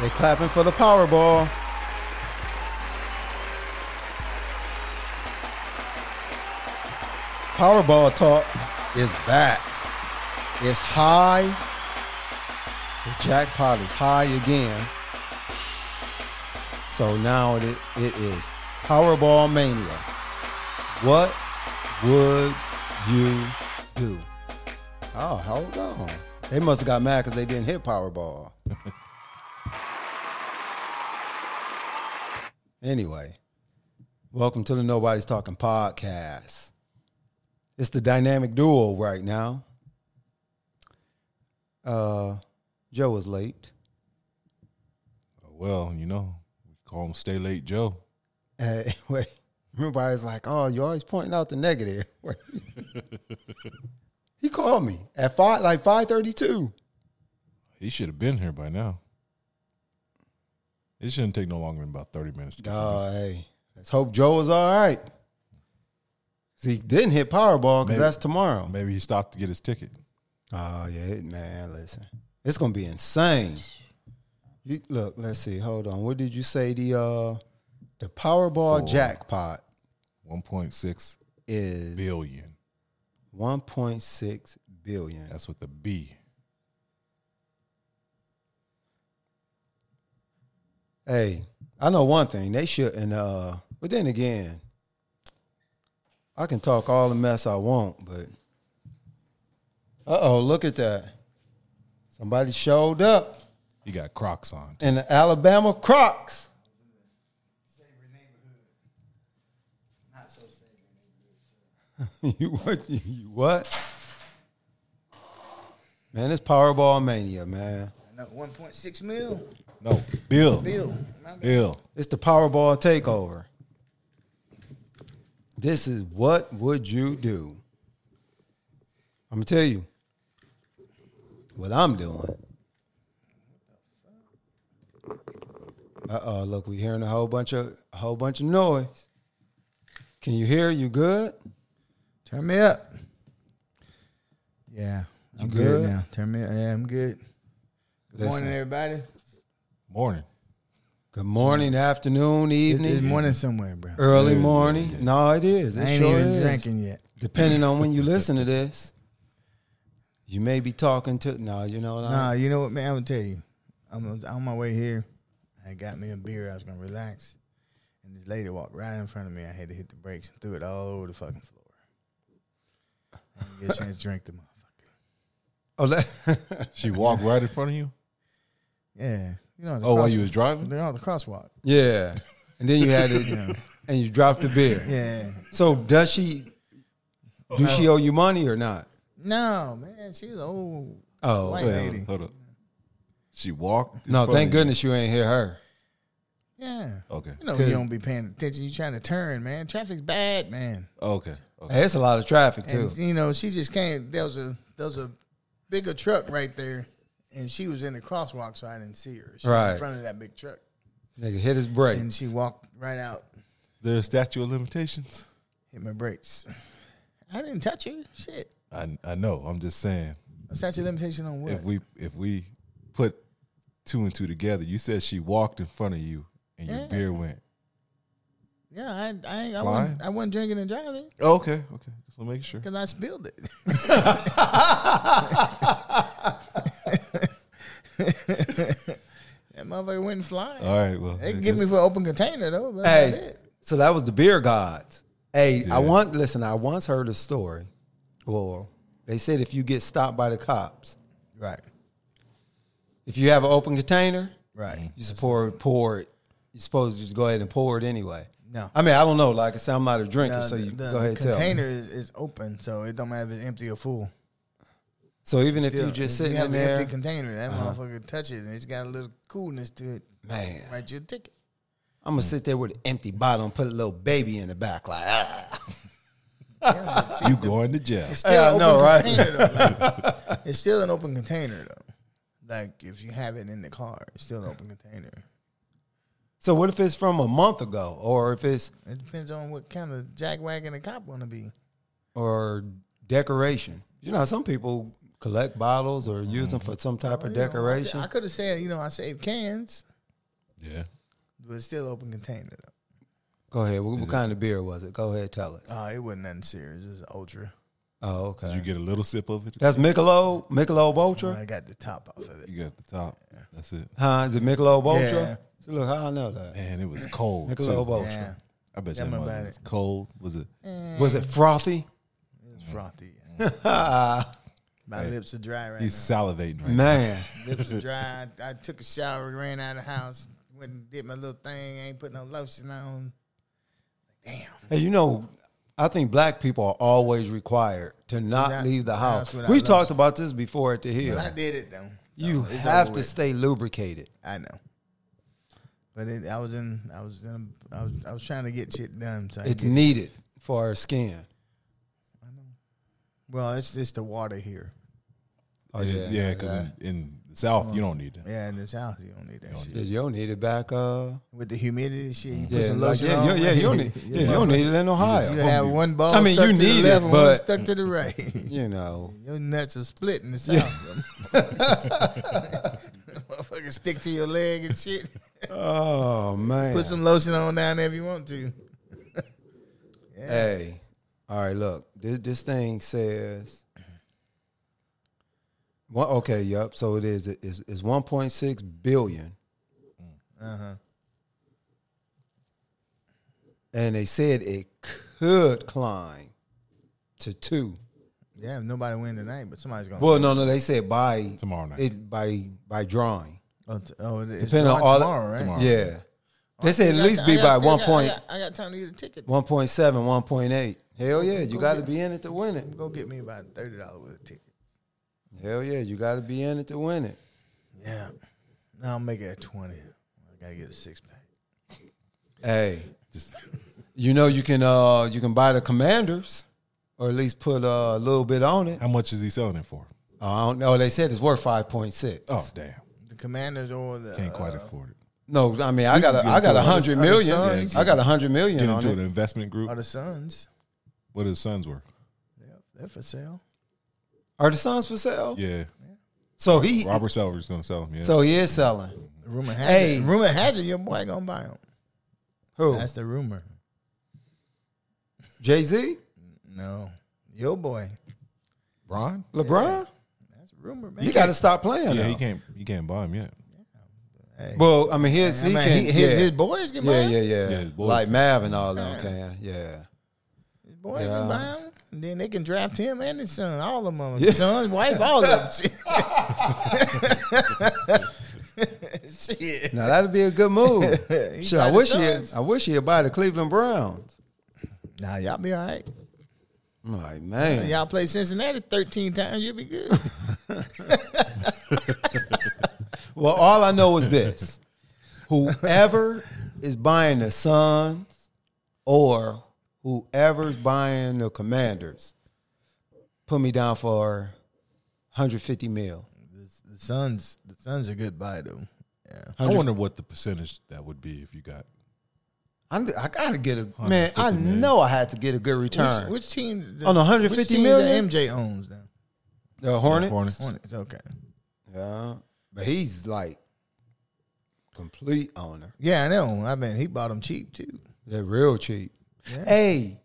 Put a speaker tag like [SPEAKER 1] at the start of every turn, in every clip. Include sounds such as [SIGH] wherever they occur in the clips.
[SPEAKER 1] They clapping for the Powerball. Powerball talk is back. It's high. The jackpot is high again. So now it, it is Powerball Mania. What would you do? Oh, hold on. They must have got mad because they didn't hit Powerball. anyway, welcome to the Nobody's Talking podcast. It's the dynamic duo right now. Uh, Joe was late, [LAUGHS]
[SPEAKER 2] Well, you know, we call him Stay Late Joe.
[SPEAKER 1] and wait, remember I was like, "Oh, you're always pointing out the negative." [LAUGHS] he called me at five, like five thirty-two.
[SPEAKER 2] He should have been here by now. It shouldn't take no longer than about 30 minutes to get
[SPEAKER 1] Oh,
[SPEAKER 2] finished.
[SPEAKER 1] hey, let's hope Joe is all right. See, didn't hit Powerball
[SPEAKER 2] Maybe.
[SPEAKER 1] because that's tomorrow.
[SPEAKER 2] Maybe he stopped to get his ticket.
[SPEAKER 1] Oh yeah, it, man. Listen, it's gonna be insane. You, look, let's see. Hold on. What did you say? The uh, the Powerball
[SPEAKER 2] Four.
[SPEAKER 1] jackpot
[SPEAKER 2] 1.6
[SPEAKER 1] is
[SPEAKER 2] billion.
[SPEAKER 1] 1.6 billion.
[SPEAKER 2] That's with the B.
[SPEAKER 1] Hey, I know one thing. They shouldn't. Uh, but then again, I can talk all the mess I want, but uh oh, look at that. Somebody showed up
[SPEAKER 2] He got Crocs on.
[SPEAKER 1] in the Alabama Crocs. you what? You what? Man, it's Powerball mania, man.
[SPEAKER 3] No, 1.6 mil.
[SPEAKER 2] No, Bill. Bill.
[SPEAKER 3] Bill. My bad.
[SPEAKER 1] It's the Powerball takeover. This is what would you do? I'm gonna tell you what I'm doing. Uh oh! Look, we hearing a whole bunch of a whole bunch of noise. Can you hear? You good?
[SPEAKER 3] Turn me up. Yeah. I'm
[SPEAKER 1] You
[SPEAKER 3] good?
[SPEAKER 1] good?
[SPEAKER 3] now. Turn me up. Yeah, I'm good. Good
[SPEAKER 1] Listen.
[SPEAKER 3] morning, everybody. It-
[SPEAKER 2] Morning.
[SPEAKER 1] Good morning, afternoon, evening,
[SPEAKER 3] It's morning somewhere, bro.
[SPEAKER 1] early morning. No, it is. It
[SPEAKER 3] I ain't
[SPEAKER 1] sure
[SPEAKER 3] even
[SPEAKER 1] is.
[SPEAKER 3] drinking yet.
[SPEAKER 1] depending on when you listen to this, you may be talking to no, you know what I
[SPEAKER 3] Nah,
[SPEAKER 1] mean.
[SPEAKER 3] you know what, man? I'm gonna tell you. I'm on my way here. I got me a beer. I was gonna relax, and this lady walked right in front of me. I had to hit the brakes and threw it all over the fucking floor. I didn't get a chance to drink the motherfucker.
[SPEAKER 1] Oh, that-
[SPEAKER 2] She walked right in front of you?
[SPEAKER 3] Yeah, you know.
[SPEAKER 2] [LAUGHS]
[SPEAKER 3] The
[SPEAKER 2] Oh, while
[SPEAKER 3] cross-
[SPEAKER 2] you was driving?
[SPEAKER 3] They're on the crosswalk.
[SPEAKER 1] yeah, and then you had
[SPEAKER 3] [LAUGHS]
[SPEAKER 1] it, and you dropped the beer.
[SPEAKER 3] Yeah.
[SPEAKER 1] So does she? Do she owe you money or not?
[SPEAKER 3] No, man, she's old.
[SPEAKER 1] Oh,
[SPEAKER 3] White
[SPEAKER 1] well,
[SPEAKER 2] Hold up,
[SPEAKER 3] lady.
[SPEAKER 2] Hold up. She walked. in
[SPEAKER 1] no,
[SPEAKER 2] front
[SPEAKER 1] thank
[SPEAKER 2] of you.
[SPEAKER 1] goodness you ain't hear her.
[SPEAKER 3] Yeah.
[SPEAKER 2] Okay.
[SPEAKER 3] You know
[SPEAKER 1] 'Cause-
[SPEAKER 3] you don't be paying attention. You trying to turn, man. Traffic's bad, man.
[SPEAKER 2] Okay. okay.
[SPEAKER 1] Hey, it's a lot of traffic too.
[SPEAKER 3] And you know she just came. There was a there was a bigger truck right there, and she was in the crosswalk, so I didn't see her. She was
[SPEAKER 1] Right.
[SPEAKER 3] in front of that big truck,
[SPEAKER 1] Nigga hit his brake.
[SPEAKER 3] and she walked right out,
[SPEAKER 2] There's statute of limitations.
[SPEAKER 3] hit my brakes. I didn't touch her. Shit.
[SPEAKER 2] I, I know. I'm just saying.
[SPEAKER 3] A statute of limitation on what?
[SPEAKER 2] if we if we put two and two together, you said she walked in front of you and your
[SPEAKER 3] Yeah.
[SPEAKER 2] beer went.
[SPEAKER 3] yeah, I I, ain't, I
[SPEAKER 2] Lying?
[SPEAKER 3] wasn't I wasn't drinking and driving
[SPEAKER 2] Oh, okay, okay. Just want to make sure.
[SPEAKER 3] because I spilled it. that motherfucker went flying.
[SPEAKER 2] All right, well,
[SPEAKER 3] They
[SPEAKER 2] it
[SPEAKER 3] can give me
[SPEAKER 2] just-
[SPEAKER 3] for open container though. But that's
[SPEAKER 1] Hey,
[SPEAKER 3] it.
[SPEAKER 1] so that was the beer gods. Hey,
[SPEAKER 2] Yeah.
[SPEAKER 1] I want listen. I once heard a story. Well, they said if you get stopped by the cops,
[SPEAKER 3] Right.
[SPEAKER 1] if you have an open container,
[SPEAKER 3] Right.
[SPEAKER 1] You just pour pour it. You're supposed to just go ahead and pour it anyway.
[SPEAKER 3] No.
[SPEAKER 1] I mean I don't know. Like I said, I'm not a drinker,
[SPEAKER 3] Uh,
[SPEAKER 1] so you
[SPEAKER 3] the,
[SPEAKER 1] go ahead and
[SPEAKER 3] the
[SPEAKER 1] tell. me.
[SPEAKER 3] container is, is open, so it don't matter if it's empty or full.
[SPEAKER 1] So even if
[SPEAKER 3] Still,
[SPEAKER 1] you just sitting
[SPEAKER 3] have
[SPEAKER 1] in
[SPEAKER 3] an
[SPEAKER 1] there, uh-huh.
[SPEAKER 3] empty container, that motherfucker touch it, and it's got a little coolness to it.
[SPEAKER 1] man,
[SPEAKER 3] Write your ticket. Mm-hmm.
[SPEAKER 1] I'm gonna sit there with an empty bottle and put a little baby in the back, like ah.
[SPEAKER 2] you going to jail.
[SPEAKER 3] [LAUGHS] It's still
[SPEAKER 1] Yeah, I
[SPEAKER 3] an open
[SPEAKER 1] know, right?
[SPEAKER 3] container though. Like, it's still an open container though. Like if you have it in the car, it's still an open container.
[SPEAKER 1] [LAUGHS] So what if it's from a month ago, or if it's
[SPEAKER 3] It depends on what kind of jackwagon the cop want to be.
[SPEAKER 1] or decoration? You know, some people collect bottles or use them for some type
[SPEAKER 3] Well,
[SPEAKER 1] of
[SPEAKER 3] you know, Mm-hmm. Oh, I could-
[SPEAKER 1] decoration.
[SPEAKER 3] I could have said, you know, I saved cans,
[SPEAKER 2] Yeah.
[SPEAKER 3] but it's still open container. Though.
[SPEAKER 1] Go ahead. What, what kind of beer was it? Go ahead, tell us.
[SPEAKER 3] Oh, it wasn't nothing serious. It was ultra.
[SPEAKER 1] Oh,
[SPEAKER 2] Did you
[SPEAKER 1] okay.
[SPEAKER 2] get a little sip of it?
[SPEAKER 1] That's Michelob, Michelob Ultra,
[SPEAKER 3] I got the top off of it.
[SPEAKER 2] You got the top. That's it.
[SPEAKER 1] huh? Is it Michelob Ultra?
[SPEAKER 3] Yeah.
[SPEAKER 1] See, look, how I know that.
[SPEAKER 2] Man, it was cold. too.
[SPEAKER 1] Michelob Ultra.
[SPEAKER 3] Yeah,
[SPEAKER 2] I bet
[SPEAKER 3] Tell
[SPEAKER 2] that
[SPEAKER 3] me
[SPEAKER 2] mother
[SPEAKER 3] about
[SPEAKER 2] was
[SPEAKER 3] it.
[SPEAKER 2] cold. Was it?
[SPEAKER 3] Eh.
[SPEAKER 1] Was it frothy?
[SPEAKER 3] it was frothy.
[SPEAKER 1] Man,
[SPEAKER 3] [LAUGHS] My lips are dry right
[SPEAKER 2] He's salivating right
[SPEAKER 3] now. Lips are dry. I, I took a shower, ran out of the house, went and did my little thing. Ain't put no lotion on. Damn.
[SPEAKER 1] hey, you know, I think black people are always required to not
[SPEAKER 3] Without-
[SPEAKER 1] leave the house.
[SPEAKER 3] house without
[SPEAKER 1] We
[SPEAKER 3] lunch.
[SPEAKER 1] talked about this before at the hill.
[SPEAKER 3] But I did it though.
[SPEAKER 1] you
[SPEAKER 3] So it's
[SPEAKER 1] have
[SPEAKER 3] over
[SPEAKER 1] to
[SPEAKER 3] with.
[SPEAKER 1] stay lubricated.
[SPEAKER 3] I know. But it, I was in. I was in. I was. I was trying to get shit done. So I
[SPEAKER 1] It's
[SPEAKER 3] get-
[SPEAKER 1] needed for our skin.
[SPEAKER 3] well, it's just the water here.
[SPEAKER 1] Oh
[SPEAKER 2] now. Yeah, yeah, because in, in the South, you don't need that.
[SPEAKER 3] Yeah, in this house, you don't need that shit.
[SPEAKER 1] Yeah, you don't need it back. Uh,
[SPEAKER 3] With the humidity shit, you put
[SPEAKER 1] yeah,
[SPEAKER 3] some
[SPEAKER 1] like,
[SPEAKER 3] lotion
[SPEAKER 1] yeah,
[SPEAKER 3] on.
[SPEAKER 1] you- yeah, you don't
[SPEAKER 3] [LAUGHS]
[SPEAKER 1] need, yeah, you don't need it in Ohio.
[SPEAKER 3] You have one ball.
[SPEAKER 1] I mean,
[SPEAKER 3] stuck
[SPEAKER 1] you
[SPEAKER 3] to
[SPEAKER 1] need it,
[SPEAKER 3] the left and
[SPEAKER 1] but-
[SPEAKER 3] one stuck to the right. [LAUGHS]
[SPEAKER 1] you know,
[SPEAKER 3] Your nuts are split in the [LAUGHS] south. Motherfucker, stick to your leg and shit.
[SPEAKER 1] oh man.
[SPEAKER 3] Put some lotion on down there if you want to.
[SPEAKER 1] Hey, all right, look. This this thing says. One, okay, yep. So it is. It's, it's 1.6 billion,
[SPEAKER 3] Uh huh.
[SPEAKER 1] and they said it could climb to two.
[SPEAKER 3] Yeah, if nobody win tonight, but somebody's gonna.
[SPEAKER 1] Well, no, no. They said by
[SPEAKER 2] Tomorrow night.
[SPEAKER 1] it by by drawing.
[SPEAKER 3] Oh, t- oh it- it's
[SPEAKER 1] Depending on
[SPEAKER 3] tomorrow,
[SPEAKER 1] all the-
[SPEAKER 3] tomorrow, right? Oh,
[SPEAKER 2] tomorrow. Alright.
[SPEAKER 1] Yeah, they said at
[SPEAKER 3] I got-
[SPEAKER 1] least
[SPEAKER 3] I
[SPEAKER 1] be
[SPEAKER 3] got-
[SPEAKER 1] by
[SPEAKER 3] I got-
[SPEAKER 1] one
[SPEAKER 3] I
[SPEAKER 1] point,
[SPEAKER 3] got- I got time to get a ticket.
[SPEAKER 1] 1.7, 1.8. Hell yeah, you got to be in it to win it.
[SPEAKER 3] Go get me about thirty dollars worth of ticket.
[SPEAKER 1] Hell yeah, you got to be in it to win it.
[SPEAKER 3] Yeah, no, I'll make it at twenty. I gotta get a six pack.
[SPEAKER 1] Hey,
[SPEAKER 2] Just
[SPEAKER 1] You know you can uh you can buy the commanders or at least put uh, a little bit on it.
[SPEAKER 2] how much is he selling it for?
[SPEAKER 1] Uh, I don't know. They said it's worth five point six.
[SPEAKER 2] Oh damn,
[SPEAKER 3] The Commanders or the
[SPEAKER 2] can't quite
[SPEAKER 3] uh,
[SPEAKER 2] afford it.
[SPEAKER 1] No, I mean I got a, I got
[SPEAKER 2] into
[SPEAKER 1] a
[SPEAKER 2] it.
[SPEAKER 1] hundred
[SPEAKER 3] Other
[SPEAKER 1] million.
[SPEAKER 3] sons.
[SPEAKER 1] I got a hundred million
[SPEAKER 2] Get
[SPEAKER 1] on
[SPEAKER 2] into
[SPEAKER 1] it.
[SPEAKER 2] an investment group.
[SPEAKER 3] or uh, the Suns.
[SPEAKER 2] What his sons were?
[SPEAKER 3] Yeah, they're for sale.
[SPEAKER 1] Are the sons for sale?
[SPEAKER 2] Yeah,
[SPEAKER 1] So he
[SPEAKER 2] Robert Silver's gonna sell them. Yeah,
[SPEAKER 1] so he is selling.
[SPEAKER 3] Rumor has
[SPEAKER 1] Hey.
[SPEAKER 3] it. Rumor has it. Your boy gonna buy them.
[SPEAKER 1] Who?
[SPEAKER 3] That's the rumor.
[SPEAKER 1] Jay Z,
[SPEAKER 3] No, your boy.
[SPEAKER 2] Bron?
[SPEAKER 1] LeBron.
[SPEAKER 3] That's rumor, man.
[SPEAKER 1] You got to stop playing.
[SPEAKER 2] Yeah, he
[SPEAKER 1] Yeah,
[SPEAKER 2] can't. He can't buy him yet.
[SPEAKER 3] Hey.
[SPEAKER 1] well, I mean his
[SPEAKER 3] I
[SPEAKER 1] he
[SPEAKER 3] mean,
[SPEAKER 1] can.
[SPEAKER 3] he- his,
[SPEAKER 1] yeah.
[SPEAKER 3] his boys can buy
[SPEAKER 1] yeah,
[SPEAKER 3] 'em.
[SPEAKER 1] yeah, yeah,
[SPEAKER 2] Yeah, his boys
[SPEAKER 1] Like
[SPEAKER 2] can.
[SPEAKER 1] Mav and all them can. Yeah.
[SPEAKER 3] His boys
[SPEAKER 1] Yeah.
[SPEAKER 3] can buy him. And then they can draft him and his son, all of them, his son, wife, all
[SPEAKER 1] [LAUGHS]
[SPEAKER 3] of them. Shit. [LAUGHS]
[SPEAKER 1] Now that'd be a good move.
[SPEAKER 3] He
[SPEAKER 1] Shit,
[SPEAKER 3] buy
[SPEAKER 1] I
[SPEAKER 3] the
[SPEAKER 1] wish he
[SPEAKER 3] Suns.
[SPEAKER 1] I wish he'd buy the Cleveland Browns.
[SPEAKER 3] Nah, y'all be all right.
[SPEAKER 1] I'm like man.
[SPEAKER 3] Y'all play Cincinnati 13 times, you'll be good.
[SPEAKER 1] Well, all I know is this: whoever is buying the Suns or whoever's buying the Commanders, put me down for 150 mil.
[SPEAKER 3] the Suns, the Suns are good buy though. Yeah.
[SPEAKER 2] I wonder what the percentage that would be if you got.
[SPEAKER 1] I, I gotta get a man. I
[SPEAKER 2] 150 million.
[SPEAKER 1] know I had to get a good
[SPEAKER 3] Which,
[SPEAKER 1] return.
[SPEAKER 3] which team?
[SPEAKER 1] On the
[SPEAKER 3] which
[SPEAKER 1] 150
[SPEAKER 3] team
[SPEAKER 1] million?
[SPEAKER 3] that MJ owns now.
[SPEAKER 1] the Hornets.
[SPEAKER 2] Hornets.
[SPEAKER 3] Hornets. Okay.
[SPEAKER 1] Yeah, but he's like complete owner.
[SPEAKER 3] Yeah, I know. I mean, he bought them cheap too.
[SPEAKER 1] They're real cheap.
[SPEAKER 3] Yeah.
[SPEAKER 1] Hey,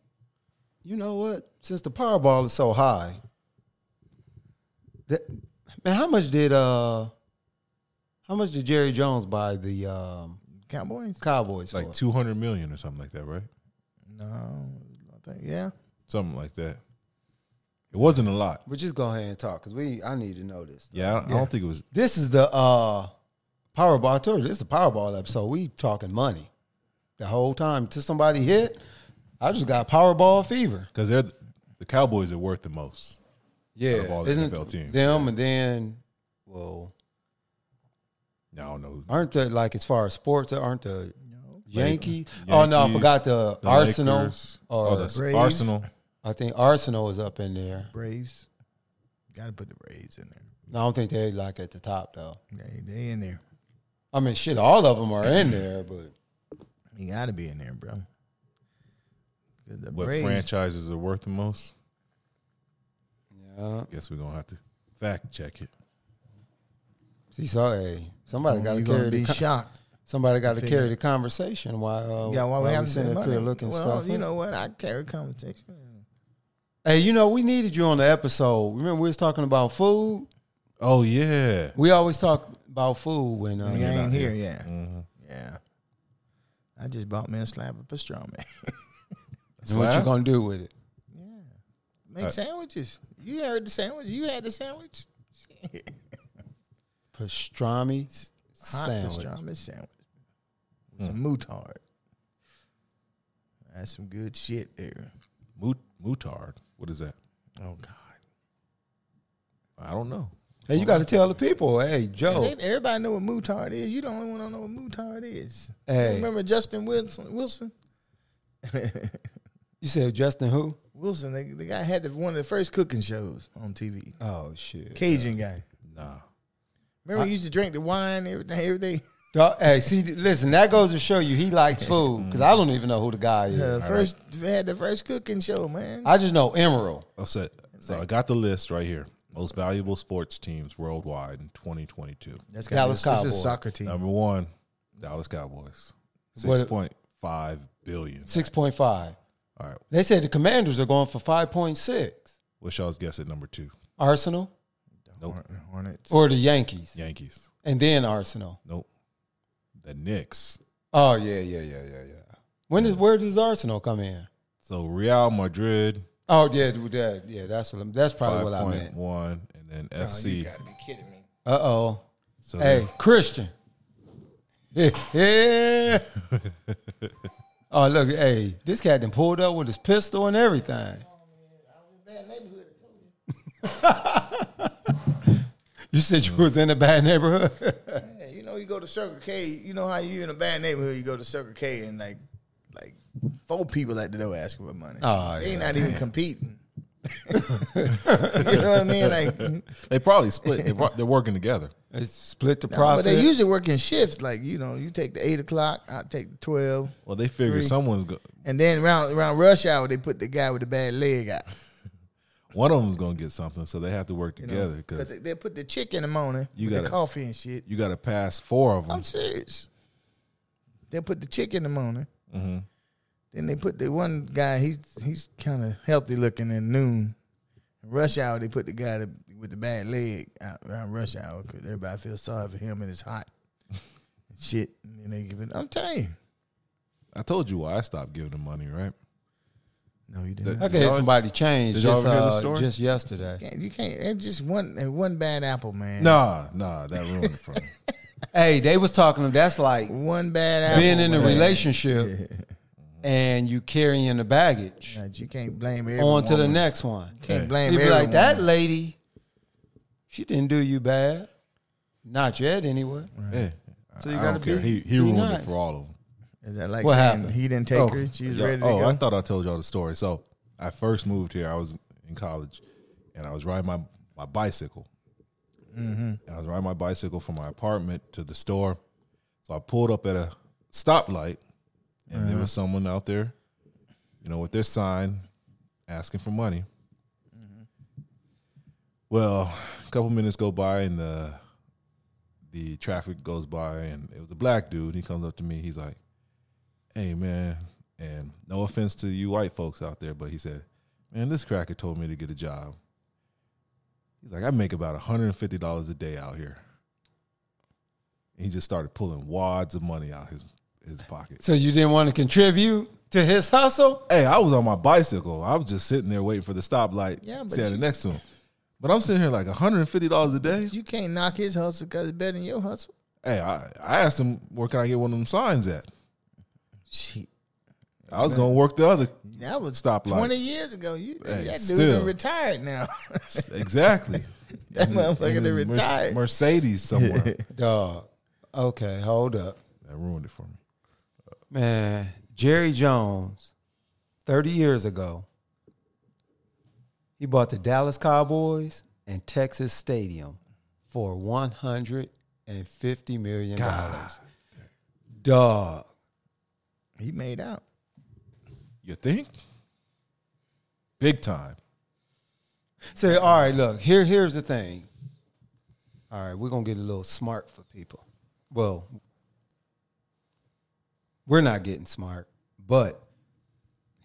[SPEAKER 1] you know what? Since the Powerball is so high, that, man, how much did uh, how much did Jerry Jones buy the um,
[SPEAKER 3] Cowboys.
[SPEAKER 1] Cowboys
[SPEAKER 2] It's like
[SPEAKER 1] for?
[SPEAKER 2] two hundred million or something like that, right?
[SPEAKER 3] No, I think yeah.
[SPEAKER 2] Something like that. It wasn't a lot.
[SPEAKER 1] But just go ahead and talk because we I need to know this.
[SPEAKER 2] Yeah, I, I don't think it was.
[SPEAKER 1] This is the uh, Powerball. I told you, this is the Powerball episode. We talking money the whole time until somebody hit. I just got Powerball fever.
[SPEAKER 2] Because they're the, the Cowboys are worth the most.
[SPEAKER 1] Yeah,
[SPEAKER 2] Out of all the
[SPEAKER 1] isn't
[SPEAKER 2] NFL teams,
[SPEAKER 1] them and then well,
[SPEAKER 2] I don't know.
[SPEAKER 1] aren't the like as far as sports? Aren't the Yankees?
[SPEAKER 2] Yankees,
[SPEAKER 1] Oh no, I forgot the,
[SPEAKER 2] the
[SPEAKER 1] Arsenal.
[SPEAKER 2] Lakers,
[SPEAKER 1] or
[SPEAKER 2] oh, the
[SPEAKER 3] Braves.
[SPEAKER 2] Arsenal.
[SPEAKER 1] I think Arsenal is up in there.
[SPEAKER 3] Braves. Got to put the Braves in there.
[SPEAKER 1] No, I don't think they like at the top though.
[SPEAKER 3] They, they in there.
[SPEAKER 1] I mean, shit, all of them are in there, but
[SPEAKER 3] You got to be in there, bro. 'Cause The
[SPEAKER 2] What
[SPEAKER 3] Braves,
[SPEAKER 2] franchises are worth the most?
[SPEAKER 1] yeah,
[SPEAKER 2] Guess we're gonna have to
[SPEAKER 4] Fact check it.
[SPEAKER 1] See, so hey, somebody got to
[SPEAKER 3] you gonna
[SPEAKER 1] carry
[SPEAKER 3] be
[SPEAKER 1] the con-
[SPEAKER 3] shocked.
[SPEAKER 1] somebody got to
[SPEAKER 3] Figure.
[SPEAKER 1] carry the conversation while uh,
[SPEAKER 3] yeah, why we
[SPEAKER 1] while we
[SPEAKER 3] haven't
[SPEAKER 1] sitting
[SPEAKER 3] said
[SPEAKER 1] up
[SPEAKER 3] money?
[SPEAKER 1] here looking
[SPEAKER 3] well,
[SPEAKER 1] stuff.
[SPEAKER 3] you
[SPEAKER 1] up.
[SPEAKER 3] know what? I carry conversation.
[SPEAKER 1] Hey, you know we needed you on the episode. Remember we was talking about food.
[SPEAKER 4] Oh yeah.
[SPEAKER 1] We always talk about food when uh,
[SPEAKER 3] you
[SPEAKER 1] you're
[SPEAKER 3] ain't
[SPEAKER 1] not
[SPEAKER 3] here, yeah,
[SPEAKER 2] Mm-hmm.
[SPEAKER 3] yeah. I just bought me a slab of pastrami.
[SPEAKER 1] And what you
[SPEAKER 4] Slab?
[SPEAKER 1] gonna do with it?
[SPEAKER 3] [LAUGHS] yeah, make
[SPEAKER 4] Uh,
[SPEAKER 3] sandwiches. You heard the sandwich. You had the sandwich. Shit.
[SPEAKER 1] Pastrami
[SPEAKER 3] Hot
[SPEAKER 1] sandwich.
[SPEAKER 3] pastrami sandwich. Hmm. with Some moutard. That's some good shit there.
[SPEAKER 4] Mut- mutard. What is that?
[SPEAKER 3] Oh God.
[SPEAKER 4] I don't know.
[SPEAKER 1] Hey, you got to tell the people. Hey, Joe.
[SPEAKER 3] And they- everybody know what moutard is. You the only one don't know what moutard is.
[SPEAKER 1] Hey.
[SPEAKER 3] You remember Justin Wilson? Wilson. [LAUGHS]
[SPEAKER 1] You said Justin who?
[SPEAKER 3] Wilson, the, the guy had the, one of the first cooking shows on TV.
[SPEAKER 1] Oh shit.
[SPEAKER 3] Cajun guy.
[SPEAKER 4] Nah.
[SPEAKER 3] Remember, he used to drink the wine every day. Every day.
[SPEAKER 1] Dog- hey, see, listen, that goes to show you he likes food because I don't even know who the guy is.
[SPEAKER 3] Uh, first had the first cooking show, man.
[SPEAKER 1] I just know Emerald.
[SPEAKER 4] Oh, so, so I got the list right here. Most valuable sports teams worldwide in 2022.
[SPEAKER 3] That's
[SPEAKER 1] Dallas
[SPEAKER 3] this is
[SPEAKER 1] Cowboys.
[SPEAKER 3] soccer team.
[SPEAKER 4] Number one, Dallas Cowboys.
[SPEAKER 1] What-
[SPEAKER 4] Six point five billion.
[SPEAKER 1] Six point five.
[SPEAKER 4] All right.
[SPEAKER 1] They said the Commanders are going for five point six.
[SPEAKER 4] What y'all's guess at number two?
[SPEAKER 1] Arsenal
[SPEAKER 4] Nope.
[SPEAKER 3] Horn- Hornets.
[SPEAKER 1] or the Yankees,
[SPEAKER 4] Yankees.
[SPEAKER 1] and then Arsenal.
[SPEAKER 4] Nope. The Knicks.
[SPEAKER 1] Oh yeah, yeah, yeah, yeah, yeah. When does where does Arsenal come in?
[SPEAKER 4] So Real Madrid,
[SPEAKER 1] Oh yeah, dude, that yeah. That's what, I'm- that's probably
[SPEAKER 4] five
[SPEAKER 1] what Oh, I
[SPEAKER 4] point
[SPEAKER 1] meant.
[SPEAKER 4] one, and then
[SPEAKER 3] Oh, You
[SPEAKER 4] FC.
[SPEAKER 3] gotta be kidding me.
[SPEAKER 1] Uh oh.
[SPEAKER 4] So
[SPEAKER 1] Hey, Christian. [LAUGHS] Yeah, Yeah. oh look, hey, this cat done pulled up with his pistol and everything. [LAUGHS] You said you was in a bad neighborhood. [LAUGHS]
[SPEAKER 3] Yeah, you know, you go to Circle K. You know how you in a bad neighborhood, you go to Circle K and like, like four people at the door asking for money.
[SPEAKER 1] Oh,
[SPEAKER 3] they
[SPEAKER 1] yeah,
[SPEAKER 3] not even competing. you know what I mean? Like, [LAUGHS] no,
[SPEAKER 4] they probably split. They pro- they're working together.
[SPEAKER 1] They split the
[SPEAKER 3] but
[SPEAKER 1] profit.
[SPEAKER 3] they usually work in shifts. Like, you know, you take the eight o'clock, I take the twelve,
[SPEAKER 4] Well, they figure
[SPEAKER 3] Three.
[SPEAKER 4] someone's go-
[SPEAKER 3] and then around around rush hour, they put the guy with the bad leg out.
[SPEAKER 4] one of them's gonna get something, so they have to work
[SPEAKER 3] You know,
[SPEAKER 4] together because
[SPEAKER 3] they, they put the chick in the morning,
[SPEAKER 4] You
[SPEAKER 3] with the
[SPEAKER 4] gotta-
[SPEAKER 3] coffee and shit.
[SPEAKER 4] you got to pass four of them.
[SPEAKER 3] I'm serious. They put the chick in the morning.
[SPEAKER 4] Mm-hmm.
[SPEAKER 3] Then they put the one guy. He's he's kind of healthy looking at noon. Rush hour. They put the guy that, with the bad leg out around rush hour because everybody feels sorry for him and it's hot. and Shit, and they give it. I'm telling you.
[SPEAKER 4] I told you why I stopped giving them money, right?
[SPEAKER 3] No, you didn't.
[SPEAKER 1] I gave somebody change
[SPEAKER 4] Did y'all
[SPEAKER 1] just,
[SPEAKER 4] ever hear the
[SPEAKER 1] uh,
[SPEAKER 4] story?
[SPEAKER 1] just yesterday.
[SPEAKER 3] Can't- you can't. It's just one and one bad apple, man.
[SPEAKER 4] Nah, nah, that ruined it
[SPEAKER 1] [LAUGHS]
[SPEAKER 4] for me.
[SPEAKER 1] Hey, they was talking. to- That's like
[SPEAKER 3] one bad apple.
[SPEAKER 1] being in a
[SPEAKER 3] man.
[SPEAKER 1] relationship and you carrying the baggage
[SPEAKER 3] Right, You can't blame everyone.
[SPEAKER 1] on to the next one.
[SPEAKER 3] Can't
[SPEAKER 4] Hey.
[SPEAKER 3] blame
[SPEAKER 1] You'd be
[SPEAKER 3] everyone.
[SPEAKER 1] like, that lady, she didn't do you bad. Not yet, anyway.
[SPEAKER 4] Yeah.
[SPEAKER 1] So you
[SPEAKER 4] I
[SPEAKER 1] gotta
[SPEAKER 4] don't care.
[SPEAKER 1] be-
[SPEAKER 4] He, he
[SPEAKER 1] be
[SPEAKER 4] ruined
[SPEAKER 1] nice.
[SPEAKER 4] it for all of them.
[SPEAKER 3] Is that like
[SPEAKER 1] What
[SPEAKER 3] saying
[SPEAKER 1] happened?
[SPEAKER 3] he didn't take her? She was
[SPEAKER 4] yeah,
[SPEAKER 3] ready to
[SPEAKER 4] oh,
[SPEAKER 3] go.
[SPEAKER 4] I thought I told y'all the story. So I first moved here. I was in college, and I was riding my my bicycle.
[SPEAKER 1] Mm-hmm.
[SPEAKER 4] And I was riding my bicycle from my apartment to the store. So I pulled up at a stoplight, and
[SPEAKER 1] Uh-huh.
[SPEAKER 4] there was someone out there, you know, with their sign, asking for money. Well, a couple minutes go by, and the the traffic goes by, and it was a black dude. He comes up to me. He's like, hey man, and no offense to you white folks out there, but he said, man, this cracker told me to get a job. He's like, I make about $150 a day out here. And he just started pulling wads of money out his his pocket.
[SPEAKER 1] So you didn't want to contribute to his hustle?
[SPEAKER 4] Hey, I was on my bicycle. I was just sitting there waiting for the stoplight
[SPEAKER 3] Yeah, but
[SPEAKER 4] standing
[SPEAKER 3] you-
[SPEAKER 4] next to him. But I'm sitting here like $150 a day.
[SPEAKER 3] You can't knock his hustle because it's better than your hustle.
[SPEAKER 4] Hey, I, I asked him, where can I get one of them signs at?
[SPEAKER 3] Shit.
[SPEAKER 4] I was going to work the other.
[SPEAKER 3] That was
[SPEAKER 4] Stoplight.
[SPEAKER 3] 20 years ago. You,
[SPEAKER 4] Hey,
[SPEAKER 3] that dude
[SPEAKER 4] still.
[SPEAKER 3] done retired now.
[SPEAKER 4] [LAUGHS]
[SPEAKER 1] [LAUGHS]
[SPEAKER 3] [LAUGHS]
[SPEAKER 4] Exactly.
[SPEAKER 3] that motherfucker
[SPEAKER 4] In
[SPEAKER 3] done
[SPEAKER 4] his Merce-
[SPEAKER 3] retired.
[SPEAKER 4] Mercedes somewhere.
[SPEAKER 1] Dog. Okay, hold up.
[SPEAKER 4] That ruined it for me.
[SPEAKER 1] Man, Jerry Jones, 30 years ago, he bought the Dallas Cowboys and Texas Stadium for $150 million. Dog.
[SPEAKER 3] he made out.
[SPEAKER 4] You think? Big time.
[SPEAKER 1] Say, all right, look, here, here's the thing. All right, we're gonna get a little smart for people. Well, we're not getting smart, but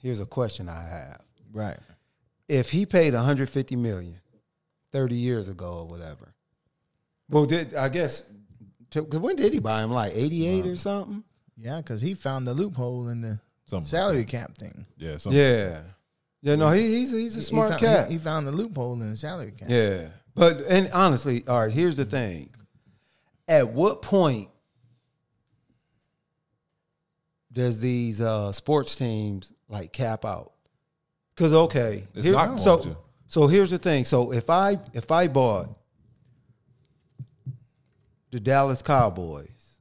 [SPEAKER 1] here's a question I have.
[SPEAKER 3] Right.
[SPEAKER 1] If he paid 150 million 30 years ago or whatever, well, did I guess to, 'cause when did he buy him? Like 88 or something?
[SPEAKER 3] Yeah, because he found the loophole in the
[SPEAKER 4] Something.
[SPEAKER 3] salary cap thing.
[SPEAKER 4] Yeah. Something.
[SPEAKER 1] Yeah, yeah. No, he, he's he's a
[SPEAKER 3] He-
[SPEAKER 1] smart
[SPEAKER 3] he found,
[SPEAKER 1] cat.
[SPEAKER 3] He, he found the loophole in the salary cap.
[SPEAKER 1] Yeah. But and honestly, all right, here's the thing. At what point does these uh, sports teams like cap out? Cuz okay,
[SPEAKER 4] It's not going
[SPEAKER 1] so
[SPEAKER 4] to.
[SPEAKER 1] so here's the thing. So if I if I bought the Dallas Cowboys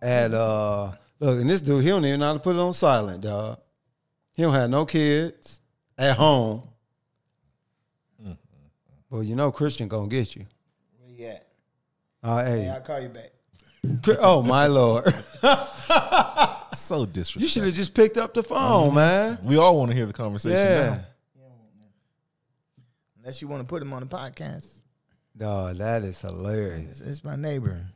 [SPEAKER 1] at uh look, and this dude he don't even know how to put it on silent, dog. He don't have no kids at home.
[SPEAKER 4] Mm-hmm.
[SPEAKER 1] Well, you know Christian gonna get you.
[SPEAKER 3] Where you at?
[SPEAKER 1] Uh, hey,
[SPEAKER 3] call you back.
[SPEAKER 1] Chri- oh my lord! [LAUGHS] You
[SPEAKER 4] So
[SPEAKER 1] should
[SPEAKER 4] disrespectful.
[SPEAKER 1] have just picked up the phone, man.
[SPEAKER 4] We all want to hear the conversation.
[SPEAKER 1] Yeah,
[SPEAKER 4] now.
[SPEAKER 3] Unless you want to put him on the podcast.
[SPEAKER 1] dog, that is hilarious.
[SPEAKER 3] It's, it's my neighbor.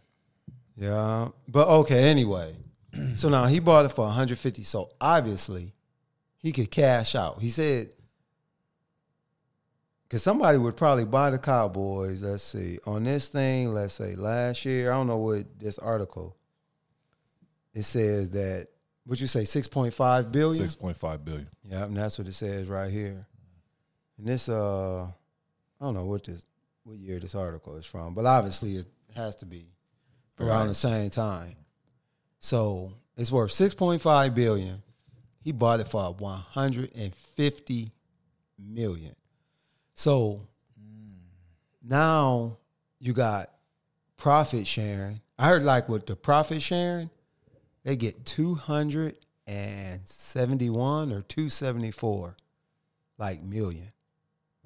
[SPEAKER 1] Yeah, but okay. Anyway, [CLEARS THROAT] so now he bought it for 150. So obviously, he could cash out. He said, because somebody would probably buy the Cowboys. Let's see on this thing. Let's say last year. I don't know what this article. It says that. Would you say 6.5 billion?
[SPEAKER 4] Six point five billion.
[SPEAKER 1] Yeah, and that's what it says right here. And this, uh, I don't know what this, what year this article is from, but obviously it has to be around the same time. So it's worth six point five billion. He bought it for one hundred and fifty million. So now you got profit sharing. I heard like with the profit sharing, they get 271 or 274 like million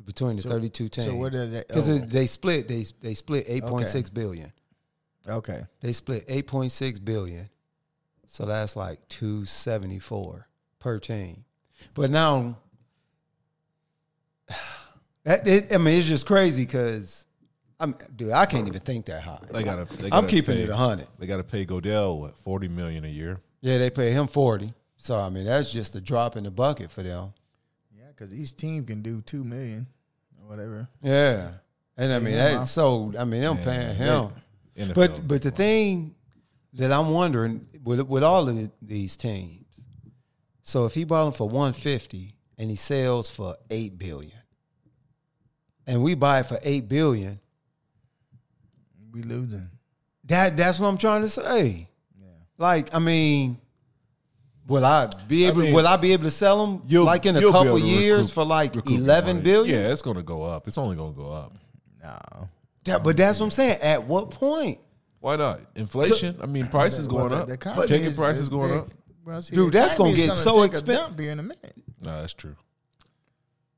[SPEAKER 1] between the
[SPEAKER 3] So-
[SPEAKER 1] 32 teams.
[SPEAKER 3] So what does that?
[SPEAKER 1] Cuz
[SPEAKER 3] oh,
[SPEAKER 1] they split they they split eight point six billion.
[SPEAKER 3] okay.
[SPEAKER 1] They split 8.6 billion. So that's like 274 per team. But now [SIGHS] that it, I mean it's just crazy cuz I'm dude, I can't even think that high.
[SPEAKER 4] They gotta- they
[SPEAKER 1] I'm
[SPEAKER 4] gotta
[SPEAKER 1] keeping
[SPEAKER 4] pay.
[SPEAKER 1] it 100.
[SPEAKER 4] They got to pay Godell what forty million a year.
[SPEAKER 1] Yeah, they pay him 40. So I mean, that's just a drop in the bucket for them.
[SPEAKER 3] Yeah, because each team can do two million or whatever.
[SPEAKER 1] Yeah. And I mean,
[SPEAKER 3] Yeah.
[SPEAKER 1] that, so I mean, I'm paying him.
[SPEAKER 4] NFL.
[SPEAKER 1] But but the thing that I'm wondering with with all of these teams, so if he bought them for 150 and he sells for eight billion, and we buy it for eight billion,
[SPEAKER 3] We losing.
[SPEAKER 1] that that's what I'm trying to say.
[SPEAKER 3] Yeah.
[SPEAKER 1] Like I mean, will I be able?
[SPEAKER 4] mean,
[SPEAKER 1] will I be able to sell them
[SPEAKER 4] You'll-
[SPEAKER 1] like in a
[SPEAKER 4] you'll be
[SPEAKER 1] couple
[SPEAKER 4] able to
[SPEAKER 1] years
[SPEAKER 4] recoup-
[SPEAKER 1] for like
[SPEAKER 4] recoup your
[SPEAKER 1] 11
[SPEAKER 4] money.
[SPEAKER 1] billion?
[SPEAKER 4] Yeah, it's gonna go up. It's only gonna go up.
[SPEAKER 3] No.
[SPEAKER 1] That- but that's what I'm saying. At what point?
[SPEAKER 4] Why not? Inflation. I mean, prices
[SPEAKER 3] Well,
[SPEAKER 4] going
[SPEAKER 3] the-
[SPEAKER 4] up.
[SPEAKER 3] the economy
[SPEAKER 4] Ticket
[SPEAKER 3] is-
[SPEAKER 4] prices
[SPEAKER 3] is
[SPEAKER 4] going
[SPEAKER 3] big.
[SPEAKER 4] up.
[SPEAKER 3] Bro, see,
[SPEAKER 1] Dude,
[SPEAKER 3] the
[SPEAKER 1] that's gonna
[SPEAKER 3] economy's
[SPEAKER 1] get so
[SPEAKER 3] take a
[SPEAKER 1] expen-
[SPEAKER 3] dump Here in a minute.
[SPEAKER 4] No, that's true.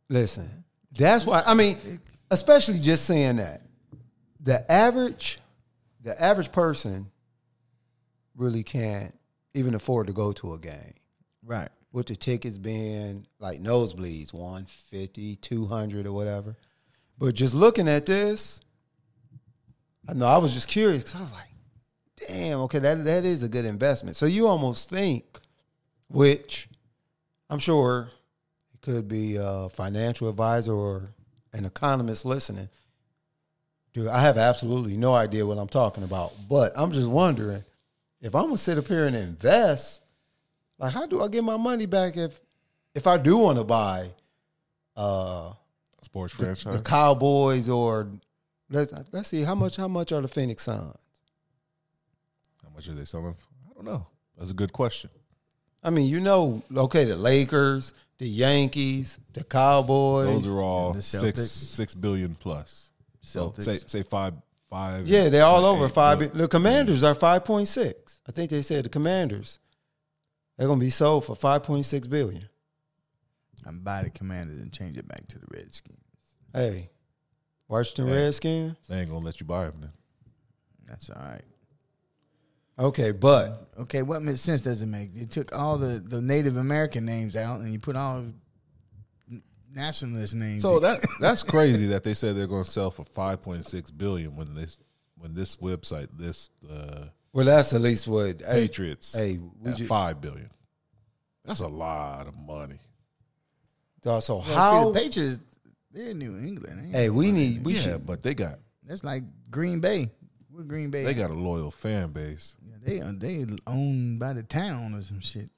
[SPEAKER 1] Listen, that's why I mean, especially just saying that the average, the average person really can't even afford to go to a game
[SPEAKER 3] Right.
[SPEAKER 1] with the tickets being like nosebleeds 150 200 or whatever but just looking at this i know i was just curious 'cause i was like damn okay that, that is a good investment so you almost think which i'm sure it could be a financial advisor or an economist listening dude i have absolutely no idea what i'm talking about but i'm just wondering if i'm gonna sit up here and invest like how do I get my money back if if I do want to buy uh
[SPEAKER 4] Sports
[SPEAKER 1] the
[SPEAKER 4] franchise.
[SPEAKER 1] Cowboys or let's let's see how much how much are the Phoenix Suns?
[SPEAKER 4] How much are they selling? For? I don't know. That's a good question.
[SPEAKER 1] I mean, you know, okay, the Lakers, the Yankees, the Cowboys.
[SPEAKER 4] Those are all
[SPEAKER 3] the
[SPEAKER 4] six
[SPEAKER 3] Celtics.
[SPEAKER 4] six billion plus. So
[SPEAKER 3] Celtics.
[SPEAKER 4] say say five five.
[SPEAKER 1] yeah, they're all over
[SPEAKER 4] eight
[SPEAKER 1] five.
[SPEAKER 4] billion.
[SPEAKER 1] The Commanders are five point six. I think they said the Commanders they're gonna be sold for five point six billion.
[SPEAKER 3] I'm by the commanders and change it back to the Redskins.
[SPEAKER 1] Hey, Washington
[SPEAKER 4] Hey.
[SPEAKER 1] Redskins.
[SPEAKER 4] They ain't gonna let you buy them then.
[SPEAKER 3] That's all right.
[SPEAKER 1] Okay, but
[SPEAKER 3] Okay, what ma- sense does it make? You took all the, the Native American names out and you put all nationalist name.
[SPEAKER 4] So that [LAUGHS] that's crazy that they said they're going to sell for 5.6 billion when this when this website this uh,
[SPEAKER 1] Well, that's at least what. Hey,
[SPEAKER 4] Patriots
[SPEAKER 1] hey, we
[SPEAKER 4] at
[SPEAKER 1] ju-
[SPEAKER 4] 5 billion. That's a lot of money.
[SPEAKER 1] dog, so
[SPEAKER 3] Well, see,
[SPEAKER 1] how?
[SPEAKER 3] the Patriots? They're in New England. ain't
[SPEAKER 1] Hey,
[SPEAKER 3] they?
[SPEAKER 1] we need. We
[SPEAKER 4] yeah,
[SPEAKER 1] should.
[SPEAKER 4] but they got
[SPEAKER 3] That's like Green Bay. We're Green Bay.
[SPEAKER 4] they got a loyal fan base.
[SPEAKER 3] Yeah, they uh, they owned by the town or some shit.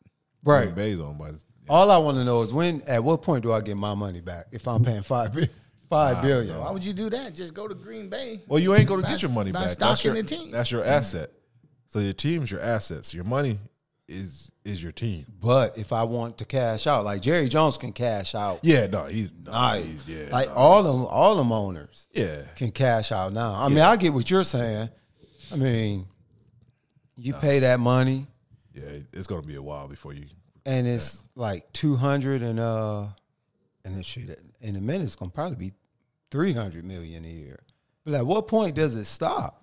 [SPEAKER 1] Right.
[SPEAKER 4] Green Bay's owned by the-
[SPEAKER 1] All I want to know is when. At what point do I get my money back if I'm paying five bi- five billion?
[SPEAKER 3] Why would you do that? Just go to Green Bay.
[SPEAKER 4] Well, you ain't going to
[SPEAKER 3] By-
[SPEAKER 4] get your money
[SPEAKER 3] by
[SPEAKER 4] back.
[SPEAKER 3] stocking
[SPEAKER 4] That's your,
[SPEAKER 3] the team.
[SPEAKER 4] that's your asset. So your team's your assets. Your money is is your team.
[SPEAKER 1] But if I want to cash out, like Jerry Jones can cash out.
[SPEAKER 4] Yeah, no, he's nice.
[SPEAKER 1] Nice.
[SPEAKER 4] yeah,
[SPEAKER 1] like
[SPEAKER 4] no,
[SPEAKER 1] all them, all them owners
[SPEAKER 4] yeah.
[SPEAKER 1] can cash out now. I mean, I get what you're saying. I mean, you pay that money,
[SPEAKER 4] Yeah, it- it's going to be a while before you.
[SPEAKER 1] and it's like two hundred and uh, and it should in a minute it's gonna probably be three hundred million a year. But at what point does it stop?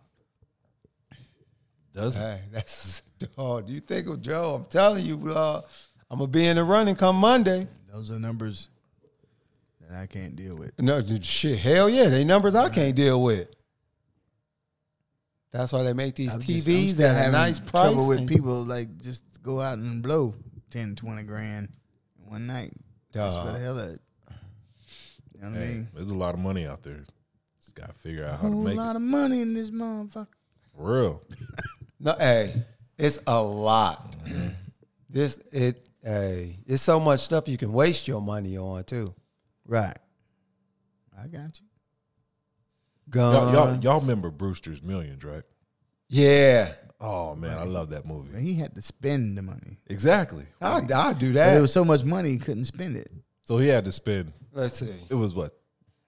[SPEAKER 4] Does
[SPEAKER 1] Hey, [LAUGHS] that's dog. You think of Joe? I'm telling you, uh, I'm gonna be in the running come Monday.
[SPEAKER 3] Those are numbers that I can't deal with.
[SPEAKER 1] No dude, shit, hell yeah, they numbers I can't deal with. That's why they make these
[SPEAKER 3] I'm just- I'm
[SPEAKER 1] TVs
[SPEAKER 3] still
[SPEAKER 1] that have
[SPEAKER 3] having
[SPEAKER 1] nice price.
[SPEAKER 3] Trouble with
[SPEAKER 1] and-
[SPEAKER 3] people like just go out and blow 10, 20 grand one night just for
[SPEAKER 1] Dog.
[SPEAKER 3] the hell of it. You know what I
[SPEAKER 4] Hey,
[SPEAKER 3] mean?
[SPEAKER 4] there's a lot of money out there. Just gotta figure out how to
[SPEAKER 3] Whole
[SPEAKER 4] make
[SPEAKER 3] lot
[SPEAKER 4] it
[SPEAKER 3] of money in this motherfucker.
[SPEAKER 4] For real.
[SPEAKER 1] No, hey, it's a lot. This it, hey, it's so much stuff you can waste your money on too.
[SPEAKER 3] Right. I got you.
[SPEAKER 1] Guns,
[SPEAKER 4] Y'all, y'all, y'all remember Brewster's Millions, right?
[SPEAKER 1] yeah,
[SPEAKER 4] Oh man, I love that
[SPEAKER 3] But
[SPEAKER 4] movie.
[SPEAKER 3] he had to spend the money.
[SPEAKER 4] Exactly.
[SPEAKER 1] I I do
[SPEAKER 3] But
[SPEAKER 1] that.
[SPEAKER 3] it was so much money he couldn't spend it.
[SPEAKER 4] So he had to spend
[SPEAKER 1] Let's see,
[SPEAKER 4] it was what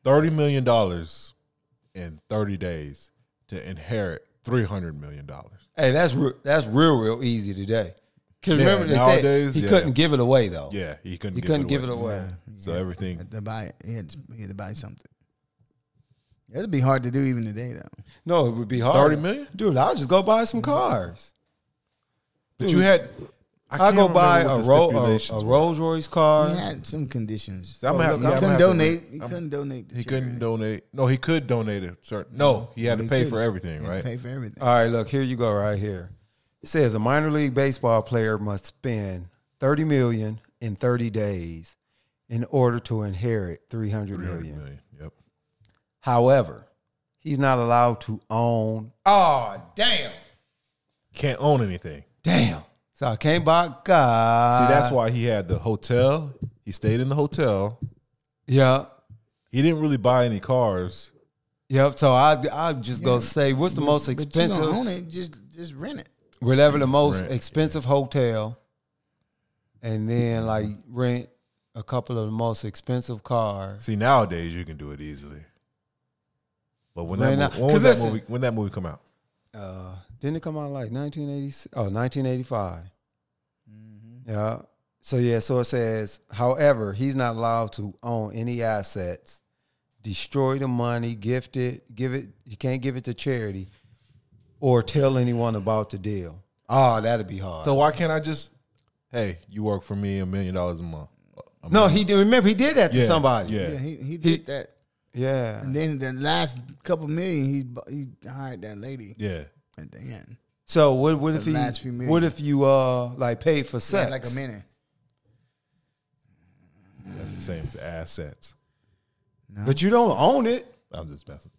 [SPEAKER 4] thirty million dollars in thirty days to inherit three hundred million dollars.
[SPEAKER 1] hey, that's re- that's real real easy today. Cause
[SPEAKER 4] Yeah,
[SPEAKER 1] remember they
[SPEAKER 4] nowadays,
[SPEAKER 1] said he
[SPEAKER 4] yeah.
[SPEAKER 1] couldn't give it away though.
[SPEAKER 4] Yeah, he couldn't.
[SPEAKER 1] he
[SPEAKER 4] give
[SPEAKER 1] couldn't
[SPEAKER 4] it
[SPEAKER 1] give it
[SPEAKER 4] away.
[SPEAKER 1] away.
[SPEAKER 4] So everything.
[SPEAKER 3] Had to buy, he, had to, he had to buy something. It'd be hard to do even today, though.
[SPEAKER 1] No, it would be hard.
[SPEAKER 4] 30 million? Mm.
[SPEAKER 1] dude. I'll just go buy some cars.
[SPEAKER 4] But you had.
[SPEAKER 1] I
[SPEAKER 4] can't
[SPEAKER 1] go buy
[SPEAKER 4] remember
[SPEAKER 1] a,
[SPEAKER 4] what the
[SPEAKER 1] Ro- a,
[SPEAKER 4] stipulations
[SPEAKER 1] a
[SPEAKER 4] were.
[SPEAKER 1] Rolls Royce car.
[SPEAKER 3] He had some conditions.
[SPEAKER 4] So I'm gonna have-
[SPEAKER 3] he
[SPEAKER 4] yeah, I'm gonna have
[SPEAKER 3] couldn't
[SPEAKER 4] to
[SPEAKER 3] donate.
[SPEAKER 4] re-
[SPEAKER 3] He
[SPEAKER 4] I'm-
[SPEAKER 3] couldn't donate. to
[SPEAKER 4] He couldn't
[SPEAKER 3] charity.
[SPEAKER 4] donate. No, he could donate a certain. No, he had
[SPEAKER 3] But
[SPEAKER 4] to
[SPEAKER 3] he
[SPEAKER 4] pay
[SPEAKER 3] could.
[SPEAKER 4] for
[SPEAKER 3] He
[SPEAKER 4] everything,
[SPEAKER 3] had to
[SPEAKER 4] right?
[SPEAKER 3] Pay for everything.
[SPEAKER 1] All right, look here you go right here. It says a minor league baseball player must spend thirty million in thirty days in order to inherit three hundred million.
[SPEAKER 4] Million, Yep.
[SPEAKER 1] However, he's not allowed to own. Oh damn,
[SPEAKER 4] Can't own anything.
[SPEAKER 1] damn. So I can't buy cars.
[SPEAKER 4] See, that's why he had the hotel. He stayed in the hotel.
[SPEAKER 1] Yeah.
[SPEAKER 4] He didn't really buy any cars.
[SPEAKER 1] Yep. So I I just go say what's the most
[SPEAKER 3] But you
[SPEAKER 1] expensive
[SPEAKER 3] gonna own it, just just rent it.
[SPEAKER 1] whatever the most
[SPEAKER 4] Rent,
[SPEAKER 1] expensive hotel, and then like rent a couple of the most expensive cars.
[SPEAKER 4] See, nowadays you can do it easily. But when that,
[SPEAKER 1] Right
[SPEAKER 4] mo-
[SPEAKER 1] now-
[SPEAKER 4] when was
[SPEAKER 1] 'cause
[SPEAKER 4] that
[SPEAKER 1] listen-
[SPEAKER 4] movie when that movie come out?
[SPEAKER 1] Uh, didn't it come out like 1986? Oh, 1985.
[SPEAKER 3] Mm-hmm.
[SPEAKER 1] Yeah. So yeah. So it says, however, he's not allowed to own any assets, destroy the money, gift it, give it. He can't give it to charity, or tell anyone about the deal. Oh, that'd be hard.
[SPEAKER 4] So why can't I just? Hey, you work for me a million dollars a month. A
[SPEAKER 1] no,
[SPEAKER 4] million-
[SPEAKER 1] he did. Remember, he did that to
[SPEAKER 4] Yeah,
[SPEAKER 1] somebody.
[SPEAKER 4] yeah.
[SPEAKER 3] Yeah, he he did that.
[SPEAKER 1] Yeah.
[SPEAKER 3] And then the last couple million, he bu- he hired that lady
[SPEAKER 4] yeah.
[SPEAKER 3] at the end.
[SPEAKER 1] So what? What if
[SPEAKER 3] The
[SPEAKER 1] you?
[SPEAKER 3] last few
[SPEAKER 1] What
[SPEAKER 3] million.
[SPEAKER 1] if you uh like paid for
[SPEAKER 3] Yeah,
[SPEAKER 1] sex?
[SPEAKER 3] like a minute.
[SPEAKER 4] That's the same as assets.
[SPEAKER 1] but you don't own it.
[SPEAKER 4] I'm just messing.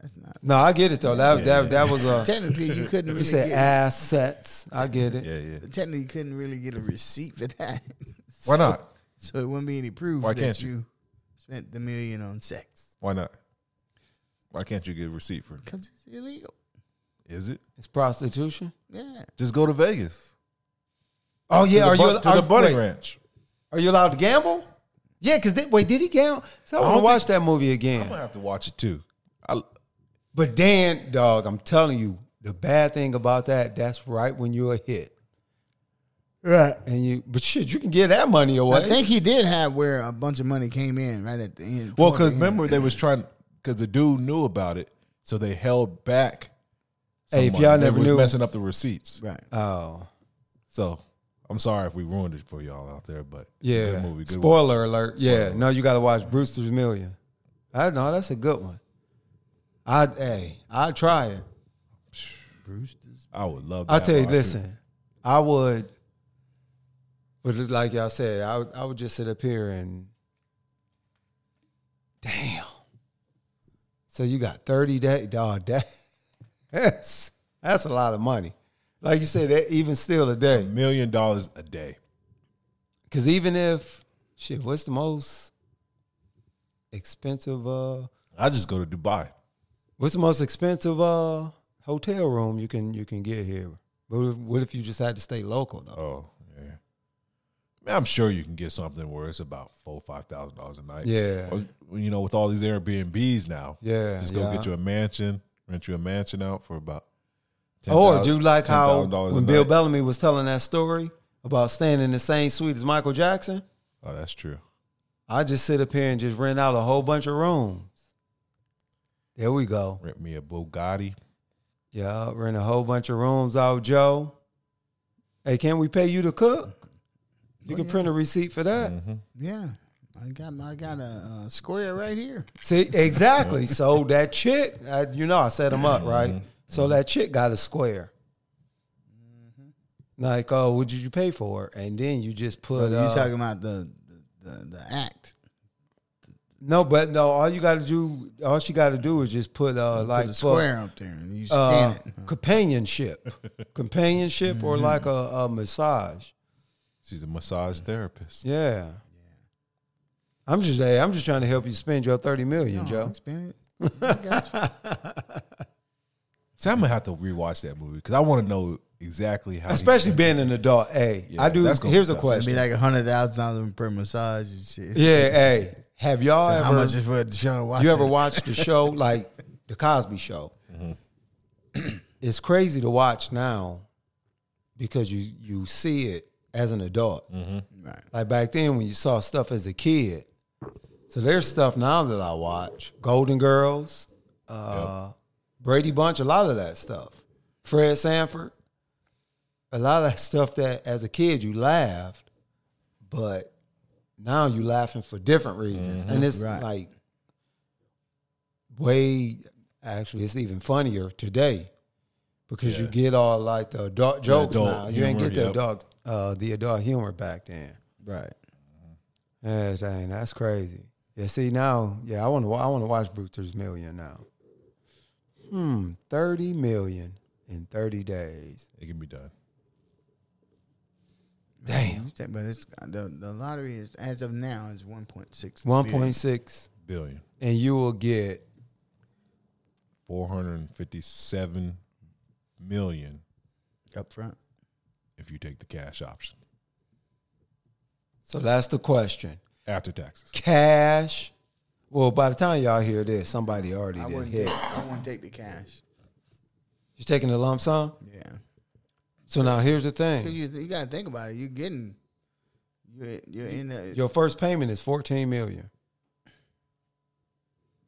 [SPEAKER 3] That's not
[SPEAKER 1] No, I get it though. That that that was
[SPEAKER 3] [LAUGHS]
[SPEAKER 1] a.
[SPEAKER 3] technically you couldn't.
[SPEAKER 1] [LAUGHS]
[SPEAKER 3] Really
[SPEAKER 1] You said
[SPEAKER 3] get,
[SPEAKER 1] assets. I get it.
[SPEAKER 4] Yeah, yeah.
[SPEAKER 3] technically you couldn't really get a receipt for that. [LAUGHS]
[SPEAKER 4] Why not?
[SPEAKER 3] So it wouldn't be any proof
[SPEAKER 4] Why
[SPEAKER 3] that
[SPEAKER 4] can't
[SPEAKER 3] you?
[SPEAKER 4] you?
[SPEAKER 3] spent the million on sex
[SPEAKER 4] Why not? Why can't you get a receipt for?
[SPEAKER 3] because it's illegal.
[SPEAKER 4] Is it?
[SPEAKER 1] It's prostitution.
[SPEAKER 3] Yeah,
[SPEAKER 4] Just go to Vegas.
[SPEAKER 1] Oh yeah.
[SPEAKER 4] To
[SPEAKER 1] Are
[SPEAKER 4] the
[SPEAKER 1] you
[SPEAKER 4] bu- to
[SPEAKER 1] are,
[SPEAKER 4] the Bunny
[SPEAKER 1] wait,
[SPEAKER 4] Ranch?
[SPEAKER 1] Are you allowed to gamble? Yeah, because wait, did he gamble? So I
[SPEAKER 4] I
[SPEAKER 1] want to
[SPEAKER 4] don't
[SPEAKER 1] watch that movie
[SPEAKER 4] I'm
[SPEAKER 1] again.
[SPEAKER 4] gonna have to watch it too. I,
[SPEAKER 1] But Dan, dog, I'm telling you, the bad thing about that, that's right when you're a hit. Right. And you, but shit, you can get that money away.
[SPEAKER 3] I think he did have where a bunch of money came in right at the end.
[SPEAKER 4] Well,
[SPEAKER 3] toward
[SPEAKER 4] because
[SPEAKER 3] the end.
[SPEAKER 4] remember they was trying because the dude knew about it, so they held back.
[SPEAKER 1] Hey, if
[SPEAKER 4] someone.
[SPEAKER 1] y'all
[SPEAKER 4] They
[SPEAKER 1] never
[SPEAKER 4] was
[SPEAKER 1] knew-
[SPEAKER 4] messing up the receipts,
[SPEAKER 3] right?
[SPEAKER 1] oh.
[SPEAKER 4] so I'm sorry if we ruined it for y'all out there, but it's a
[SPEAKER 1] Yeah.
[SPEAKER 4] good movie. Good
[SPEAKER 1] Spoiler alert. Yeah. No, you got to watch Brewster's Million. I know that's a good one. I hey, I try it.
[SPEAKER 3] Brewster's.
[SPEAKER 4] I would love. to
[SPEAKER 1] I
[SPEAKER 4] have
[SPEAKER 1] tell you,
[SPEAKER 4] an opportunity-
[SPEAKER 1] listen, I would, but it's like y'all said, I would, I would just sit up here and, damn. So you got thirty day, dog. That, [LAUGHS] that's that's a lot of money. Like you said, that even still a day,
[SPEAKER 4] million dollars a day.
[SPEAKER 1] because even if shit, what's the most expensive? Uh,
[SPEAKER 4] I just go to Dubai.
[SPEAKER 1] what's the most expensive uh hotel room you can you can get here? But what if, what if you just had to stay local though?
[SPEAKER 4] Oh yeah. Man, I'm sure you can get something where it's about four five thousand dollars a night.
[SPEAKER 1] Yeah.
[SPEAKER 4] Or, you know, with all these Airbnbs now.
[SPEAKER 1] Yeah,
[SPEAKER 4] Just go
[SPEAKER 1] yeah.
[SPEAKER 4] get you a mansion, rent you a mansion out for about. $10,000
[SPEAKER 1] Or do you Oh, like how
[SPEAKER 4] $10,000 a
[SPEAKER 1] when Bill
[SPEAKER 4] night.
[SPEAKER 1] Bellamy was telling that story about staying in the same suite as Michael Jackson?
[SPEAKER 4] Oh, that's true.
[SPEAKER 1] I just sit up here and just rent out a whole bunch of rooms. There we go.
[SPEAKER 4] Rent me a Bugatti.
[SPEAKER 1] Yeah, rent a whole bunch of rooms out, Joe. Hey, can we pay you to cook? You can print a receipt for that.
[SPEAKER 4] Mm-hmm.
[SPEAKER 3] Yeah, I got my, I got a, uh square right here.
[SPEAKER 1] See,
[SPEAKER 4] [LAUGHS]
[SPEAKER 1] exactly. so that chick, I, you know, I set him up right.
[SPEAKER 4] Mm-hmm.
[SPEAKER 1] So that chick got a square. Like, oh, what did you pay for? And then you just put.
[SPEAKER 3] you
[SPEAKER 1] uh,
[SPEAKER 3] talking about the the, the, the act?
[SPEAKER 1] No, but no. All you got to do, all she got to do is just put uh, like
[SPEAKER 3] Put a
[SPEAKER 1] for,
[SPEAKER 3] square up there and you scan
[SPEAKER 1] uh,
[SPEAKER 3] it. Uh-huh. Mm-hmm.
[SPEAKER 1] companionship,
[SPEAKER 3] [LAUGHS]
[SPEAKER 1] companionship, or like a, a massage.
[SPEAKER 4] She's a massage therapist.
[SPEAKER 1] Yeah. I'm just, hey, I'm just trying to help you spend your thirty million,
[SPEAKER 3] No,
[SPEAKER 1] Joe.
[SPEAKER 3] I'll spin it. I got you.
[SPEAKER 4] See, I'm gonna have to rewatch that movie because I want to know exactly how. he
[SPEAKER 1] Especially
[SPEAKER 4] spent
[SPEAKER 1] being an adult. Hey,
[SPEAKER 4] Yeah,
[SPEAKER 1] I do.
[SPEAKER 4] that's gonna
[SPEAKER 1] Here's
[SPEAKER 4] be
[SPEAKER 1] a
[SPEAKER 4] tough.
[SPEAKER 3] It'd
[SPEAKER 1] question.
[SPEAKER 3] be like a hundred thousand dollars per massage and shit.
[SPEAKER 1] yeah. Hey, have y'all
[SPEAKER 3] So
[SPEAKER 1] ever?
[SPEAKER 3] how much is for the show to watch?
[SPEAKER 1] you ever
[SPEAKER 3] it?
[SPEAKER 1] watched the
[SPEAKER 3] [LAUGHS]
[SPEAKER 1] show like the Cosby Show?
[SPEAKER 3] Mm-hmm.
[SPEAKER 1] it's crazy to watch now because you you see it as an adult.
[SPEAKER 3] Mm-hmm. Right.
[SPEAKER 1] Like back then when you saw stuff as a kid. So there's stuff now that I watch. Golden Girls, uh, Brady Bunch, a lot of that stuff. Fred Sanford. A lot of that stuff that as a kid you laughed, but now you laughing for different reasons.
[SPEAKER 4] Mm-hmm.
[SPEAKER 1] And it's
[SPEAKER 3] Right.
[SPEAKER 1] like way actually it's even funnier today. Because you get all like the adult jokes
[SPEAKER 4] adult
[SPEAKER 1] now. You ain't
[SPEAKER 4] humor,
[SPEAKER 1] get the
[SPEAKER 4] yep.
[SPEAKER 1] adult uh, the adult humor back then.
[SPEAKER 3] Right.
[SPEAKER 1] Yeah, dang, that's crazy. Yeah, see now, yeah, I want to. I want to watch Brewster's Million now. Hmm, thirty million in thirty days.
[SPEAKER 4] It can be done.
[SPEAKER 1] Damn,
[SPEAKER 3] But it's the, the lottery is as of now is one point six.
[SPEAKER 1] one point six,
[SPEAKER 4] Billion.
[SPEAKER 1] and you will get
[SPEAKER 4] Four hundred and fifty-seven million
[SPEAKER 3] up front.
[SPEAKER 4] if you take the cash option
[SPEAKER 1] So that's the question.
[SPEAKER 4] after taxes.
[SPEAKER 1] Cash. Well, by the time y'all hear this, somebody already
[SPEAKER 3] I
[SPEAKER 1] did
[SPEAKER 3] wouldn't.
[SPEAKER 1] hit.
[SPEAKER 3] Take, I wouldn't take the cash.
[SPEAKER 1] You're taking the lump sum.
[SPEAKER 3] Yeah.
[SPEAKER 1] So now here's the
[SPEAKER 3] 'Cause
[SPEAKER 1] thing:
[SPEAKER 3] you you gotta think about it. You're getting. You're you're in the.
[SPEAKER 1] your first payment is fourteen million.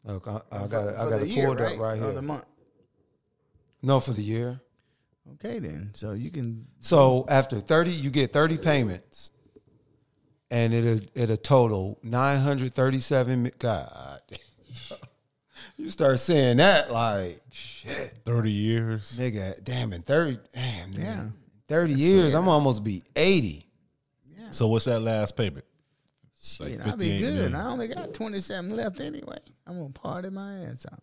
[SPEAKER 1] Okay, I, I got it. I
[SPEAKER 3] for
[SPEAKER 1] got
[SPEAKER 3] the
[SPEAKER 1] it
[SPEAKER 3] year,
[SPEAKER 1] pulled up right
[SPEAKER 3] Or the
[SPEAKER 1] here.
[SPEAKER 3] month.
[SPEAKER 1] No, for the year.
[SPEAKER 3] Okay then. So you can.
[SPEAKER 1] So after thirty, you get thirty payments, and it'll it'll total nine hundred thirty-seven. mi- God, [LAUGHS] you start saying that like shit,
[SPEAKER 4] Thirty years.
[SPEAKER 1] nigga. Damn in thirty, damn, nigga,
[SPEAKER 3] Yeah.
[SPEAKER 1] thirty years. I'm almost be eighty.
[SPEAKER 4] So what's that last payment?
[SPEAKER 3] Shit,
[SPEAKER 4] like
[SPEAKER 3] I'll be
[SPEAKER 4] 58
[SPEAKER 3] good.
[SPEAKER 4] million.
[SPEAKER 3] I only got twenty seven left anyway. I'm gonna party my ass out.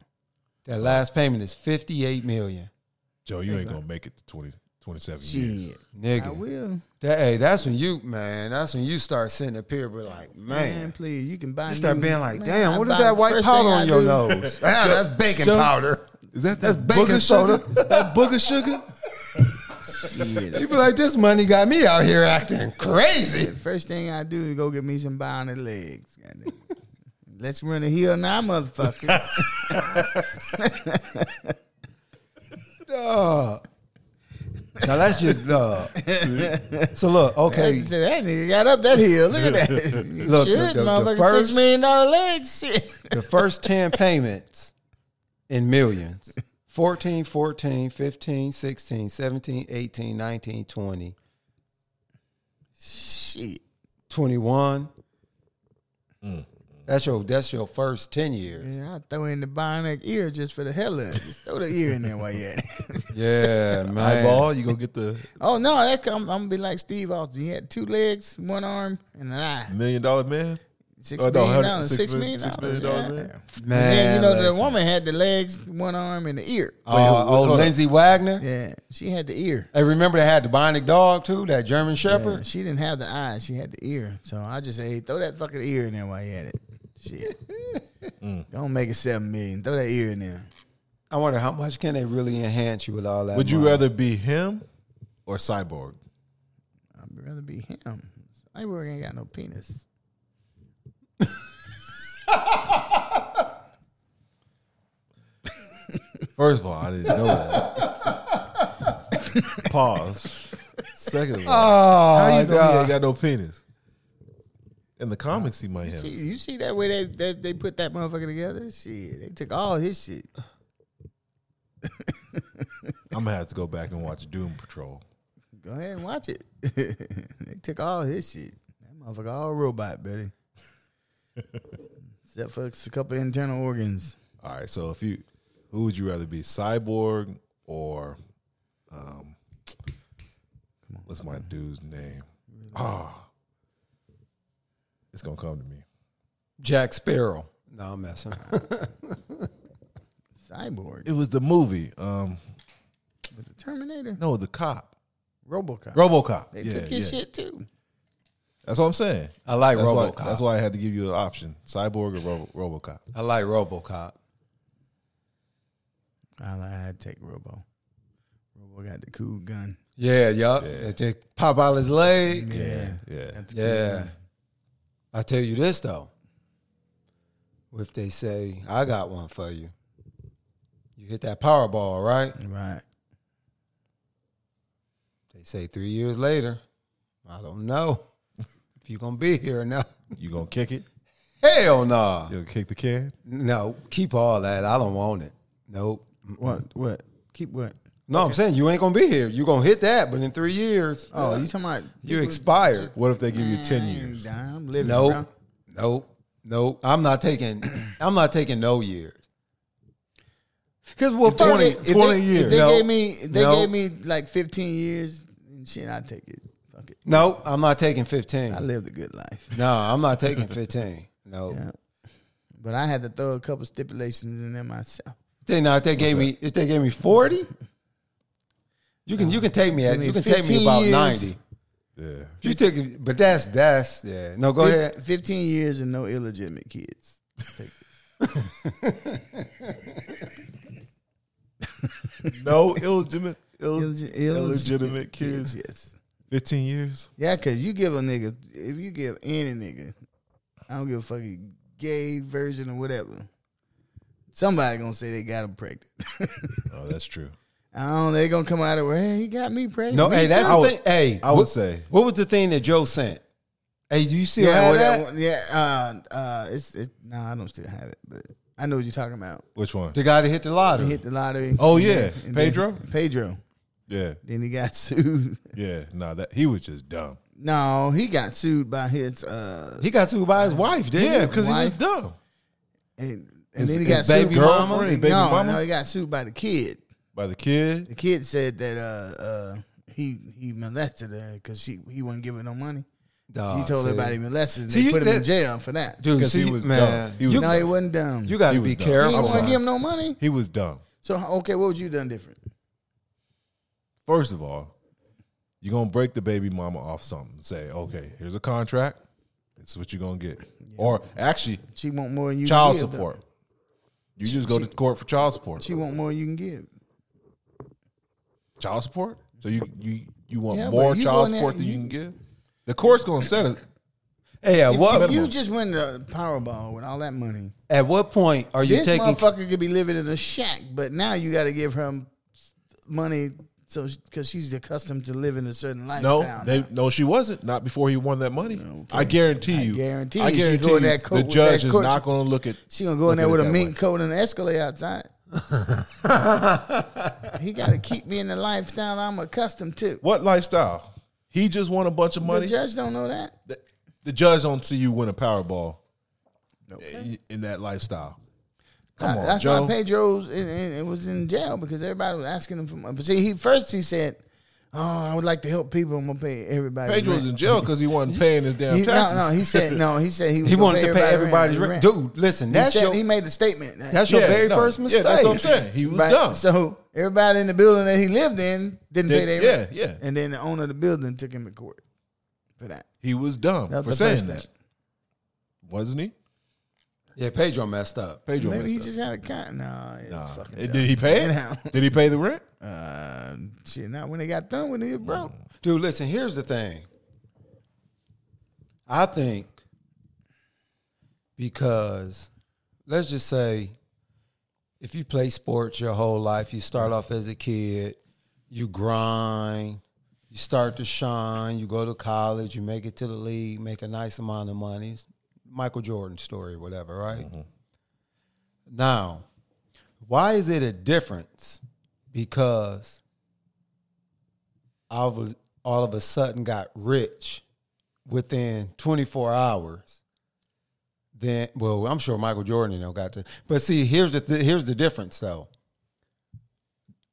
[SPEAKER 1] That last payment is fifty-eight million,
[SPEAKER 4] Joe, you ain't gonna make it to 20, 27 years.
[SPEAKER 3] Shit. I
[SPEAKER 1] nigga.
[SPEAKER 3] will.
[SPEAKER 1] That, hey, that's when you man. That's when you start sitting up here, but like
[SPEAKER 3] Man,
[SPEAKER 1] man.
[SPEAKER 3] please, you can buy.
[SPEAKER 1] You start
[SPEAKER 3] new-
[SPEAKER 1] being like,
[SPEAKER 3] Man,
[SPEAKER 1] damn,
[SPEAKER 3] I
[SPEAKER 1] what is
[SPEAKER 3] buy
[SPEAKER 1] that
[SPEAKER 3] the
[SPEAKER 1] white
[SPEAKER 3] first
[SPEAKER 1] powder
[SPEAKER 3] thing I
[SPEAKER 1] on your
[SPEAKER 3] do-
[SPEAKER 1] nose? Damn, Ah, that's baking
[SPEAKER 4] Joe-
[SPEAKER 1] powder.
[SPEAKER 4] Is that
[SPEAKER 1] That's
[SPEAKER 4] that
[SPEAKER 1] baking
[SPEAKER 4] booger
[SPEAKER 1] soda. [LAUGHS]
[SPEAKER 4] that booger sugar?
[SPEAKER 3] Shit. [LAUGHS]
[SPEAKER 1] You be like, this money got me out here acting crazy.
[SPEAKER 3] The first thing I do is go get me some bounded legs. goddamn. Let's run a hill
[SPEAKER 1] [LAUGHS]
[SPEAKER 3] now, motherfucker.
[SPEAKER 1] Dog. Now that's just
[SPEAKER 3] [LAUGHS]
[SPEAKER 1] dog. so look, okay.
[SPEAKER 3] That- that nigga got up that hill. Look at
[SPEAKER 1] [LAUGHS]
[SPEAKER 3] that.
[SPEAKER 1] Look, the-
[SPEAKER 3] shit,
[SPEAKER 1] the- the
[SPEAKER 3] motherfucker,
[SPEAKER 1] first-
[SPEAKER 3] six million dollar legs. Shit.
[SPEAKER 1] [LAUGHS] The first 10 payments in millions 14, 14, 15, 16, 17, 18, 19, 20,
[SPEAKER 3] Shit.
[SPEAKER 1] 21.
[SPEAKER 3] Mm.
[SPEAKER 1] That's your that's your first 10 years.
[SPEAKER 3] Yeah, I throw in the bionic ear just for the hell of it. Just throw the ear in there while you're at it. [LAUGHS]
[SPEAKER 1] Yeah, man.
[SPEAKER 4] Eyeball, you gonna get the
[SPEAKER 3] oh no, that come, I'm gonna be like Steve Austin. He had two legs, one arm, and an eye.
[SPEAKER 4] million dollar man.
[SPEAKER 3] Six
[SPEAKER 4] Oh, no,
[SPEAKER 3] million
[SPEAKER 4] hundred-
[SPEAKER 3] dollars.
[SPEAKER 4] six
[SPEAKER 3] Six
[SPEAKER 4] million-
[SPEAKER 3] million
[SPEAKER 4] six
[SPEAKER 3] dollars.
[SPEAKER 4] million dollar man.
[SPEAKER 3] yeah. And then,
[SPEAKER 1] Man,
[SPEAKER 3] you know the
[SPEAKER 1] listen.
[SPEAKER 3] woman had the legs, one arm, and the ear.
[SPEAKER 1] Oh,
[SPEAKER 4] Wait, who-
[SPEAKER 1] oh,
[SPEAKER 4] hold up.
[SPEAKER 1] Lindsey Wagner.
[SPEAKER 3] Yeah, she had the ear.
[SPEAKER 1] Hey, remember they had the Bionic dog too, that German
[SPEAKER 3] Yeah,
[SPEAKER 1] Shepherd?
[SPEAKER 3] she didn't have the eye. She had the ear. So I just say, hey, throw that fucking ear in there while you had it.
[SPEAKER 4] [LAUGHS]
[SPEAKER 3] Shit.
[SPEAKER 4] Mm.
[SPEAKER 3] Don't make it seven million. Throw that ear in there.
[SPEAKER 1] I wonder how much can they really enhance you with all that.
[SPEAKER 4] Would you
[SPEAKER 1] money?
[SPEAKER 4] rather be him or cyborg?
[SPEAKER 3] I'd rather be him. Cyborg ain't got no penis.
[SPEAKER 4] First of all, I didn't know that. Pause. Second of all,
[SPEAKER 1] Oh,
[SPEAKER 4] how you know he
[SPEAKER 1] nah.
[SPEAKER 4] ain't got no penis? In the comics, he might have.
[SPEAKER 3] See, you see that way they, they they put that motherfucker together? Shit, they took all his shit.
[SPEAKER 4] I'm gonna have to go back and watch Doom Patrol.
[SPEAKER 3] Go ahead and watch it. [LAUGHS] they took all his shit. That motherfucker all robot,
[SPEAKER 4] [LAUGHS]
[SPEAKER 3] buddy. Except for a couple internal organs.
[SPEAKER 4] All right, so if you, who would you rather be, cyborg or, um, what's my dude's name? Ah, it's gonna come to me.
[SPEAKER 1] Jack Sparrow. No, I'm [LAUGHS] messing.
[SPEAKER 3] Cyborg.
[SPEAKER 4] It was the movie. Um,
[SPEAKER 3] But the Terminator.
[SPEAKER 4] no, the cop,
[SPEAKER 3] Robocop.
[SPEAKER 4] RoboCop.
[SPEAKER 3] they
[SPEAKER 4] yeah,
[SPEAKER 3] took his
[SPEAKER 4] yeah.
[SPEAKER 3] shit too.
[SPEAKER 4] That's what I'm saying.
[SPEAKER 1] I like
[SPEAKER 4] That's why,
[SPEAKER 1] RoboCop.
[SPEAKER 4] that's why I had to give you an option: cyborg or Robo, RoboCop.
[SPEAKER 1] I like RoboCop.
[SPEAKER 3] I li- I'd take Robo. Robo got the cool gun.
[SPEAKER 1] Yeah, yup. It just pop out his leg.
[SPEAKER 3] Yeah.
[SPEAKER 4] Yeah,
[SPEAKER 3] Got the cool
[SPEAKER 1] Yeah.
[SPEAKER 3] gun.
[SPEAKER 1] I tell you this though. If they say, I got one for you. You hit that Powerball, right?
[SPEAKER 3] Right.
[SPEAKER 1] They say three years later, I don't know [LAUGHS] if you're gonna be here or not.
[SPEAKER 4] you gonna kick it?
[SPEAKER 1] Hell no.
[SPEAKER 4] You gonna kick the can?
[SPEAKER 1] No, keep all that. I don't want it. Nope.
[SPEAKER 3] What? What? Keep what?
[SPEAKER 1] No, I'm saying you ain't gonna be here. You're gonna hit that, but in three years,
[SPEAKER 3] Oh,
[SPEAKER 1] uh,
[SPEAKER 3] you talking about
[SPEAKER 1] you
[SPEAKER 3] people-
[SPEAKER 1] expired.
[SPEAKER 4] What if they give you
[SPEAKER 3] Man,
[SPEAKER 4] ten
[SPEAKER 3] I ain't
[SPEAKER 4] years?
[SPEAKER 3] dying. I'm living.
[SPEAKER 1] Nope.
[SPEAKER 3] bro.
[SPEAKER 1] Nope. Nope. I'm not taking [CLEARS THROAT] I'm not taking no years. Cause well,
[SPEAKER 3] If they-
[SPEAKER 1] first,
[SPEAKER 3] if
[SPEAKER 1] if
[SPEAKER 3] they-
[SPEAKER 1] they-
[SPEAKER 3] If they
[SPEAKER 1] No.
[SPEAKER 3] gave me, if they
[SPEAKER 1] No.
[SPEAKER 3] gave me like 15 years, and shit, I'd take it. Fuck it.
[SPEAKER 1] No, I'm not taking 15.
[SPEAKER 3] I lived a good life.
[SPEAKER 1] no, I'm not taking 15. No.
[SPEAKER 3] Yeah. But I had to throw a couple stipulations in there myself.
[SPEAKER 1] Then now if they gave me if they gave me 40, you can you can take me at
[SPEAKER 3] Uh, Give me
[SPEAKER 1] you can take me
[SPEAKER 3] 15
[SPEAKER 1] about
[SPEAKER 3] years.
[SPEAKER 1] 90.
[SPEAKER 4] Yeah.
[SPEAKER 1] You take it, but that's that's yeah. No, go
[SPEAKER 3] Fif-
[SPEAKER 1] ahead.
[SPEAKER 3] 15 years and no
[SPEAKER 1] [LAUGHS]
[SPEAKER 3] illegitimate kids. Take it.
[SPEAKER 4] No illegitimate, Ill,
[SPEAKER 3] Illeg-
[SPEAKER 4] illegitimate kids.
[SPEAKER 3] Yes.
[SPEAKER 4] Fifteen years.
[SPEAKER 3] Yeah, cause you give a nigga if you give any nigga, I don't give a fucking gay version or whatever. Somebody gonna say they got him pregnant. [LAUGHS]
[SPEAKER 4] Oh, that's true.
[SPEAKER 3] I don't. They gonna come out of where hey, he got me pregnant.
[SPEAKER 1] No,
[SPEAKER 3] Me
[SPEAKER 1] hey, that's
[SPEAKER 3] too.
[SPEAKER 1] the thing. Hey,
[SPEAKER 4] I would
[SPEAKER 1] what-
[SPEAKER 4] say
[SPEAKER 1] what was the thing that Joe sent? Hey, do you see
[SPEAKER 3] yeah.
[SPEAKER 1] how
[SPEAKER 3] well,
[SPEAKER 1] that?
[SPEAKER 3] that one- yeah. Uh, uh, it's it, no, I don't still have it, but I know what you're talking about.
[SPEAKER 4] which one?
[SPEAKER 1] The guy that hit the lottery.
[SPEAKER 3] He hit the lottery.
[SPEAKER 4] Oh, yeah.
[SPEAKER 3] and then-
[SPEAKER 4] Pedro?
[SPEAKER 3] Pedro.
[SPEAKER 4] Yeah,
[SPEAKER 3] Then he got [LAUGHS] sued.
[SPEAKER 4] yeah. Nah, that he was just dumb.
[SPEAKER 3] No, he got sued by his uh
[SPEAKER 1] he got sued by his wife, didn't
[SPEAKER 4] Yeah,
[SPEAKER 1] he?
[SPEAKER 4] because he was
[SPEAKER 3] wife?
[SPEAKER 4] dumb
[SPEAKER 3] and, and
[SPEAKER 4] His-
[SPEAKER 3] then he got
[SPEAKER 4] his
[SPEAKER 3] sued
[SPEAKER 1] baby
[SPEAKER 3] by-
[SPEAKER 1] mama?
[SPEAKER 4] girlfriend, his baby
[SPEAKER 3] no,
[SPEAKER 4] mama?
[SPEAKER 3] no, he got sued by the kid.
[SPEAKER 4] by the kid.
[SPEAKER 3] the kid said that uh, uh, he he molested her because she he wasn't giving no money.
[SPEAKER 1] Dog,
[SPEAKER 3] she told
[SPEAKER 1] Ah, see.
[SPEAKER 3] everybody molested. And
[SPEAKER 1] See,
[SPEAKER 3] they
[SPEAKER 1] you-
[SPEAKER 3] put him in
[SPEAKER 1] that-
[SPEAKER 3] jail for that.
[SPEAKER 1] Dude,
[SPEAKER 4] 'Cause he
[SPEAKER 1] see,
[SPEAKER 4] was
[SPEAKER 1] man,
[SPEAKER 4] dumb. He was
[SPEAKER 1] you,
[SPEAKER 3] no, he wasn't dumb.
[SPEAKER 1] you got
[SPEAKER 4] He
[SPEAKER 1] to
[SPEAKER 4] was
[SPEAKER 1] be
[SPEAKER 4] dumb.
[SPEAKER 3] he
[SPEAKER 1] careful.
[SPEAKER 3] didn't want to
[SPEAKER 1] man.
[SPEAKER 3] give him no money.
[SPEAKER 4] He was dumb.
[SPEAKER 3] So okay, what would you done different?
[SPEAKER 4] First of all, you're gonna break the baby mama off something. Say, okay, here's a contract. This is what you're gonna get. Or actually,
[SPEAKER 3] She want more than you.
[SPEAKER 4] child
[SPEAKER 3] can give,
[SPEAKER 4] support.
[SPEAKER 3] though.
[SPEAKER 4] You just go to court for child support.
[SPEAKER 3] She want more than you can give.
[SPEAKER 4] child support? So you you you want
[SPEAKER 3] Yeah, but
[SPEAKER 4] more
[SPEAKER 3] you
[SPEAKER 4] child
[SPEAKER 3] going there-
[SPEAKER 4] support than you,
[SPEAKER 3] you-
[SPEAKER 4] can give? The court's gonna set it.
[SPEAKER 1] Hey, at
[SPEAKER 3] If
[SPEAKER 1] what
[SPEAKER 3] you just win the Powerball with all that money,
[SPEAKER 1] at what point are you
[SPEAKER 3] this
[SPEAKER 1] taking?
[SPEAKER 3] motherfucker could be living in a shack. But now you got to give her money so because she's accustomed to living a certain lifestyle.
[SPEAKER 4] No, they, no, she wasn't. Not before he won that money. I guarantee you.
[SPEAKER 3] guarantee
[SPEAKER 4] I
[SPEAKER 3] you she
[SPEAKER 4] guarantee
[SPEAKER 3] go
[SPEAKER 4] you.
[SPEAKER 3] in that court
[SPEAKER 4] the
[SPEAKER 3] with
[SPEAKER 4] judge
[SPEAKER 3] that
[SPEAKER 4] is
[SPEAKER 3] court-
[SPEAKER 4] not gonna look at.
[SPEAKER 3] She gonna go in
[SPEAKER 4] Look at
[SPEAKER 3] there
[SPEAKER 4] it
[SPEAKER 3] with a
[SPEAKER 4] that
[SPEAKER 3] mink
[SPEAKER 4] way.
[SPEAKER 3] coat and an Escalade
[SPEAKER 4] [LAUGHS]
[SPEAKER 3] outside. he gotta keep me in the lifestyle I'm accustomed to.
[SPEAKER 4] What lifestyle? He just won a bunch of money.
[SPEAKER 3] The judge don't know that.
[SPEAKER 4] The, the judge don't see you win a Powerball in, in that lifestyle. Come
[SPEAKER 3] Uh,
[SPEAKER 4] on,
[SPEAKER 3] that's
[SPEAKER 4] Joe.
[SPEAKER 3] why Pedro's in, in, in- was in jail because everybody was asking him for money. But see, he first he said, "Oh, I would like to help people. I'm gonna pay everybody."
[SPEAKER 4] Pedro's in jail because he
[SPEAKER 3] [LAUGHS]
[SPEAKER 4] wasn't paying his damn
[SPEAKER 3] He, no,
[SPEAKER 4] taxes.
[SPEAKER 3] no, he said no.
[SPEAKER 4] [LAUGHS]
[SPEAKER 3] He said he, was
[SPEAKER 1] He
[SPEAKER 3] gonna
[SPEAKER 1] wanted to pay everybody's rent.
[SPEAKER 3] Dude,
[SPEAKER 1] Dude, listen,
[SPEAKER 3] he,
[SPEAKER 1] that's
[SPEAKER 3] said,
[SPEAKER 1] your
[SPEAKER 3] he made a statement. That-
[SPEAKER 1] that's your
[SPEAKER 4] [LAUGHS] Yeah,
[SPEAKER 1] very
[SPEAKER 4] no,
[SPEAKER 1] first mistake.
[SPEAKER 4] Yeah, that's what I'm saying. He was
[SPEAKER 3] Right.
[SPEAKER 4] dumb.
[SPEAKER 3] So everybody in the building that he lived in didn't
[SPEAKER 4] They-
[SPEAKER 3] pay their
[SPEAKER 4] yeah,
[SPEAKER 3] rent.
[SPEAKER 4] yeah.
[SPEAKER 3] And then the owner of the building took him to court for that.
[SPEAKER 4] He was dumb
[SPEAKER 3] That's
[SPEAKER 4] for
[SPEAKER 3] the
[SPEAKER 4] saying
[SPEAKER 3] first
[SPEAKER 4] that,
[SPEAKER 3] thing.
[SPEAKER 4] wasn't he?
[SPEAKER 1] Yeah, Pedro messed up.
[SPEAKER 4] Pedro
[SPEAKER 3] Maybe he
[SPEAKER 4] messed
[SPEAKER 3] just had a con. Nah, it's
[SPEAKER 4] up. Nah.
[SPEAKER 3] fucking
[SPEAKER 4] And
[SPEAKER 3] dumb.
[SPEAKER 4] Did he pay
[SPEAKER 3] Anyhow.
[SPEAKER 4] it? Did he pay the rent?
[SPEAKER 3] Uh, shit, not when they got done with it, it broke.
[SPEAKER 1] Dude, listen, here's the thing. I think because let's just say if you play sports your whole life, you start off as a kid, you grind, you start to shine, you go to college, you make it to the league, make a nice amount of money. It's Michael Jordan story, whatever, right? Now, why is it a difference? Because I was all of a sudden got rich within 24 hours. Then, well, I'm sure Michael Jordan, you know, got to. But see, here's the th- here's the difference, though.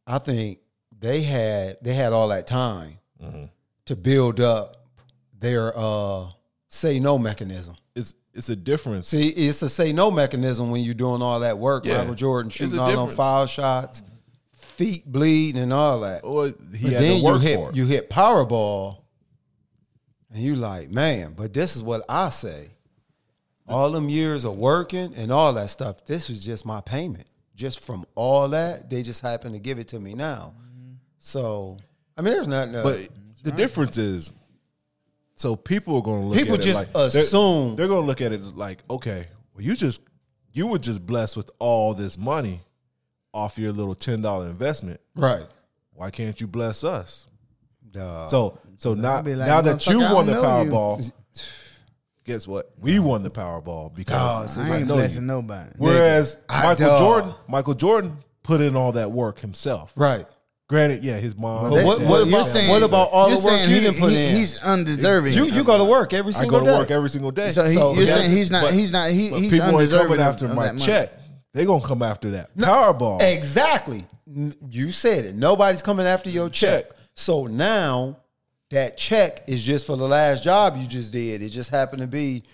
[SPEAKER 1] I think they had they had all that time
[SPEAKER 4] Mm-hmm.
[SPEAKER 1] to build up their uh, say no mechanism.
[SPEAKER 4] It's it's a difference.
[SPEAKER 1] See, it's a say no mechanism when you're doing all that work.
[SPEAKER 4] Yeah.
[SPEAKER 1] Michael Jordan
[SPEAKER 4] It's a
[SPEAKER 1] shooting all on
[SPEAKER 4] difference.
[SPEAKER 1] foul shots, feet bleeding, and all that.
[SPEAKER 4] or he
[SPEAKER 1] But
[SPEAKER 4] had
[SPEAKER 1] then
[SPEAKER 4] to work
[SPEAKER 1] you hit
[SPEAKER 4] for it.
[SPEAKER 1] you hit Powerball, and you like, man. But this is what I say: all them years of working and all that stuff. This was just my payment, just from all that. They just happen to give it to me now. So I mean, there's nothing. uh, else.
[SPEAKER 4] But the difference is, so people are going to look.
[SPEAKER 1] People
[SPEAKER 4] at it
[SPEAKER 1] just
[SPEAKER 4] like- they're-
[SPEAKER 1] assume.
[SPEAKER 4] they're, going to look at it like, okay, well, you just you were just blessed with all this money off your little ten dollar investment.
[SPEAKER 1] right,
[SPEAKER 4] Why can't you bless us?
[SPEAKER 1] Duh.
[SPEAKER 4] So so now
[SPEAKER 3] be like,
[SPEAKER 4] now that you
[SPEAKER 3] motherfucker, I
[SPEAKER 4] won the
[SPEAKER 3] don't know you. [SIGHS]
[SPEAKER 4] Powerball, guess what? We won the Powerball
[SPEAKER 1] Oh,
[SPEAKER 4] because
[SPEAKER 3] I ain't
[SPEAKER 4] know you.
[SPEAKER 3] blessing nobody.
[SPEAKER 4] Whereas
[SPEAKER 1] I
[SPEAKER 4] Michael
[SPEAKER 1] dog.
[SPEAKER 4] Jordan, Michael Jordan put in all that work himself.
[SPEAKER 1] right.
[SPEAKER 4] Granted, yeah, his mom.
[SPEAKER 1] But
[SPEAKER 4] his
[SPEAKER 1] what-
[SPEAKER 4] dad.
[SPEAKER 1] what about- what about all
[SPEAKER 3] you're
[SPEAKER 1] the work
[SPEAKER 3] saying
[SPEAKER 1] you
[SPEAKER 3] he-
[SPEAKER 1] done put
[SPEAKER 3] he-
[SPEAKER 1] in?
[SPEAKER 3] He's undeserving.
[SPEAKER 1] You you go to work every
[SPEAKER 4] I
[SPEAKER 1] single
[SPEAKER 4] go to
[SPEAKER 1] day.
[SPEAKER 4] work every single day.
[SPEAKER 3] So, he,
[SPEAKER 1] So-
[SPEAKER 3] you're
[SPEAKER 1] Yeah.
[SPEAKER 3] saying he's not.
[SPEAKER 4] But-
[SPEAKER 3] he's not. He,
[SPEAKER 4] but
[SPEAKER 3] he's
[SPEAKER 4] people ain't
[SPEAKER 3] undeserving
[SPEAKER 4] coming
[SPEAKER 3] of-
[SPEAKER 4] after
[SPEAKER 3] of
[SPEAKER 4] my
[SPEAKER 3] that money.
[SPEAKER 4] check. They gonna come after that Powerball.
[SPEAKER 1] Exactly. N- You said it. Nobody's coming after your check. So now that check is just for the last job you just did. It just happened to be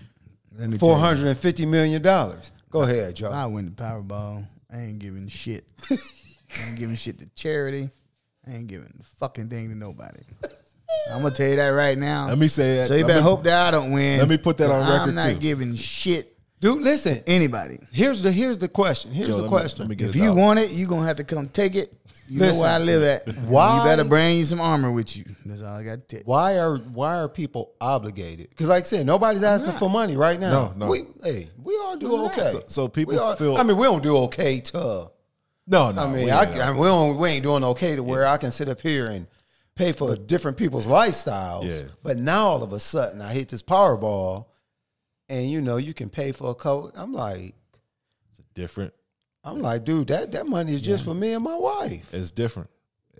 [SPEAKER 3] me tell you.
[SPEAKER 1] four hundred and fifty million dollars. Go ahead, Joe.
[SPEAKER 3] If I win the Powerball, I ain't giving shit. [LAUGHS] I ain't giving shit to charity. I ain't giving a fucking thing to nobody. I'm gonna tell you that right now.
[SPEAKER 4] Let me say that.
[SPEAKER 3] So you
[SPEAKER 4] Let
[SPEAKER 3] better
[SPEAKER 4] me-
[SPEAKER 3] hope that I don't win.
[SPEAKER 4] Let me put that on record,
[SPEAKER 3] I'm not
[SPEAKER 4] too.
[SPEAKER 3] giving shit
[SPEAKER 1] Dude, listen.
[SPEAKER 3] anybody.
[SPEAKER 1] Here's the here's the question. Here's
[SPEAKER 4] Joe, let
[SPEAKER 1] the
[SPEAKER 4] me-
[SPEAKER 1] question.
[SPEAKER 4] let me get
[SPEAKER 3] If
[SPEAKER 4] it
[SPEAKER 3] you
[SPEAKER 4] out.
[SPEAKER 3] want it, you gonna have to come take it. You know
[SPEAKER 1] Listen,
[SPEAKER 3] where I live at.
[SPEAKER 1] why-
[SPEAKER 3] You better bring you some armor with you. That's all I got to tell you.
[SPEAKER 1] why are why are people obligated? Because like I said, nobody's asking for money right now.
[SPEAKER 4] No, no.
[SPEAKER 1] We hey, we all do okay.
[SPEAKER 4] So- so people
[SPEAKER 1] We all-
[SPEAKER 4] feel-
[SPEAKER 1] I mean, we don't do okay to
[SPEAKER 4] no, no.
[SPEAKER 1] I mean,
[SPEAKER 4] we
[SPEAKER 1] I,
[SPEAKER 4] ain't.
[SPEAKER 1] I mean, we don't, we ain't doing okay to where I can sit up here and pay for different people's lifestyles.
[SPEAKER 4] Yeah.
[SPEAKER 1] But now all of a sudden, I hit this Powerball, and you know, you can pay for a coat. I'm like,
[SPEAKER 4] it's different.
[SPEAKER 1] I'm like, dude, that that money is just for me and my wife.
[SPEAKER 4] It's different.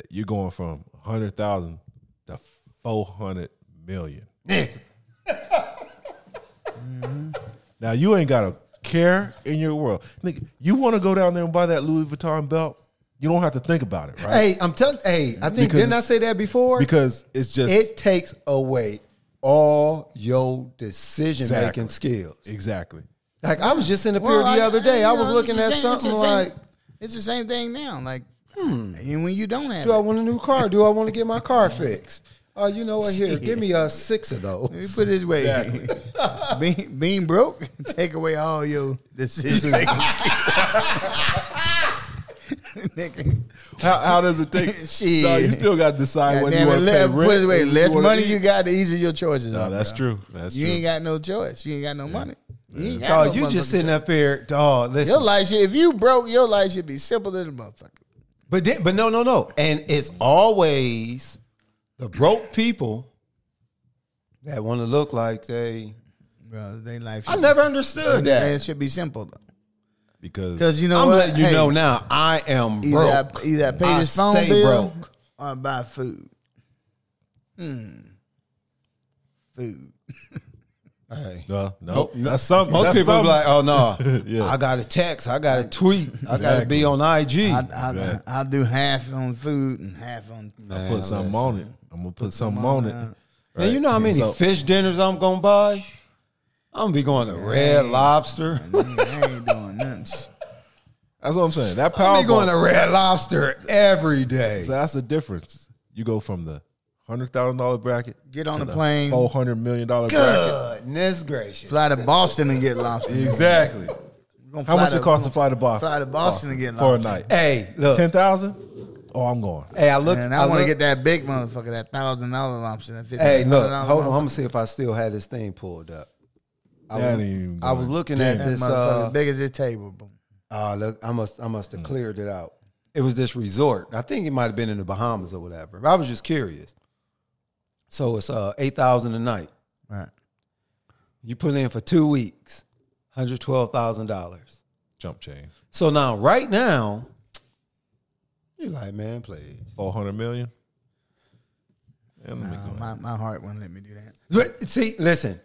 [SPEAKER 4] You're going from hundred thousand to four hundred million. Now you ain't got a care in your world, nigga. You want to go down there and buy that Louis Vuitton belt? You don't have to think about it, right?
[SPEAKER 1] Hey, I'm telling. Hey, I think
[SPEAKER 4] Because
[SPEAKER 1] didn't I
[SPEAKER 4] it's-
[SPEAKER 1] say that before?
[SPEAKER 4] Because it's just
[SPEAKER 1] it takes away all your decision making
[SPEAKER 4] Exactly.
[SPEAKER 1] skills.
[SPEAKER 4] exactly.
[SPEAKER 1] Like I was just in the pier the other day. I, was looking at something like.
[SPEAKER 3] it's the same thing now. Like,
[SPEAKER 4] Hmm.
[SPEAKER 3] and when you don't have,
[SPEAKER 1] Do I
[SPEAKER 3] it,
[SPEAKER 1] want a new car? Do I want to get my car fixed? Oh, you know what? Here, give me uh, six of
[SPEAKER 3] Let me
[SPEAKER 1] those.
[SPEAKER 3] put it this way: [LAUGHS] being, being broke, take away all your decision making [LAUGHS] skills. Nigga,
[SPEAKER 4] How, how does it take?
[SPEAKER 3] [LAUGHS] Shit.
[SPEAKER 4] No, you still got to decide whether you
[SPEAKER 3] goddamn
[SPEAKER 4] want to
[SPEAKER 3] it,
[SPEAKER 4] pay
[SPEAKER 3] let,
[SPEAKER 4] rent.
[SPEAKER 3] put it this way:
[SPEAKER 4] or you
[SPEAKER 3] less
[SPEAKER 4] wanna
[SPEAKER 3] money
[SPEAKER 4] eat.
[SPEAKER 3] you got, the easier your choices
[SPEAKER 4] No,
[SPEAKER 3] are.
[SPEAKER 4] that's
[SPEAKER 3] bro.
[SPEAKER 4] true. That's
[SPEAKER 3] You
[SPEAKER 4] true.
[SPEAKER 3] ain't got no choice. You ain't got no money.
[SPEAKER 1] [LAUGHS]
[SPEAKER 3] You ain't got
[SPEAKER 1] Oh,
[SPEAKER 3] no
[SPEAKER 1] you
[SPEAKER 3] motherfucking
[SPEAKER 1] just sitting
[SPEAKER 3] choice.
[SPEAKER 1] up here, dog.
[SPEAKER 3] Your
[SPEAKER 1] Listen,
[SPEAKER 3] life should, if you broke, your life should be simpler than a motherfucker.
[SPEAKER 1] but then, but no, no, no. And it's always the broke people that want to look like they.
[SPEAKER 3] Bro, they life.
[SPEAKER 1] I
[SPEAKER 3] should
[SPEAKER 1] never
[SPEAKER 3] be,
[SPEAKER 1] understood
[SPEAKER 3] It
[SPEAKER 1] that.
[SPEAKER 3] should be simple though.
[SPEAKER 4] because
[SPEAKER 3] Because you know
[SPEAKER 1] I'm
[SPEAKER 3] what?
[SPEAKER 1] letting you
[SPEAKER 3] Hey,
[SPEAKER 1] know now. I am
[SPEAKER 3] Either
[SPEAKER 1] broke.
[SPEAKER 3] I, either I pay
[SPEAKER 1] I
[SPEAKER 3] this phone
[SPEAKER 1] stay
[SPEAKER 3] bill
[SPEAKER 1] broke.
[SPEAKER 3] or I buy food. food.
[SPEAKER 1] Hey.
[SPEAKER 4] No, no.
[SPEAKER 1] Nope.
[SPEAKER 4] That's some.
[SPEAKER 1] Most
[SPEAKER 4] that's
[SPEAKER 1] people
[SPEAKER 4] some-
[SPEAKER 1] be like, oh no,
[SPEAKER 4] Yeah.
[SPEAKER 1] I got to text, I got to tweet, I got to be on IG. [LAUGHS]
[SPEAKER 3] I, I, I, do half on food and half on.
[SPEAKER 4] I put something on it. I'm gonna put something on it.
[SPEAKER 1] Man, you know how many
[SPEAKER 4] So-
[SPEAKER 1] fish dinners I'm gonna buy? I'm gonna be going to Red Lobster. [LAUGHS]
[SPEAKER 3] I ain't doing nothing.
[SPEAKER 4] That's what I'm saying. That
[SPEAKER 1] I'm
[SPEAKER 4] Powerball.
[SPEAKER 1] going to Red Lobster every day.
[SPEAKER 4] so that's the difference. You go from the hundred thousand dollar bracket,
[SPEAKER 3] Get on the plane,
[SPEAKER 4] four hundred million dollar bracket.
[SPEAKER 1] Goodness gracious!
[SPEAKER 3] fly to Boston and get lobster.
[SPEAKER 4] Exactly.
[SPEAKER 3] We're gonna
[SPEAKER 4] How
[SPEAKER 3] fly
[SPEAKER 4] much it
[SPEAKER 3] to-
[SPEAKER 4] cost to fly to Boston?
[SPEAKER 3] fly to Boston and get
[SPEAKER 4] for a
[SPEAKER 3] lobster.
[SPEAKER 4] night.
[SPEAKER 1] Hey, look.
[SPEAKER 4] Ten thousand? Oh, I'm going.
[SPEAKER 1] hey, I looked.
[SPEAKER 3] Man,
[SPEAKER 1] I,
[SPEAKER 3] I want to
[SPEAKER 1] looked-
[SPEAKER 3] get that big motherfucker, that thousand dollar lobster. That
[SPEAKER 1] Hey,
[SPEAKER 3] $1,500
[SPEAKER 1] look. Hold on. I'm
[SPEAKER 3] lobster.
[SPEAKER 1] gonna see if I still had this thing pulled up. I
[SPEAKER 4] That
[SPEAKER 1] was,
[SPEAKER 4] ain't even
[SPEAKER 1] I was
[SPEAKER 4] going.
[SPEAKER 1] looking at
[SPEAKER 3] That
[SPEAKER 1] this.
[SPEAKER 3] motherfucker
[SPEAKER 1] Uh,
[SPEAKER 3] big as this table. Boom.
[SPEAKER 1] oh, look. I must. I must have cleared it out. It was this resort. I think it might have been in the Bahamas or whatever. But I was just curious. So it's uh eight thousand a night.
[SPEAKER 3] Right.
[SPEAKER 1] You put in for two weeks, hundred twelve thousand dollars.
[SPEAKER 4] Jump chain.
[SPEAKER 1] So now, right now, you're like, man, please.
[SPEAKER 4] Four hundred million. And let me
[SPEAKER 3] Uh,
[SPEAKER 4] go.
[SPEAKER 3] my, my heart wouldn't let me do that.
[SPEAKER 1] But, See, listen.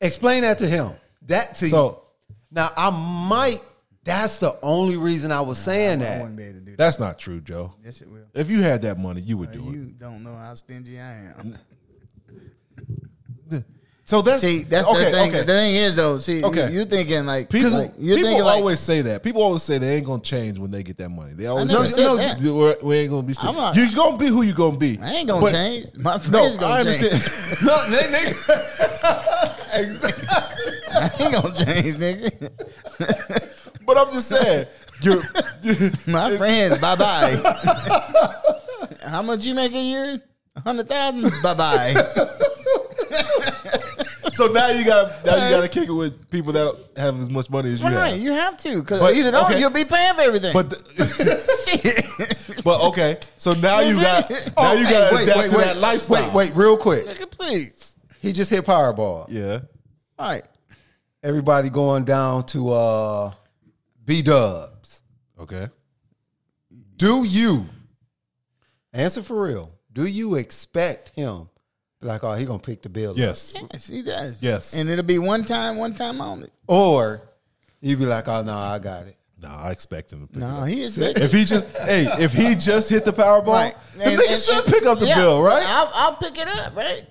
[SPEAKER 1] Explain that to him. That to
[SPEAKER 4] So-
[SPEAKER 1] Now I might. That's the only reason I was saying
[SPEAKER 3] I
[SPEAKER 1] that.
[SPEAKER 3] wouldn't be able to do that.
[SPEAKER 4] That's not true, Joe.
[SPEAKER 3] Yes, it will.
[SPEAKER 4] If you had that money, you would
[SPEAKER 3] But
[SPEAKER 4] do it.
[SPEAKER 3] you don't know how stingy I
[SPEAKER 4] [LAUGHS]
[SPEAKER 3] am.
[SPEAKER 4] So that's
[SPEAKER 3] See, that's the thing. The thing is, though, see,
[SPEAKER 4] Okay.
[SPEAKER 3] you, you thinking like,
[SPEAKER 4] People,
[SPEAKER 3] like you're
[SPEAKER 4] people
[SPEAKER 3] thinking
[SPEAKER 4] always
[SPEAKER 3] like,
[SPEAKER 4] say that. People always say they ain't gonna change when they get that money. They always
[SPEAKER 3] never
[SPEAKER 4] say,
[SPEAKER 3] said that.
[SPEAKER 4] "You- we're- we ain't gonna be. Still.
[SPEAKER 3] I'm not-
[SPEAKER 4] you gonna be who you gonna be.
[SPEAKER 3] I ain't gonna
[SPEAKER 4] But-
[SPEAKER 3] change. My
[SPEAKER 4] No,
[SPEAKER 3] friends
[SPEAKER 4] I
[SPEAKER 3] gonna change.
[SPEAKER 4] understand. [LAUGHS] no, they, they,
[SPEAKER 3] [LAUGHS] I ain't gonna change, nigga.
[SPEAKER 4] but I'm just saying. You're, [LAUGHS]
[SPEAKER 3] My friends, bye bye.
[SPEAKER 4] [LAUGHS]
[SPEAKER 3] How much you make a year? A hundred thousand.
[SPEAKER 4] [LAUGHS]
[SPEAKER 3] Bye bye.
[SPEAKER 4] so now you got now you got to kick it with people that don't have as much money as you
[SPEAKER 3] Right,
[SPEAKER 4] have.
[SPEAKER 3] you have to because
[SPEAKER 4] But,
[SPEAKER 3] either that or
[SPEAKER 4] okay.
[SPEAKER 3] you'll be paying for everything.
[SPEAKER 4] But the,
[SPEAKER 3] [LAUGHS]
[SPEAKER 4] [LAUGHS]
[SPEAKER 3] shit.
[SPEAKER 4] but okay, so now you
[SPEAKER 3] [LAUGHS]
[SPEAKER 4] got now
[SPEAKER 1] Oh,
[SPEAKER 4] you
[SPEAKER 1] hey,
[SPEAKER 4] got to
[SPEAKER 1] wait,
[SPEAKER 4] adapt
[SPEAKER 1] wait,
[SPEAKER 4] to
[SPEAKER 1] wait,
[SPEAKER 4] that lifestyle.
[SPEAKER 1] Wait, wait, real quick.
[SPEAKER 3] Nigga, please.
[SPEAKER 1] He just hit Powerball.
[SPEAKER 4] yeah,
[SPEAKER 3] All right.
[SPEAKER 1] Everybody going down to uh B Dubs.
[SPEAKER 4] okay.
[SPEAKER 1] Do you answer for real? Do you expect him? Be Like, oh, he gonna pick the bill. up?
[SPEAKER 4] Yes,
[SPEAKER 3] Yes, he does.
[SPEAKER 4] Yes.
[SPEAKER 3] And it'll be one time, one time only.
[SPEAKER 1] Or you be like, oh no, I got it.
[SPEAKER 4] no, I expect him to pick it
[SPEAKER 3] No,
[SPEAKER 4] up.
[SPEAKER 3] he is that.
[SPEAKER 4] If he just hey, if he just hit the Powerball,
[SPEAKER 3] Right.
[SPEAKER 4] the
[SPEAKER 3] And-
[SPEAKER 4] nigga
[SPEAKER 3] and-
[SPEAKER 4] should
[SPEAKER 3] and-
[SPEAKER 4] pick up the
[SPEAKER 3] yeah,
[SPEAKER 4] bill, right?
[SPEAKER 3] I'll, I'll pick it up, right?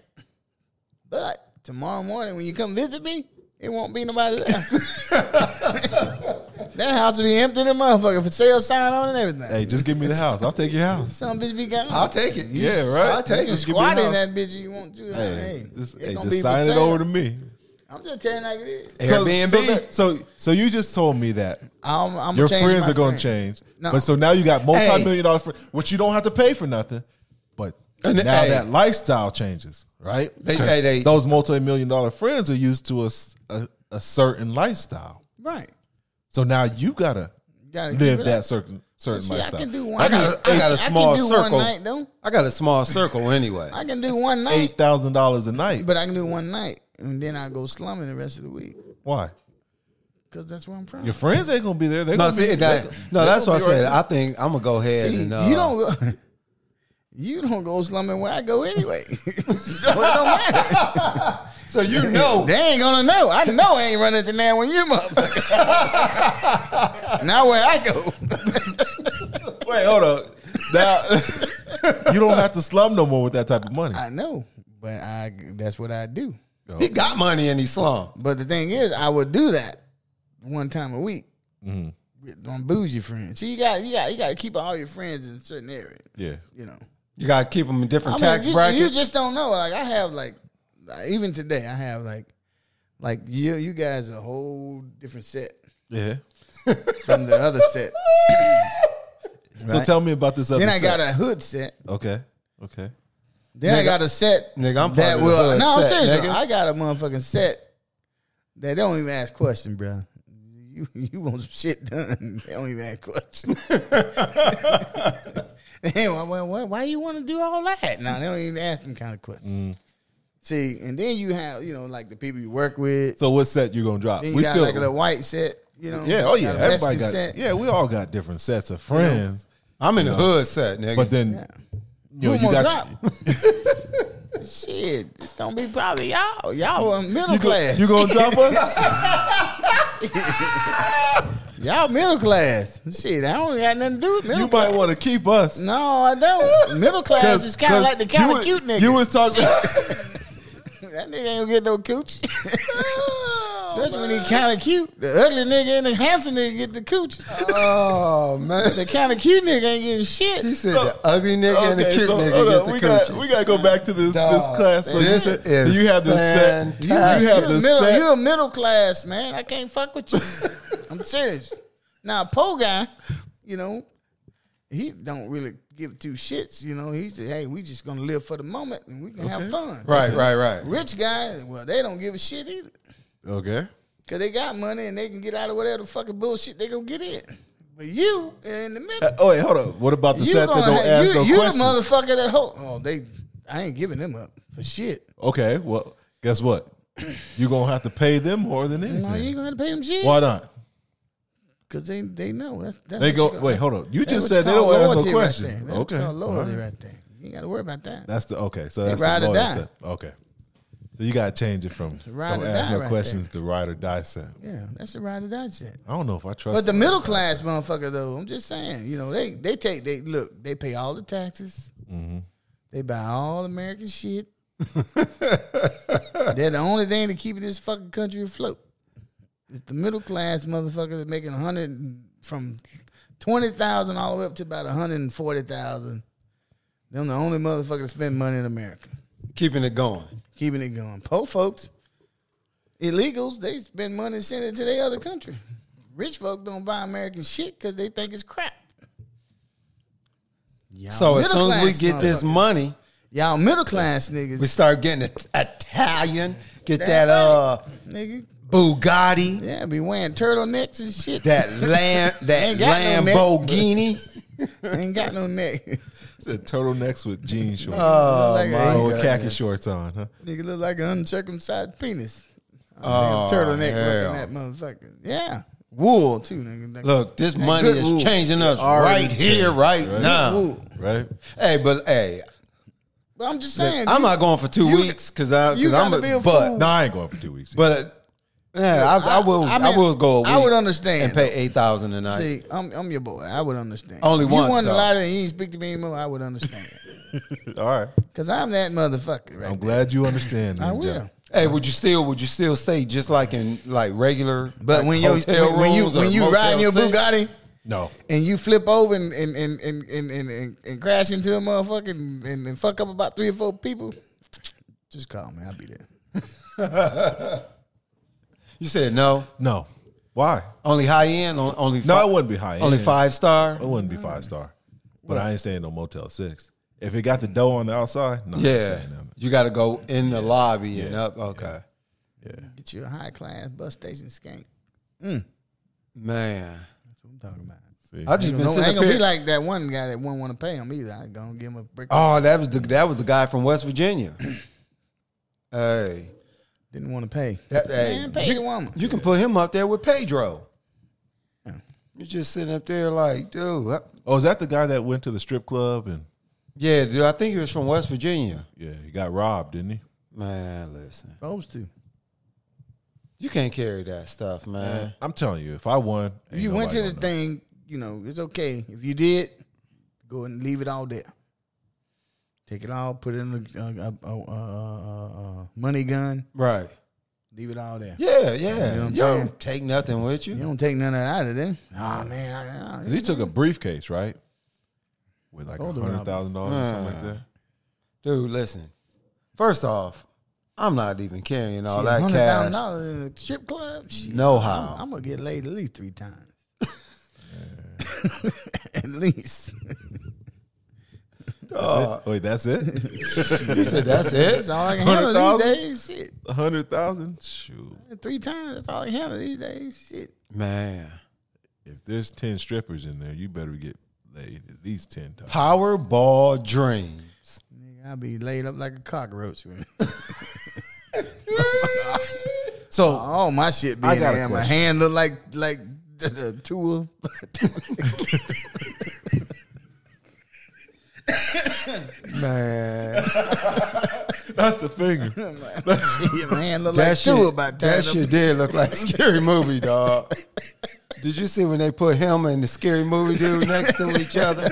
[SPEAKER 3] But tomorrow morning when you come visit me, it won't be nobody
[SPEAKER 4] [LAUGHS]
[SPEAKER 3] there. that house will be empty, the motherfucker, for sale sign on and everything.
[SPEAKER 4] hey, just give me the house. I'll take your house.
[SPEAKER 3] Some bitch be gone.
[SPEAKER 1] I'll take it. You-
[SPEAKER 4] Yeah, right.
[SPEAKER 1] I'll take
[SPEAKER 3] you can
[SPEAKER 1] it.
[SPEAKER 4] give me
[SPEAKER 3] squat
[SPEAKER 4] the
[SPEAKER 3] in
[SPEAKER 4] house.
[SPEAKER 3] that bitch if you want to.
[SPEAKER 4] Hey,
[SPEAKER 3] Hey,
[SPEAKER 4] just,
[SPEAKER 3] it's
[SPEAKER 4] hey,
[SPEAKER 3] gonna
[SPEAKER 4] just
[SPEAKER 3] be for
[SPEAKER 4] sign it
[SPEAKER 3] sale.
[SPEAKER 4] over to me.
[SPEAKER 3] I'm just telling you like it is.
[SPEAKER 4] 'Cause-
[SPEAKER 1] Airbnb.
[SPEAKER 4] So, that- so so you just told me that
[SPEAKER 3] I'm, I'm
[SPEAKER 4] your
[SPEAKER 3] changing
[SPEAKER 4] friends
[SPEAKER 3] my
[SPEAKER 4] are going to
[SPEAKER 3] friend.
[SPEAKER 4] change.
[SPEAKER 3] No.
[SPEAKER 4] But so now you got
[SPEAKER 1] Hey.
[SPEAKER 4] multi million dollar friends, which you don't have to pay for nothing. But
[SPEAKER 1] And the-
[SPEAKER 4] now
[SPEAKER 1] hey.
[SPEAKER 4] that lifestyle changes, right?
[SPEAKER 1] They-
[SPEAKER 4] 'Cause
[SPEAKER 1] hey, they-
[SPEAKER 4] those multi million dollar friends are used to a, s- a- a certain lifestyle.
[SPEAKER 3] Right.
[SPEAKER 4] So now you gotta,
[SPEAKER 3] Gotta keep
[SPEAKER 4] live
[SPEAKER 3] it
[SPEAKER 4] that
[SPEAKER 3] up.
[SPEAKER 4] certain certain
[SPEAKER 3] See, I
[SPEAKER 4] lifestyle.
[SPEAKER 3] can do one.
[SPEAKER 1] I got, a, I got a
[SPEAKER 3] I can
[SPEAKER 1] small
[SPEAKER 3] do one
[SPEAKER 1] circle.
[SPEAKER 3] night, though.
[SPEAKER 1] I got a small circle anyway.
[SPEAKER 3] I can do one night.
[SPEAKER 4] Eight thousand dollars a night.
[SPEAKER 3] But I can do one night, and then I go slumming the rest of the week
[SPEAKER 4] Why?
[SPEAKER 3] because that's where I'm from.
[SPEAKER 4] Your friends ain't gonna be there. They're
[SPEAKER 1] No,
[SPEAKER 4] gonna
[SPEAKER 1] see,
[SPEAKER 4] be,
[SPEAKER 1] that,
[SPEAKER 4] they-
[SPEAKER 1] no,
[SPEAKER 4] they
[SPEAKER 1] that's
[SPEAKER 4] gonna
[SPEAKER 1] what I
[SPEAKER 4] be
[SPEAKER 1] said.
[SPEAKER 4] right-
[SPEAKER 1] I think I'm gonna go ahead
[SPEAKER 3] See,
[SPEAKER 1] and uh,
[SPEAKER 3] you don't go. [LAUGHS] You don't go slumming where I go anyway. [LAUGHS] so it don't matter.
[SPEAKER 1] So you
[SPEAKER 3] [LAUGHS]
[SPEAKER 1] know,
[SPEAKER 3] They ain't gonna know. I know I ain't running to now when you motherfuckers. [LAUGHS] now where I go.
[SPEAKER 4] Wait, hold up.
[SPEAKER 1] [LAUGHS]
[SPEAKER 4] Now you don't have to slum no more with that type of money.
[SPEAKER 3] I know, but I that's what I do.
[SPEAKER 1] he got money in Islam.
[SPEAKER 3] But the thing is, I would do that one time a week. With on bougie friends. So you got you got you got to keep all your friends in a certain area.
[SPEAKER 4] Yeah.
[SPEAKER 3] You know.
[SPEAKER 1] You gotta keep him in different
[SPEAKER 3] I mean,
[SPEAKER 1] tax
[SPEAKER 3] you,
[SPEAKER 1] brackets.
[SPEAKER 3] You just don't know. Like I have like, like, even today I have like like you you guys a whole different set
[SPEAKER 4] Yeah.
[SPEAKER 3] from the other set.
[SPEAKER 4] So
[SPEAKER 3] Right.
[SPEAKER 4] tell me about this other
[SPEAKER 3] Then I
[SPEAKER 4] set.
[SPEAKER 3] got a hood set.
[SPEAKER 4] Okay. Okay.
[SPEAKER 3] Then I
[SPEAKER 1] Nigga-
[SPEAKER 3] got a set
[SPEAKER 1] Nigga, I'm part
[SPEAKER 3] that
[SPEAKER 1] of the
[SPEAKER 3] will.
[SPEAKER 1] hood
[SPEAKER 3] No, I'm
[SPEAKER 1] set,
[SPEAKER 3] serious.
[SPEAKER 1] nigga.
[SPEAKER 3] though. I got a motherfucking set that they don't even ask questions, bro. You you want some shit done? [LAUGHS] They don't even ask questions. [LAUGHS] Damn, why, why- why, why you want to do all that? No, they don't even ask them kind of questions.
[SPEAKER 4] Mm.
[SPEAKER 3] See, and then you have you know like the people you work with.
[SPEAKER 4] So what set you gonna drop?
[SPEAKER 3] Then you got like a little white set, you know.
[SPEAKER 4] Yeah, oh yeah.
[SPEAKER 3] got a
[SPEAKER 4] Everybody
[SPEAKER 3] Mexican
[SPEAKER 4] got
[SPEAKER 3] set.
[SPEAKER 4] Yeah, we all got different sets of friends.
[SPEAKER 1] I'm in the hood set, nigga.
[SPEAKER 4] But then
[SPEAKER 3] Yeah.
[SPEAKER 4] you know,
[SPEAKER 3] Who
[SPEAKER 4] you [LAUGHS]
[SPEAKER 3] gonna
[SPEAKER 4] got
[SPEAKER 3] drop? Shit, shit, it's gonna be probably y'all. Y'all are middle class.
[SPEAKER 4] You gonna drop us?
[SPEAKER 3] [LAUGHS] y'all middle class. Shit, I don't got nothing to do with middle
[SPEAKER 4] you
[SPEAKER 3] class.
[SPEAKER 4] might want to keep us.
[SPEAKER 3] No, I don't. Middle class is kind of like the kind
[SPEAKER 4] you
[SPEAKER 3] of
[SPEAKER 4] was-
[SPEAKER 3] cute nigga.
[SPEAKER 4] You was talking.
[SPEAKER 3] [LAUGHS] that nigga ain't gonna get no cooch. [LAUGHS] Especially when he
[SPEAKER 4] Oh,
[SPEAKER 3] kind of cute. The ugly nigga and the handsome nigga get the cooch.
[SPEAKER 1] Oh man,
[SPEAKER 3] The kind of cute nigga ain't getting
[SPEAKER 1] he
[SPEAKER 3] shit.
[SPEAKER 1] said the ugly nigga and the
[SPEAKER 4] Okay,
[SPEAKER 1] cute
[SPEAKER 4] so, hold
[SPEAKER 1] nigga get
[SPEAKER 4] up,
[SPEAKER 1] the
[SPEAKER 4] we got
[SPEAKER 1] coochie.
[SPEAKER 4] we got to go back to this
[SPEAKER 1] Dog,
[SPEAKER 4] this class. So
[SPEAKER 1] this
[SPEAKER 4] you, said-
[SPEAKER 1] is
[SPEAKER 4] you have the set. You, you have
[SPEAKER 3] You're
[SPEAKER 4] the
[SPEAKER 3] middle,
[SPEAKER 4] set.
[SPEAKER 3] you're a middle class man. I can't fuck with you.
[SPEAKER 4] [LAUGHS]
[SPEAKER 3] I'm serious. Now, a po guy, you know, he don't really give two shits. You know, he said, "Hey, we just gonna live for the moment and we can have fun."
[SPEAKER 1] Right, right, right.
[SPEAKER 3] Rich guy, well, they don't give a shit either.
[SPEAKER 4] okay.
[SPEAKER 3] Cause they got money and they can get out of whatever fucking bullshit they gonna get in. But you in the middle,
[SPEAKER 4] Uh, oh wait, hold up. What about the
[SPEAKER 3] you
[SPEAKER 4] set that don't
[SPEAKER 3] have-
[SPEAKER 4] ask
[SPEAKER 3] you,
[SPEAKER 4] no
[SPEAKER 3] you
[SPEAKER 4] questions?
[SPEAKER 3] the motherfucker that hold. Oh, they, I ain't giving them up for shit.
[SPEAKER 4] okay. Well, guess what? You gonna have to pay them more than anything.
[SPEAKER 3] No, you ain't gonna have to pay them shit.
[SPEAKER 4] Why not?
[SPEAKER 3] Cause they they know that's, that's
[SPEAKER 4] They
[SPEAKER 3] what you
[SPEAKER 4] go.
[SPEAKER 3] gonna-
[SPEAKER 4] Wait, hold on. You
[SPEAKER 3] that's
[SPEAKER 4] just
[SPEAKER 3] what
[SPEAKER 4] said they
[SPEAKER 3] call
[SPEAKER 4] don't ask
[SPEAKER 3] loyalty
[SPEAKER 4] no
[SPEAKER 3] right
[SPEAKER 4] questions.
[SPEAKER 3] there. That's what
[SPEAKER 4] okay.
[SPEAKER 3] you call
[SPEAKER 4] all
[SPEAKER 3] loyalty
[SPEAKER 4] right.
[SPEAKER 3] right there. You ain't gotta worry about that.
[SPEAKER 4] That's the okay. So that's
[SPEAKER 3] ride
[SPEAKER 4] the
[SPEAKER 3] or
[SPEAKER 4] loyal
[SPEAKER 3] die.
[SPEAKER 4] set. Okay. So you gotta change it from
[SPEAKER 3] Ride
[SPEAKER 4] don't
[SPEAKER 3] or
[SPEAKER 4] ask
[SPEAKER 3] die
[SPEAKER 4] no
[SPEAKER 3] right
[SPEAKER 4] questions to ride or die set.
[SPEAKER 3] yeah, that's the ride or die shit.
[SPEAKER 4] I don't know if I trust.
[SPEAKER 3] But the
[SPEAKER 4] ride or
[SPEAKER 3] middle
[SPEAKER 4] die
[SPEAKER 3] class motherfucker though, I'm just saying, you know, they they take they look, they pay all the taxes. They buy all American shit. They're the only thing that keeping this fucking country afloat. It's the middle class motherfucker that's making a hundred from twenty thousand all the way up to about hundred and forty thousand. Them the only motherfucker that spend money in America,
[SPEAKER 1] Keeping it going.
[SPEAKER 3] keeping it going. Poor folks, illegals, they spend money and send it to their other country. Rich folk don't buy American shit because they think it's crap. Y'all
[SPEAKER 1] So as soon as we
[SPEAKER 3] middle-class
[SPEAKER 1] get this
[SPEAKER 3] motherfuckers.
[SPEAKER 1] money,
[SPEAKER 3] y'all middle class niggas,
[SPEAKER 1] we start getting it Italian. Get
[SPEAKER 3] That's
[SPEAKER 1] that
[SPEAKER 3] right.
[SPEAKER 1] uh
[SPEAKER 3] nigga,
[SPEAKER 1] Bugatti.
[SPEAKER 3] yeah, be wearing turtlenecks and shit.
[SPEAKER 1] That
[SPEAKER 3] [LAUGHS]
[SPEAKER 1] lamb. That
[SPEAKER 3] Ain't got no neck.
[SPEAKER 1] Lamborghini.
[SPEAKER 3] [LAUGHS] ain't got no neck. [LAUGHS]
[SPEAKER 4] set. [LAUGHS] Said turtlenecks with jean shorts.
[SPEAKER 1] Oh
[SPEAKER 3] Like a-
[SPEAKER 1] my
[SPEAKER 4] oh, with
[SPEAKER 1] God.
[SPEAKER 4] khaki shorts on, huh?
[SPEAKER 3] Nigga look like an uncircumcised penis.
[SPEAKER 1] Oh,
[SPEAKER 3] Oh, turtleneck
[SPEAKER 1] hell.
[SPEAKER 3] looking that motherfucker. Yeah. Wool too, nigga. Like
[SPEAKER 1] Look, this money
[SPEAKER 3] good
[SPEAKER 1] is
[SPEAKER 3] rule.
[SPEAKER 1] changing us
[SPEAKER 3] already
[SPEAKER 1] right here, right, now.
[SPEAKER 3] wool.
[SPEAKER 4] Right.
[SPEAKER 1] Hey, but hey,
[SPEAKER 3] But I'm just saying
[SPEAKER 1] I'm
[SPEAKER 3] you-
[SPEAKER 1] not going for two
[SPEAKER 3] you-
[SPEAKER 1] weeks because I
[SPEAKER 3] you
[SPEAKER 1] because I'm
[SPEAKER 3] gotta
[SPEAKER 1] a,
[SPEAKER 3] be a
[SPEAKER 1] but
[SPEAKER 3] fool.
[SPEAKER 4] No, I ain't going for two weeks.
[SPEAKER 1] but uh, yeah, I, I will I,
[SPEAKER 3] mean,
[SPEAKER 1] will go. A week
[SPEAKER 3] I would understand.
[SPEAKER 1] and pay eight thousand a night.
[SPEAKER 3] See, I'm, I'm your boy. I would understand.
[SPEAKER 1] Only
[SPEAKER 3] if
[SPEAKER 1] once,
[SPEAKER 3] You won the
[SPEAKER 1] though.
[SPEAKER 3] lottery and you didn't speak to me anymore. I would [LAUGHS] understand.
[SPEAKER 4] all right.
[SPEAKER 3] Cause I'm that motherfucker. Right
[SPEAKER 4] I'm glad you understand.
[SPEAKER 3] I
[SPEAKER 4] then,
[SPEAKER 3] will.
[SPEAKER 4] Jeff.
[SPEAKER 1] hey, would you still would you still stay just like in like regular?
[SPEAKER 3] But
[SPEAKER 1] like,
[SPEAKER 3] when you
[SPEAKER 1] hotel
[SPEAKER 3] when, when you
[SPEAKER 1] rooms or
[SPEAKER 3] when you riding your
[SPEAKER 1] Motel Six?
[SPEAKER 3] Bugatti
[SPEAKER 4] No.
[SPEAKER 3] and you flip over and and and and and, and, and, and crash into a motherfucker and, and, and fuck up about three or four people, just call me. I'll be there.
[SPEAKER 1] you said no.
[SPEAKER 4] No. Why?
[SPEAKER 1] Only high end. on- Only
[SPEAKER 4] No,
[SPEAKER 1] fi-
[SPEAKER 4] it wouldn't be high.
[SPEAKER 1] Only
[SPEAKER 4] end.
[SPEAKER 1] five star.
[SPEAKER 3] Oh,
[SPEAKER 4] It wouldn't be five star. But I ain't staying no Motel Six. If it got the dough on the outside, no, I ain't
[SPEAKER 1] Yeah,
[SPEAKER 4] staying there.
[SPEAKER 1] you got to go in the lobby and up. Okay,
[SPEAKER 3] Get you a high class bus station skank.
[SPEAKER 1] man.
[SPEAKER 3] That's what I'm talking about.
[SPEAKER 1] I just been
[SPEAKER 3] Ain't gonna, ain't
[SPEAKER 1] sitting up
[SPEAKER 3] gonna be
[SPEAKER 1] here.
[SPEAKER 3] like that one guy that wouldn't want to pay him either. I gonna give him a break.
[SPEAKER 1] oh, that was the that was the guy from West
[SPEAKER 3] [CLEARS THROAT]
[SPEAKER 1] Virginia. hey,
[SPEAKER 3] Didn't want to pay.
[SPEAKER 1] that, hey,
[SPEAKER 3] Man, pay
[SPEAKER 1] you,
[SPEAKER 3] the woman.
[SPEAKER 1] you can put him up there with Pedro.
[SPEAKER 3] Yeah.
[SPEAKER 1] You're just sitting up there like, dude. I-
[SPEAKER 4] Oh, is that the guy that went to the strip club and
[SPEAKER 1] yeah, dude. I think he was from West Virginia.
[SPEAKER 4] yeah, he got robbed, didn't he?
[SPEAKER 1] Man, listen,
[SPEAKER 3] Supposed to.
[SPEAKER 1] you can't carry that stuff, man.
[SPEAKER 4] I'm telling you, if I won,
[SPEAKER 3] If
[SPEAKER 4] ain't
[SPEAKER 3] you went to
[SPEAKER 4] nobody
[SPEAKER 3] the
[SPEAKER 4] gonna know.
[SPEAKER 3] thing, you know, it's okay. If you did, go and leave it all there. Take it all, put it in a, a, a, a, a, a money gun,
[SPEAKER 1] Right?
[SPEAKER 3] leave it all there.
[SPEAKER 1] Yeah, yeah.
[SPEAKER 3] You know what I'm
[SPEAKER 1] you don't
[SPEAKER 3] saying?
[SPEAKER 1] take nothing with you.
[SPEAKER 3] You don't take none of that out of there. Oh, man. I,
[SPEAKER 4] 'Cause
[SPEAKER 3] I,
[SPEAKER 4] he took a briefcase, right? With like
[SPEAKER 3] Told him
[SPEAKER 4] hundred thousand dollars or
[SPEAKER 3] Ah.
[SPEAKER 4] something like
[SPEAKER 1] Yeah.
[SPEAKER 4] that.
[SPEAKER 1] Dude, listen. First off, I'm not even carrying all
[SPEAKER 3] Shit,
[SPEAKER 1] that cash.
[SPEAKER 3] $100,000 in a strip club? Shit,
[SPEAKER 1] No
[SPEAKER 3] I'm-
[SPEAKER 1] how.
[SPEAKER 3] I'm, going to get laid at least three times. [LAUGHS] at least.
[SPEAKER 4] That's
[SPEAKER 3] Ah.
[SPEAKER 4] it. Wait, that's it. [LAUGHS]
[SPEAKER 1] He said, "That's it."
[SPEAKER 3] [LAUGHS] That's all I can handle these days. Shit.
[SPEAKER 4] A hundred thousand. Shoot.
[SPEAKER 3] Three times. That's all I can handle these days. Shit.
[SPEAKER 1] Man,
[SPEAKER 4] If there's ten strippers in there, you better get laid at least ten times. [LAUGHS]
[SPEAKER 1] Powerball dreams.
[SPEAKER 3] Nigga, I'll be laid up like a cockroach. man.
[SPEAKER 4] So
[SPEAKER 3] All Oh, my shit be
[SPEAKER 4] I
[SPEAKER 3] in
[SPEAKER 4] got a
[SPEAKER 3] there. My
[SPEAKER 4] question.
[SPEAKER 3] hand look like like the, the tool.
[SPEAKER 1] Man,
[SPEAKER 4] Not the finger.
[SPEAKER 3] [LAUGHS] [LAUGHS] Your man look
[SPEAKER 1] that
[SPEAKER 3] like
[SPEAKER 1] shit,
[SPEAKER 3] two about
[SPEAKER 1] that
[SPEAKER 3] tied
[SPEAKER 1] shit
[SPEAKER 3] [LAUGHS] up.
[SPEAKER 1] did look like a scary movie, dog. Did you see when they put him and the scary movie dude next to each other?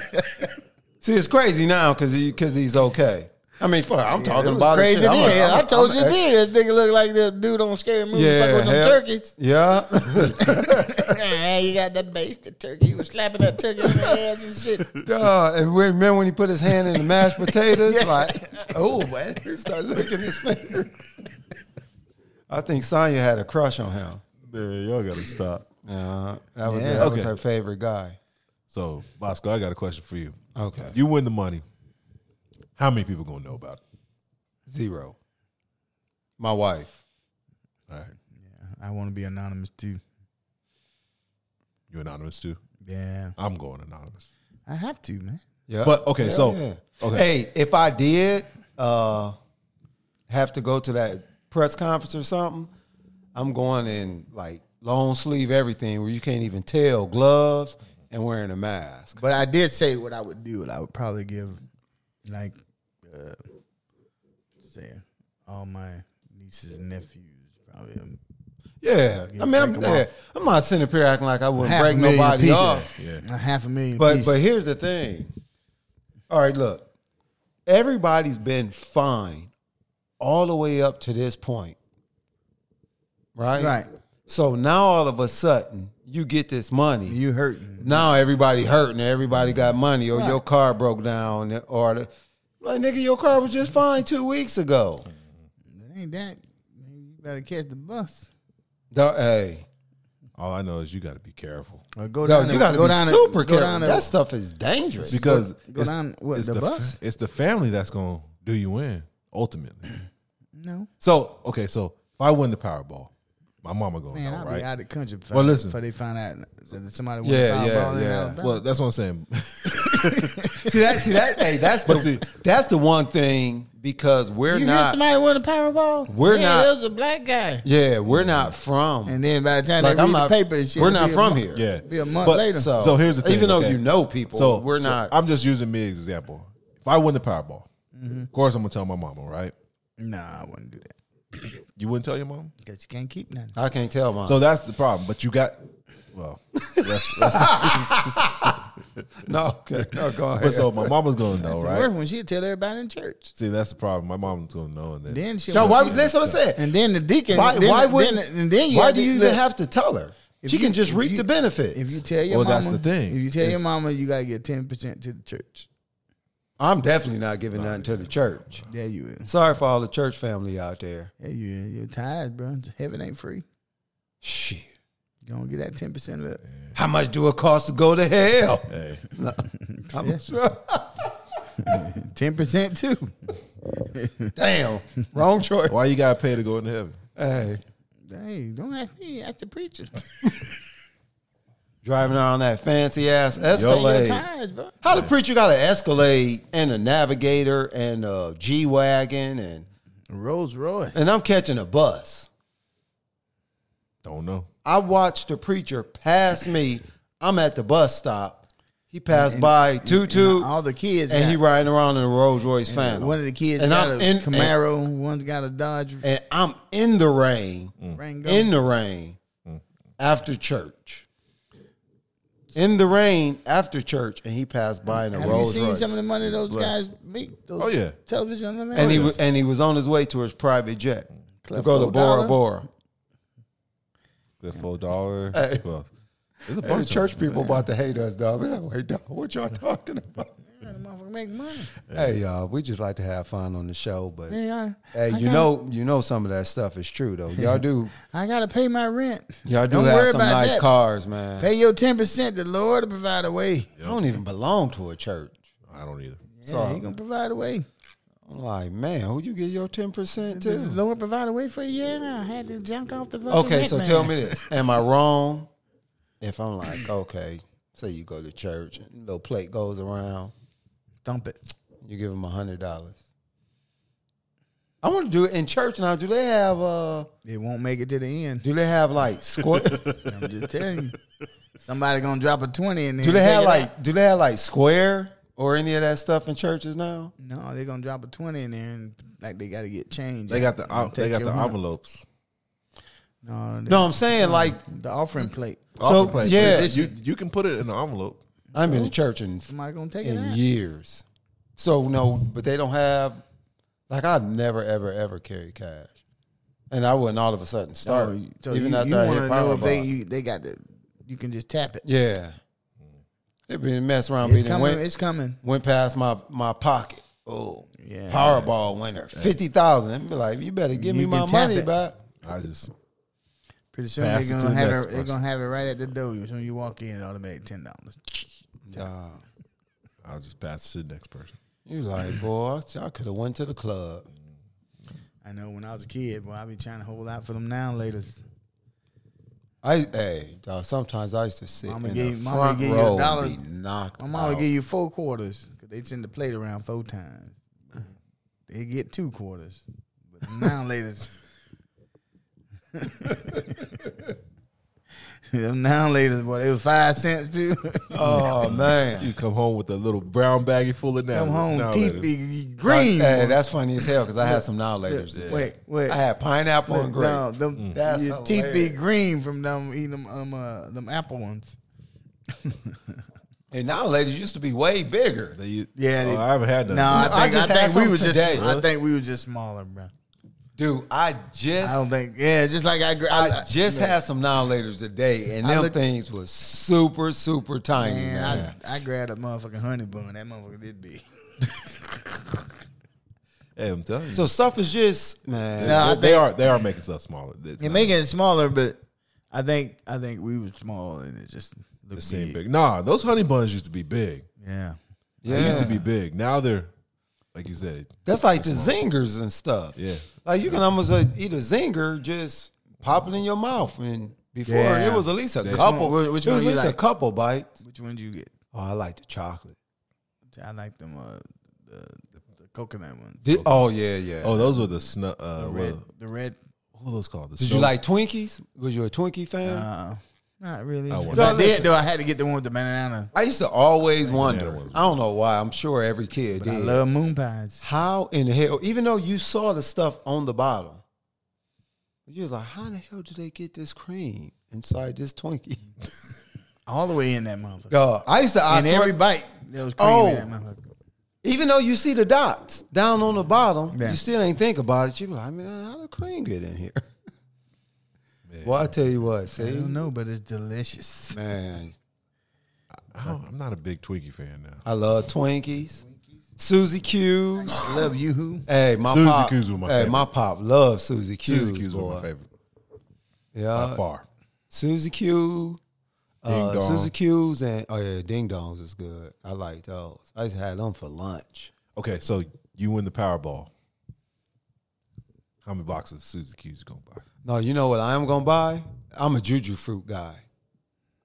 [SPEAKER 1] See, it's crazy now because because he's okay. I mean, fuck, I'm
[SPEAKER 3] It
[SPEAKER 1] talking
[SPEAKER 3] was
[SPEAKER 1] about it.
[SPEAKER 3] crazy
[SPEAKER 1] shit. I'm
[SPEAKER 3] then.
[SPEAKER 1] like, I'm-
[SPEAKER 3] I told
[SPEAKER 1] I'm
[SPEAKER 3] you
[SPEAKER 1] ex-
[SPEAKER 3] then. This nigga look like the dude on scary movie fucking with them
[SPEAKER 1] hell-
[SPEAKER 3] turkeys.
[SPEAKER 1] Yeah,
[SPEAKER 3] Yeah, you got that base, the turkey. He was slapping that turkey in the ass and shit.
[SPEAKER 1] Duh, and we- remember when he put his hand in the mashed
[SPEAKER 4] [LAUGHS]
[SPEAKER 1] potatoes? Like, oh man, he started licking his finger. I think Sonya had a crush on him.
[SPEAKER 4] Man, y'all gotta stop.
[SPEAKER 1] Uh, that was
[SPEAKER 3] Yeah.
[SPEAKER 1] that was
[SPEAKER 4] Okay.
[SPEAKER 1] her favorite guy.
[SPEAKER 4] So, Bosco, I got a question for you.
[SPEAKER 1] Okay,
[SPEAKER 4] You win the money. How many people gonna know about it?
[SPEAKER 1] zero. My wife.
[SPEAKER 4] All right,
[SPEAKER 3] I want to be anonymous too.
[SPEAKER 4] you anonymous too.
[SPEAKER 3] Yeah,
[SPEAKER 4] I'm going anonymous.
[SPEAKER 3] I have to, man.
[SPEAKER 1] Yeah.
[SPEAKER 4] But, okay,
[SPEAKER 1] Hell
[SPEAKER 4] so-
[SPEAKER 1] yeah.
[SPEAKER 4] okay.
[SPEAKER 1] hey, if I did uh, have to go to that press conference or something, I'm going in like long sleeve everything where you can't even tell gloves and wearing a mask.
[SPEAKER 3] But I did say what I would do. and I would probably give, like, uh, say, all my nieces and nephews probably. Um,
[SPEAKER 1] Yeah,
[SPEAKER 3] Yeah,
[SPEAKER 1] I mean, I'm,
[SPEAKER 3] break 'em
[SPEAKER 1] yeah,
[SPEAKER 3] off.
[SPEAKER 1] I'm not sitting up here acting like I wouldn't
[SPEAKER 3] half
[SPEAKER 1] break
[SPEAKER 3] a million
[SPEAKER 1] nobody
[SPEAKER 3] pieces.
[SPEAKER 1] off.
[SPEAKER 3] A half a million.
[SPEAKER 1] But
[SPEAKER 3] pieces.
[SPEAKER 1] but here's the thing. All right, look, everybody's been fine all the way up to this point, right?
[SPEAKER 3] Right.
[SPEAKER 1] So now all of a sudden you get this money.
[SPEAKER 3] you hurting.
[SPEAKER 1] now everybody hurting. Everybody got money, or your car broke down, or the, like nigga, your car was just fine two weeks ago.
[SPEAKER 3] It ain't that. Man, you better catch the bus.
[SPEAKER 1] Dog, hey,
[SPEAKER 4] All I know is you gotta be careful
[SPEAKER 3] Or go
[SPEAKER 1] dog,
[SPEAKER 3] down.
[SPEAKER 1] you
[SPEAKER 3] to-
[SPEAKER 1] got to
[SPEAKER 3] go
[SPEAKER 1] be
[SPEAKER 3] down to-
[SPEAKER 1] super
[SPEAKER 3] go
[SPEAKER 1] careful.
[SPEAKER 3] down to-
[SPEAKER 1] that stuff is dangerous.
[SPEAKER 4] because
[SPEAKER 3] go down- what,
[SPEAKER 4] it's
[SPEAKER 3] the
[SPEAKER 4] fa-
[SPEAKER 3] bus?
[SPEAKER 4] it's the family that's gonna do you in ultimately. [CLEARS THROAT]
[SPEAKER 3] No,
[SPEAKER 4] So okay, so if I win the Powerball, my mama gonna
[SPEAKER 3] man,
[SPEAKER 4] know,
[SPEAKER 3] I'll
[SPEAKER 4] right?
[SPEAKER 3] be out of the country. Before
[SPEAKER 4] Well, listen.
[SPEAKER 3] before they find out that somebody won
[SPEAKER 1] Yeah,
[SPEAKER 3] the
[SPEAKER 1] yeah,
[SPEAKER 3] Powerball in
[SPEAKER 1] yeah.
[SPEAKER 3] Alabama. [LAUGHS]
[SPEAKER 4] well, that's what I'm saying. [LAUGHS]
[SPEAKER 1] See that? See [LAUGHS] that? Hey, that's the
[SPEAKER 4] see-
[SPEAKER 1] that's the one thing because we're
[SPEAKER 3] you hear
[SPEAKER 1] not.
[SPEAKER 3] somebody won the Powerball?
[SPEAKER 1] We're
[SPEAKER 3] yeah,
[SPEAKER 1] not-
[SPEAKER 3] It was a black guy.
[SPEAKER 1] yeah, we're not from.
[SPEAKER 3] And then by the time
[SPEAKER 1] like
[SPEAKER 3] they
[SPEAKER 1] I'm
[SPEAKER 3] read
[SPEAKER 1] not.
[SPEAKER 3] the paper and shit,
[SPEAKER 1] we're
[SPEAKER 3] it'll
[SPEAKER 1] not
[SPEAKER 3] be a
[SPEAKER 1] from
[SPEAKER 3] month.
[SPEAKER 1] here.
[SPEAKER 4] Yeah,
[SPEAKER 3] Be a month
[SPEAKER 4] But-
[SPEAKER 3] later.
[SPEAKER 1] So,
[SPEAKER 4] So here's the thing.
[SPEAKER 1] Even though
[SPEAKER 4] okay?
[SPEAKER 1] you know people,
[SPEAKER 4] So
[SPEAKER 1] we're
[SPEAKER 4] so
[SPEAKER 1] not.
[SPEAKER 4] I'm just using me as an example. If I win the Powerball,
[SPEAKER 1] Mm-hmm.
[SPEAKER 4] of course I'm gonna tell my mama, right?
[SPEAKER 3] Nah, I wouldn't do that
[SPEAKER 4] You wouldn't tell your mom,
[SPEAKER 3] because you can't keep nothing.
[SPEAKER 1] I can't tell mine.
[SPEAKER 4] so that's the problem. But you got well. That's,
[SPEAKER 1] [LAUGHS]
[SPEAKER 4] that's,
[SPEAKER 1] no, okay, no, go ahead.
[SPEAKER 4] but so my mama's gonna know,
[SPEAKER 3] It's
[SPEAKER 4] right?
[SPEAKER 3] worse when she'd tell everybody in church.
[SPEAKER 4] See, that's the problem. My mom's gonna know, and then,
[SPEAKER 3] Then she.
[SPEAKER 1] no, why? That's what I said.
[SPEAKER 3] And then the deacon.
[SPEAKER 1] Why?
[SPEAKER 3] then,
[SPEAKER 1] why
[SPEAKER 3] then-
[SPEAKER 1] would?
[SPEAKER 3] and then you
[SPEAKER 1] why
[SPEAKER 3] have
[SPEAKER 1] do
[SPEAKER 3] to-
[SPEAKER 1] you even
[SPEAKER 3] look,
[SPEAKER 1] have to tell her?
[SPEAKER 3] if
[SPEAKER 1] She
[SPEAKER 3] you-
[SPEAKER 1] can just
[SPEAKER 3] if
[SPEAKER 1] reap
[SPEAKER 3] you-
[SPEAKER 1] the benefit.
[SPEAKER 3] If you tell your
[SPEAKER 4] Well,
[SPEAKER 3] mama,
[SPEAKER 4] that's the thing.
[SPEAKER 3] If you tell your
[SPEAKER 4] It's-
[SPEAKER 3] mama, you gotta get ten percent to the church.
[SPEAKER 1] I'm definitely not giving nothing to the church.
[SPEAKER 3] Yeah, you is.
[SPEAKER 1] Sorry for all the church family out there.
[SPEAKER 3] Yeah, you is. You're tired, bro. Heaven ain't free.
[SPEAKER 1] Shit,
[SPEAKER 3] You gonna get that ten percent of it.
[SPEAKER 1] how much do it cost to go to hell?
[SPEAKER 4] hey,
[SPEAKER 1] I'm-
[SPEAKER 3] [LAUGHS] Ten percent too.
[SPEAKER 1] Damn, wrong choice.
[SPEAKER 4] why you gotta pay to go into heaven?
[SPEAKER 1] Hey.
[SPEAKER 3] Dang, don't ask me. Ask the preacher.
[SPEAKER 1] driving around that fancy ass
[SPEAKER 3] You're
[SPEAKER 1] Escalade.
[SPEAKER 3] tired, bro.
[SPEAKER 1] How the preacher got an Escalade and a Navigator and a G wagon and
[SPEAKER 3] Rolls Royce.
[SPEAKER 1] and I'm catching a bus.
[SPEAKER 4] Don't know.
[SPEAKER 1] I watched the preacher pass me. I'm at the bus stop. He passed by two
[SPEAKER 3] and
[SPEAKER 1] two,
[SPEAKER 3] all the kids
[SPEAKER 1] and
[SPEAKER 3] got-
[SPEAKER 1] he riding around in a Rolls Royce Phantom.
[SPEAKER 3] One of the kids
[SPEAKER 1] and
[SPEAKER 3] got
[SPEAKER 1] I'm
[SPEAKER 3] a
[SPEAKER 1] in, and,
[SPEAKER 3] Camaro. one's got a Dodge
[SPEAKER 1] and I'm in the rain,
[SPEAKER 3] Rango.
[SPEAKER 1] in the rain, after church. In the rain after church, and he passed by in a
[SPEAKER 3] Have
[SPEAKER 1] Rolls
[SPEAKER 3] you seen
[SPEAKER 1] Royce.
[SPEAKER 3] some of the money those guys make? Those
[SPEAKER 4] Oh, yeah.
[SPEAKER 3] television. on the
[SPEAKER 1] and he
[SPEAKER 3] man?
[SPEAKER 1] was and he was on his way to his private
[SPEAKER 3] Mm.
[SPEAKER 1] jet to
[SPEAKER 3] Cleft
[SPEAKER 1] go to Bora
[SPEAKER 3] Odala?
[SPEAKER 1] Bora.
[SPEAKER 4] The four dollar.
[SPEAKER 1] Hey.
[SPEAKER 4] Well, there's a bunch of
[SPEAKER 1] church people about to hate us, dog. We're like, wait, dog, what y'all talking about?
[SPEAKER 3] Yeah, the motherfucker make money.
[SPEAKER 1] Hey, y'all, we just like to have fun on the show, but
[SPEAKER 3] Yeah, I-
[SPEAKER 1] hey,
[SPEAKER 3] I
[SPEAKER 1] you
[SPEAKER 3] gotta-
[SPEAKER 1] know, you know, some of that stuff is true though. Y'all
[SPEAKER 3] [LAUGHS]
[SPEAKER 1] do,
[SPEAKER 3] I gotta pay my rent.
[SPEAKER 1] y'all do
[SPEAKER 3] Don't
[SPEAKER 1] have
[SPEAKER 3] worry
[SPEAKER 1] some
[SPEAKER 3] about
[SPEAKER 1] nice
[SPEAKER 3] that.
[SPEAKER 1] cars, man.
[SPEAKER 3] Pay your ten percent. The Lord will provide a way.
[SPEAKER 1] I don't even belong to a church,
[SPEAKER 4] I don't either.
[SPEAKER 1] so
[SPEAKER 3] Yeah, he gonna provide a way.
[SPEAKER 1] I'm like, man, who you get your ten percent
[SPEAKER 3] Does the
[SPEAKER 1] to?
[SPEAKER 3] Lord provide a way for you? Yeah, I had to junk off the. fucking
[SPEAKER 1] Okay,
[SPEAKER 3] rent,
[SPEAKER 1] so
[SPEAKER 3] man.
[SPEAKER 1] tell me this: Am I wrong if I'm like, okay, say you go to church, and little plate goes around,
[SPEAKER 3] Thump it.
[SPEAKER 1] You give them a hundred dollars. I want to do it in church now. Do they have uh
[SPEAKER 3] It won't make it to the end.
[SPEAKER 1] do they have like square [LAUGHS]
[SPEAKER 3] I'm just telling you. Somebody gonna drop a twenty in there.
[SPEAKER 1] do they
[SPEAKER 3] and
[SPEAKER 1] have
[SPEAKER 3] take it out.
[SPEAKER 1] like do they have like square or any of that stuff in churches now?
[SPEAKER 3] No, they're gonna drop a twenty in there, and like they got to get change.
[SPEAKER 2] They got the
[SPEAKER 3] out
[SPEAKER 4] uh,
[SPEAKER 3] and
[SPEAKER 2] en- they
[SPEAKER 3] take
[SPEAKER 2] got
[SPEAKER 3] your
[SPEAKER 2] the
[SPEAKER 3] money.
[SPEAKER 2] envelopes.
[SPEAKER 3] No, they-
[SPEAKER 1] No, Oh. I'm saying like
[SPEAKER 3] the offering plate.
[SPEAKER 1] So,
[SPEAKER 2] Offer plate.
[SPEAKER 1] yeah.
[SPEAKER 2] you you can put it in an envelope.
[SPEAKER 1] I'm in the
[SPEAKER 3] Oh.
[SPEAKER 1] church and
[SPEAKER 3] Somebody gonna take it.
[SPEAKER 1] in
[SPEAKER 3] out.
[SPEAKER 1] years. So no, but they don't have like I never ever ever carry cash, and I wouldn't all of a sudden start
[SPEAKER 3] So, Oh, so
[SPEAKER 1] even
[SPEAKER 3] you,
[SPEAKER 1] after
[SPEAKER 3] you
[SPEAKER 1] I
[SPEAKER 3] wanna
[SPEAKER 1] hit
[SPEAKER 3] know
[SPEAKER 1] power
[SPEAKER 3] if they you, they got the you can just tap it.
[SPEAKER 1] Yeah, it been mess around.
[SPEAKER 3] It's
[SPEAKER 1] It done
[SPEAKER 3] coming.
[SPEAKER 1] went
[SPEAKER 3] It's coming.
[SPEAKER 1] went past my my pocket. Oh
[SPEAKER 3] Yeah.
[SPEAKER 1] Powerball winner fifty thousand. Be like, you better give me
[SPEAKER 3] You
[SPEAKER 1] my
[SPEAKER 3] can tap
[SPEAKER 1] money
[SPEAKER 3] it.
[SPEAKER 1] back.
[SPEAKER 2] I just
[SPEAKER 3] Pretty soon
[SPEAKER 2] Pass
[SPEAKER 3] they're
[SPEAKER 2] it to
[SPEAKER 3] gonna
[SPEAKER 2] the
[SPEAKER 3] have
[SPEAKER 2] next
[SPEAKER 3] it. They're
[SPEAKER 2] person.
[SPEAKER 3] gonna have it right at the door. As soon as you walk in, it automatic ten dollars.
[SPEAKER 1] Nah.
[SPEAKER 2] I'll just pass it to the next person.
[SPEAKER 1] You like, boy, I could have went to the club.
[SPEAKER 3] I know when I was a kid, boy, I be trying to hold out for them now later.
[SPEAKER 1] I hey, dog, sometimes I used to sit
[SPEAKER 3] Mama
[SPEAKER 1] in
[SPEAKER 3] gave-
[SPEAKER 1] the
[SPEAKER 3] mama
[SPEAKER 1] front
[SPEAKER 3] gave you a
[SPEAKER 1] row
[SPEAKER 3] dollar.
[SPEAKER 1] and be knocked
[SPEAKER 3] My mom would
[SPEAKER 1] out.
[SPEAKER 3] give you four quarters. 'cause they send the plate around four times. They get two quarters, but
[SPEAKER 1] [LAUGHS]
[SPEAKER 3] them now later. [LAUGHS] them now later, boy, it was five cents too. [LAUGHS]
[SPEAKER 1] Oh man,
[SPEAKER 2] You come home with a little brown baggie full of now.
[SPEAKER 3] Come home,
[SPEAKER 2] now
[SPEAKER 3] teeth
[SPEAKER 2] letters.
[SPEAKER 3] be green.
[SPEAKER 1] Hey,
[SPEAKER 3] boy.
[SPEAKER 1] that's funny as hell because I had some now laters.
[SPEAKER 3] Look, Wait, wait.
[SPEAKER 1] I had pineapple
[SPEAKER 3] Look,
[SPEAKER 1] and grape.
[SPEAKER 3] No, them,
[SPEAKER 1] Mm. That's
[SPEAKER 3] your teeth be
[SPEAKER 1] hilarious.
[SPEAKER 3] green from them eating them, um, uh, them apple ones.
[SPEAKER 1] And now laters used to be way bigger.
[SPEAKER 2] They u-
[SPEAKER 3] Yeah, they-
[SPEAKER 2] oh, I haven't had
[SPEAKER 3] No,
[SPEAKER 2] none.
[SPEAKER 3] I
[SPEAKER 1] I
[SPEAKER 3] think, I
[SPEAKER 1] just had
[SPEAKER 3] think we
[SPEAKER 1] some
[SPEAKER 3] was just
[SPEAKER 1] today.
[SPEAKER 3] I think we was just smaller, bro.
[SPEAKER 1] Dude, I just
[SPEAKER 3] I
[SPEAKER 1] I,
[SPEAKER 3] don't think. Yeah, just like I, gr- I,
[SPEAKER 1] just
[SPEAKER 3] yeah.
[SPEAKER 1] had some now laters today, and
[SPEAKER 3] I
[SPEAKER 1] them
[SPEAKER 3] look-
[SPEAKER 1] things was super super tiny.
[SPEAKER 3] Man,
[SPEAKER 1] Man,
[SPEAKER 3] I, I grabbed a motherfucking honey bun. That motherfucker did be.
[SPEAKER 2] Hey, I'm telling you.
[SPEAKER 1] so stuff is just man.
[SPEAKER 3] No, I
[SPEAKER 2] they, they
[SPEAKER 3] think-
[SPEAKER 2] are they are making stuff smaller. It's
[SPEAKER 3] You're
[SPEAKER 2] not-
[SPEAKER 3] making it smaller, but I think I think we was small and it just
[SPEAKER 2] it
[SPEAKER 3] looked
[SPEAKER 2] seem
[SPEAKER 3] big.
[SPEAKER 2] big. Nah, those honey buns used to be big.
[SPEAKER 3] Yeah,
[SPEAKER 2] They
[SPEAKER 1] yeah,
[SPEAKER 2] used to be big. Now they're like you said.
[SPEAKER 1] that's like the zingers and stuff.
[SPEAKER 2] Yeah.
[SPEAKER 1] like you can almost uh, eat a zinger just pop it in your mouth, and before
[SPEAKER 3] Yeah.
[SPEAKER 1] it was at least a
[SPEAKER 3] Which
[SPEAKER 1] couple.
[SPEAKER 3] one- which
[SPEAKER 1] it was at
[SPEAKER 3] one you
[SPEAKER 1] least a
[SPEAKER 3] like?
[SPEAKER 1] couple bites.
[SPEAKER 3] which one did you get?
[SPEAKER 1] Oh, I like the chocolate.
[SPEAKER 3] I like them uh, the, the, the coconut ones.
[SPEAKER 1] Did- oh yeah, yeah.
[SPEAKER 2] Oh, those were the snu Uh,
[SPEAKER 3] The
[SPEAKER 2] what-
[SPEAKER 3] red, the red.
[SPEAKER 2] What were those called? The
[SPEAKER 1] Did you
[SPEAKER 2] snow-
[SPEAKER 1] like Twinkies? Was you a Twinkie fan?
[SPEAKER 3] Uh, not really.
[SPEAKER 2] I
[SPEAKER 3] if
[SPEAKER 2] wasn't.
[SPEAKER 3] I
[SPEAKER 1] No,
[SPEAKER 3] did
[SPEAKER 1] listen.
[SPEAKER 3] though. I had to get the one with the banana.
[SPEAKER 1] I used to always
[SPEAKER 2] banana
[SPEAKER 1] wonder.
[SPEAKER 2] ones.
[SPEAKER 1] I don't know why. I'm sure every kid
[SPEAKER 3] But I
[SPEAKER 1] did.
[SPEAKER 3] love moon pies.
[SPEAKER 1] how in the hell, even though you saw the stuff on the bottle, you was like, how in the hell do they get this cream inside this
[SPEAKER 2] [LAUGHS]
[SPEAKER 1] Twinkie?
[SPEAKER 3] all the way in that motherfucker.
[SPEAKER 1] Dog, I used to. I
[SPEAKER 3] in
[SPEAKER 1] swear-
[SPEAKER 3] every bite, there was cream in that
[SPEAKER 1] Oh.
[SPEAKER 3] motherfucker.
[SPEAKER 1] even though you see the dots down on the bottom,
[SPEAKER 3] Yeah.
[SPEAKER 1] you still ain't think about it. You be like, man, how the cream get
[SPEAKER 2] [LAUGHS]
[SPEAKER 1] in here? Well, I tell you what,
[SPEAKER 3] I
[SPEAKER 1] see,
[SPEAKER 3] don't know, but it's delicious.
[SPEAKER 1] man,
[SPEAKER 2] I don't- I'm not a big Twinkie fan now.
[SPEAKER 1] I love Twinkies, Susie Q's.
[SPEAKER 3] Love you, who?
[SPEAKER 1] Hey, my
[SPEAKER 2] Suzy
[SPEAKER 1] pop,
[SPEAKER 2] Q's were my
[SPEAKER 1] hey,
[SPEAKER 2] favorite.
[SPEAKER 1] my pop loves Susie Q's.
[SPEAKER 2] Suzy Q's were my favorite by
[SPEAKER 1] Yeah,
[SPEAKER 2] far.
[SPEAKER 1] Susie Q,
[SPEAKER 2] Ding
[SPEAKER 1] uh,
[SPEAKER 2] dong.
[SPEAKER 1] Susie Q's, and oh yeah, Ding Dongs is good. I like those. I used to have them for lunch.
[SPEAKER 2] Okay, so you win the Powerball. How many boxes of Suzy Q's you gonna buy?
[SPEAKER 1] No, you know what I am gonna buy? I'm a juju fruit guy.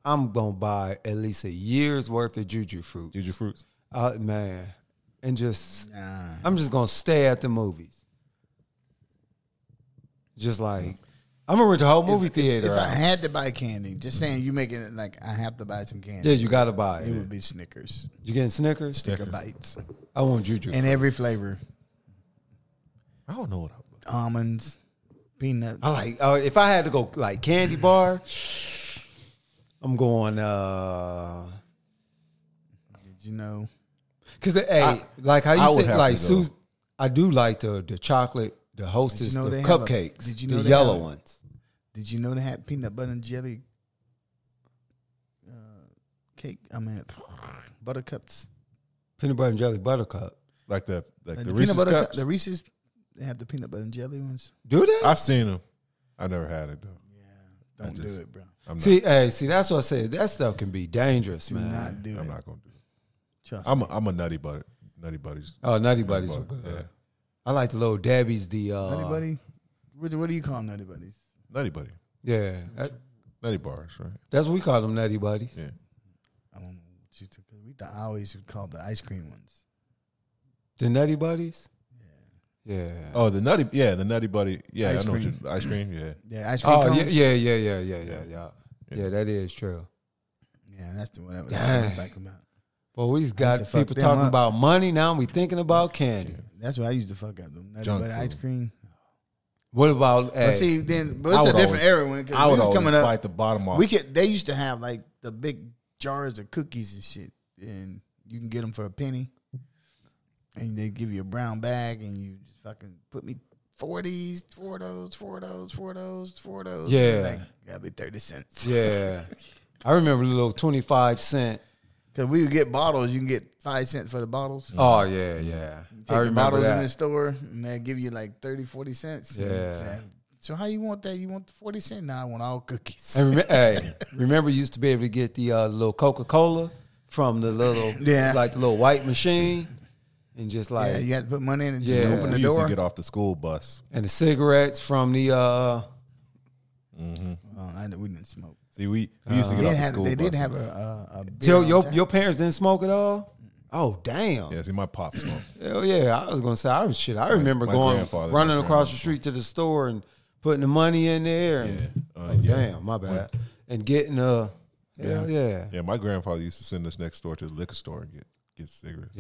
[SPEAKER 1] I'm gonna buy at least a year's worth of juju fruit.
[SPEAKER 2] Did your fruits?
[SPEAKER 1] uh, man, and just
[SPEAKER 3] Nah.
[SPEAKER 1] I'm just gonna stay at the movies. Just like I remember the whole movie theater.
[SPEAKER 3] If I
[SPEAKER 1] out.
[SPEAKER 3] had to buy candy, just saying you making it like I have to buy some candy.
[SPEAKER 1] yeah, you gotta buy
[SPEAKER 3] It
[SPEAKER 1] it.
[SPEAKER 3] would be Snickers,
[SPEAKER 1] You getting Snickers?
[SPEAKER 3] Snicker bites,
[SPEAKER 1] I want juju.
[SPEAKER 3] in every flavor:
[SPEAKER 2] I don't know what I'm.
[SPEAKER 3] almonds, peanut.
[SPEAKER 1] I like uh, if I had to go like candy bar, I'm going uh
[SPEAKER 3] Did you know?
[SPEAKER 1] cuz hey, like how
[SPEAKER 2] I
[SPEAKER 1] you
[SPEAKER 2] would
[SPEAKER 1] said
[SPEAKER 2] have
[SPEAKER 1] like
[SPEAKER 2] to go.
[SPEAKER 1] Sus I do like the the chocolate, the hostess,
[SPEAKER 3] know
[SPEAKER 1] the
[SPEAKER 3] they have a-
[SPEAKER 1] cupcakes,
[SPEAKER 3] did you know
[SPEAKER 1] the
[SPEAKER 3] they have
[SPEAKER 1] yellow
[SPEAKER 3] a-
[SPEAKER 1] ones.
[SPEAKER 3] Did you know they had peanut butter and jelly uh, cake? I mean, [SIGHS] buttercups.
[SPEAKER 1] Peanut butter and jelly buttercup.
[SPEAKER 2] Like the like
[SPEAKER 3] Uh,
[SPEAKER 2] the,
[SPEAKER 3] the, peanut
[SPEAKER 2] Reese's
[SPEAKER 3] butter, cup,
[SPEAKER 2] cups.
[SPEAKER 3] the Reese's. They have the peanut butter and jelly ones.
[SPEAKER 1] Do they?
[SPEAKER 2] I've seen them. I never had it though.
[SPEAKER 3] Don't
[SPEAKER 2] just-
[SPEAKER 3] do it, bro.
[SPEAKER 2] I'm
[SPEAKER 1] see, hey, see that's what I said. That stuff can be dangerous,
[SPEAKER 3] Do
[SPEAKER 1] man.
[SPEAKER 3] not do
[SPEAKER 2] not.
[SPEAKER 3] it.
[SPEAKER 2] I'm not gonna do. It.
[SPEAKER 3] Trust
[SPEAKER 2] I'm a, I'm a nutty buddy. Nutty buddies.
[SPEAKER 1] Oh, nutty buddies
[SPEAKER 2] Nutty
[SPEAKER 1] are
[SPEAKER 2] Buddies,
[SPEAKER 1] good.
[SPEAKER 2] yeah.
[SPEAKER 1] I like the little Debbie's the uh
[SPEAKER 3] Nutty buddy. What, what do you call them, nutty buddies?
[SPEAKER 2] Nutty buddy.
[SPEAKER 1] Yeah. that-
[SPEAKER 2] Nutty bars, right?
[SPEAKER 1] that's what we call them nutty buddies.
[SPEAKER 2] Yeah.
[SPEAKER 3] I don't know what you took. We thought I always called the ice cream ones.
[SPEAKER 1] The nutty buddies? Yeah.
[SPEAKER 2] Oh, the nutty. Yeah, the nutty buddy. Yeah,
[SPEAKER 3] Ice
[SPEAKER 2] I know what
[SPEAKER 3] cream.
[SPEAKER 2] you- ice cream. Yeah.
[SPEAKER 3] Yeah, ice cream.
[SPEAKER 1] Oh
[SPEAKER 3] cones.
[SPEAKER 1] yeah, yeah, yeah, yeah, yeah, yeah, yeah. Yeah, that is true.
[SPEAKER 3] Yeah, that's the one that was, that's what I was
[SPEAKER 1] Dang.
[SPEAKER 3] thinking about.
[SPEAKER 1] Well, we just
[SPEAKER 3] to
[SPEAKER 1] got
[SPEAKER 3] fuck
[SPEAKER 1] people
[SPEAKER 3] them
[SPEAKER 1] talking
[SPEAKER 3] up.
[SPEAKER 1] about money. Now we thinking about candy.
[SPEAKER 3] That's what I used to fuck up them nutty
[SPEAKER 4] Junk
[SPEAKER 3] butter ice
[SPEAKER 4] food.
[SPEAKER 3] cream.
[SPEAKER 1] What about?
[SPEAKER 3] But
[SPEAKER 1] Hey,
[SPEAKER 3] see, then
[SPEAKER 4] I
[SPEAKER 3] but it's a
[SPEAKER 4] would
[SPEAKER 3] different
[SPEAKER 4] always-
[SPEAKER 3] era when 'cause
[SPEAKER 4] I
[SPEAKER 3] we
[SPEAKER 4] would
[SPEAKER 3] was
[SPEAKER 4] always
[SPEAKER 3] coming up.
[SPEAKER 4] bite the bottom off.
[SPEAKER 3] uh, We could. They used to have like the big jars of cookies and shit, and you can get them for a penny, and they give you a brown bag, and you just fucking put me four of these, four of those, four of those, four of those, four of those.
[SPEAKER 1] Yeah.
[SPEAKER 3] like gotta be thirty cents.
[SPEAKER 1] yeah, I remember the little twenty-five cent.
[SPEAKER 3] Cause we would get bottles. You can get five cents for the bottles.
[SPEAKER 1] Oh yeah, yeah.
[SPEAKER 3] You
[SPEAKER 1] I
[SPEAKER 3] take the
[SPEAKER 1] remember
[SPEAKER 3] bottles in the
[SPEAKER 1] that.
[SPEAKER 3] store, and they give you like 30, 40 cents.
[SPEAKER 1] Yeah.
[SPEAKER 3] So, so how you want that? You want the forty cent? Nah, I want all cookies.
[SPEAKER 1] And rem- hey, remember you used to be able to get the uh, little Coca-Cola from the little,
[SPEAKER 3] [LAUGHS] Yeah.
[SPEAKER 1] like the little white machine, and just like
[SPEAKER 3] [LAUGHS] yeah, you got to put money in and just
[SPEAKER 1] Yeah.
[SPEAKER 3] open the
[SPEAKER 4] We used
[SPEAKER 3] door.
[SPEAKER 4] to get off the school bus.
[SPEAKER 1] and the cigarettes from the uh,
[SPEAKER 3] oh, I, we didn't smoke.
[SPEAKER 4] See, we, we used to
[SPEAKER 3] Uh-huh.
[SPEAKER 4] get off
[SPEAKER 3] They did
[SPEAKER 4] the
[SPEAKER 3] have,
[SPEAKER 4] school
[SPEAKER 3] they
[SPEAKER 4] bus.
[SPEAKER 3] did have a, a, uh, a beer
[SPEAKER 1] Yo,
[SPEAKER 3] on
[SPEAKER 1] your
[SPEAKER 3] tap.
[SPEAKER 1] your parents didn't smoke at all. Oh damn!
[SPEAKER 4] yeah, see, my pop smoked.
[SPEAKER 1] Hell yeah! I was gonna say I was shit. I remember
[SPEAKER 4] my
[SPEAKER 1] going
[SPEAKER 4] grandfather, my
[SPEAKER 1] running across the street to the store and putting the money in there. And,
[SPEAKER 4] Yeah. Uh,
[SPEAKER 1] oh,
[SPEAKER 4] yeah.
[SPEAKER 1] Damn, my bad. And getting a hell yeah, yeah.
[SPEAKER 4] Yeah, my grandfather used to send us next door to the liquor store and get, get cigarettes.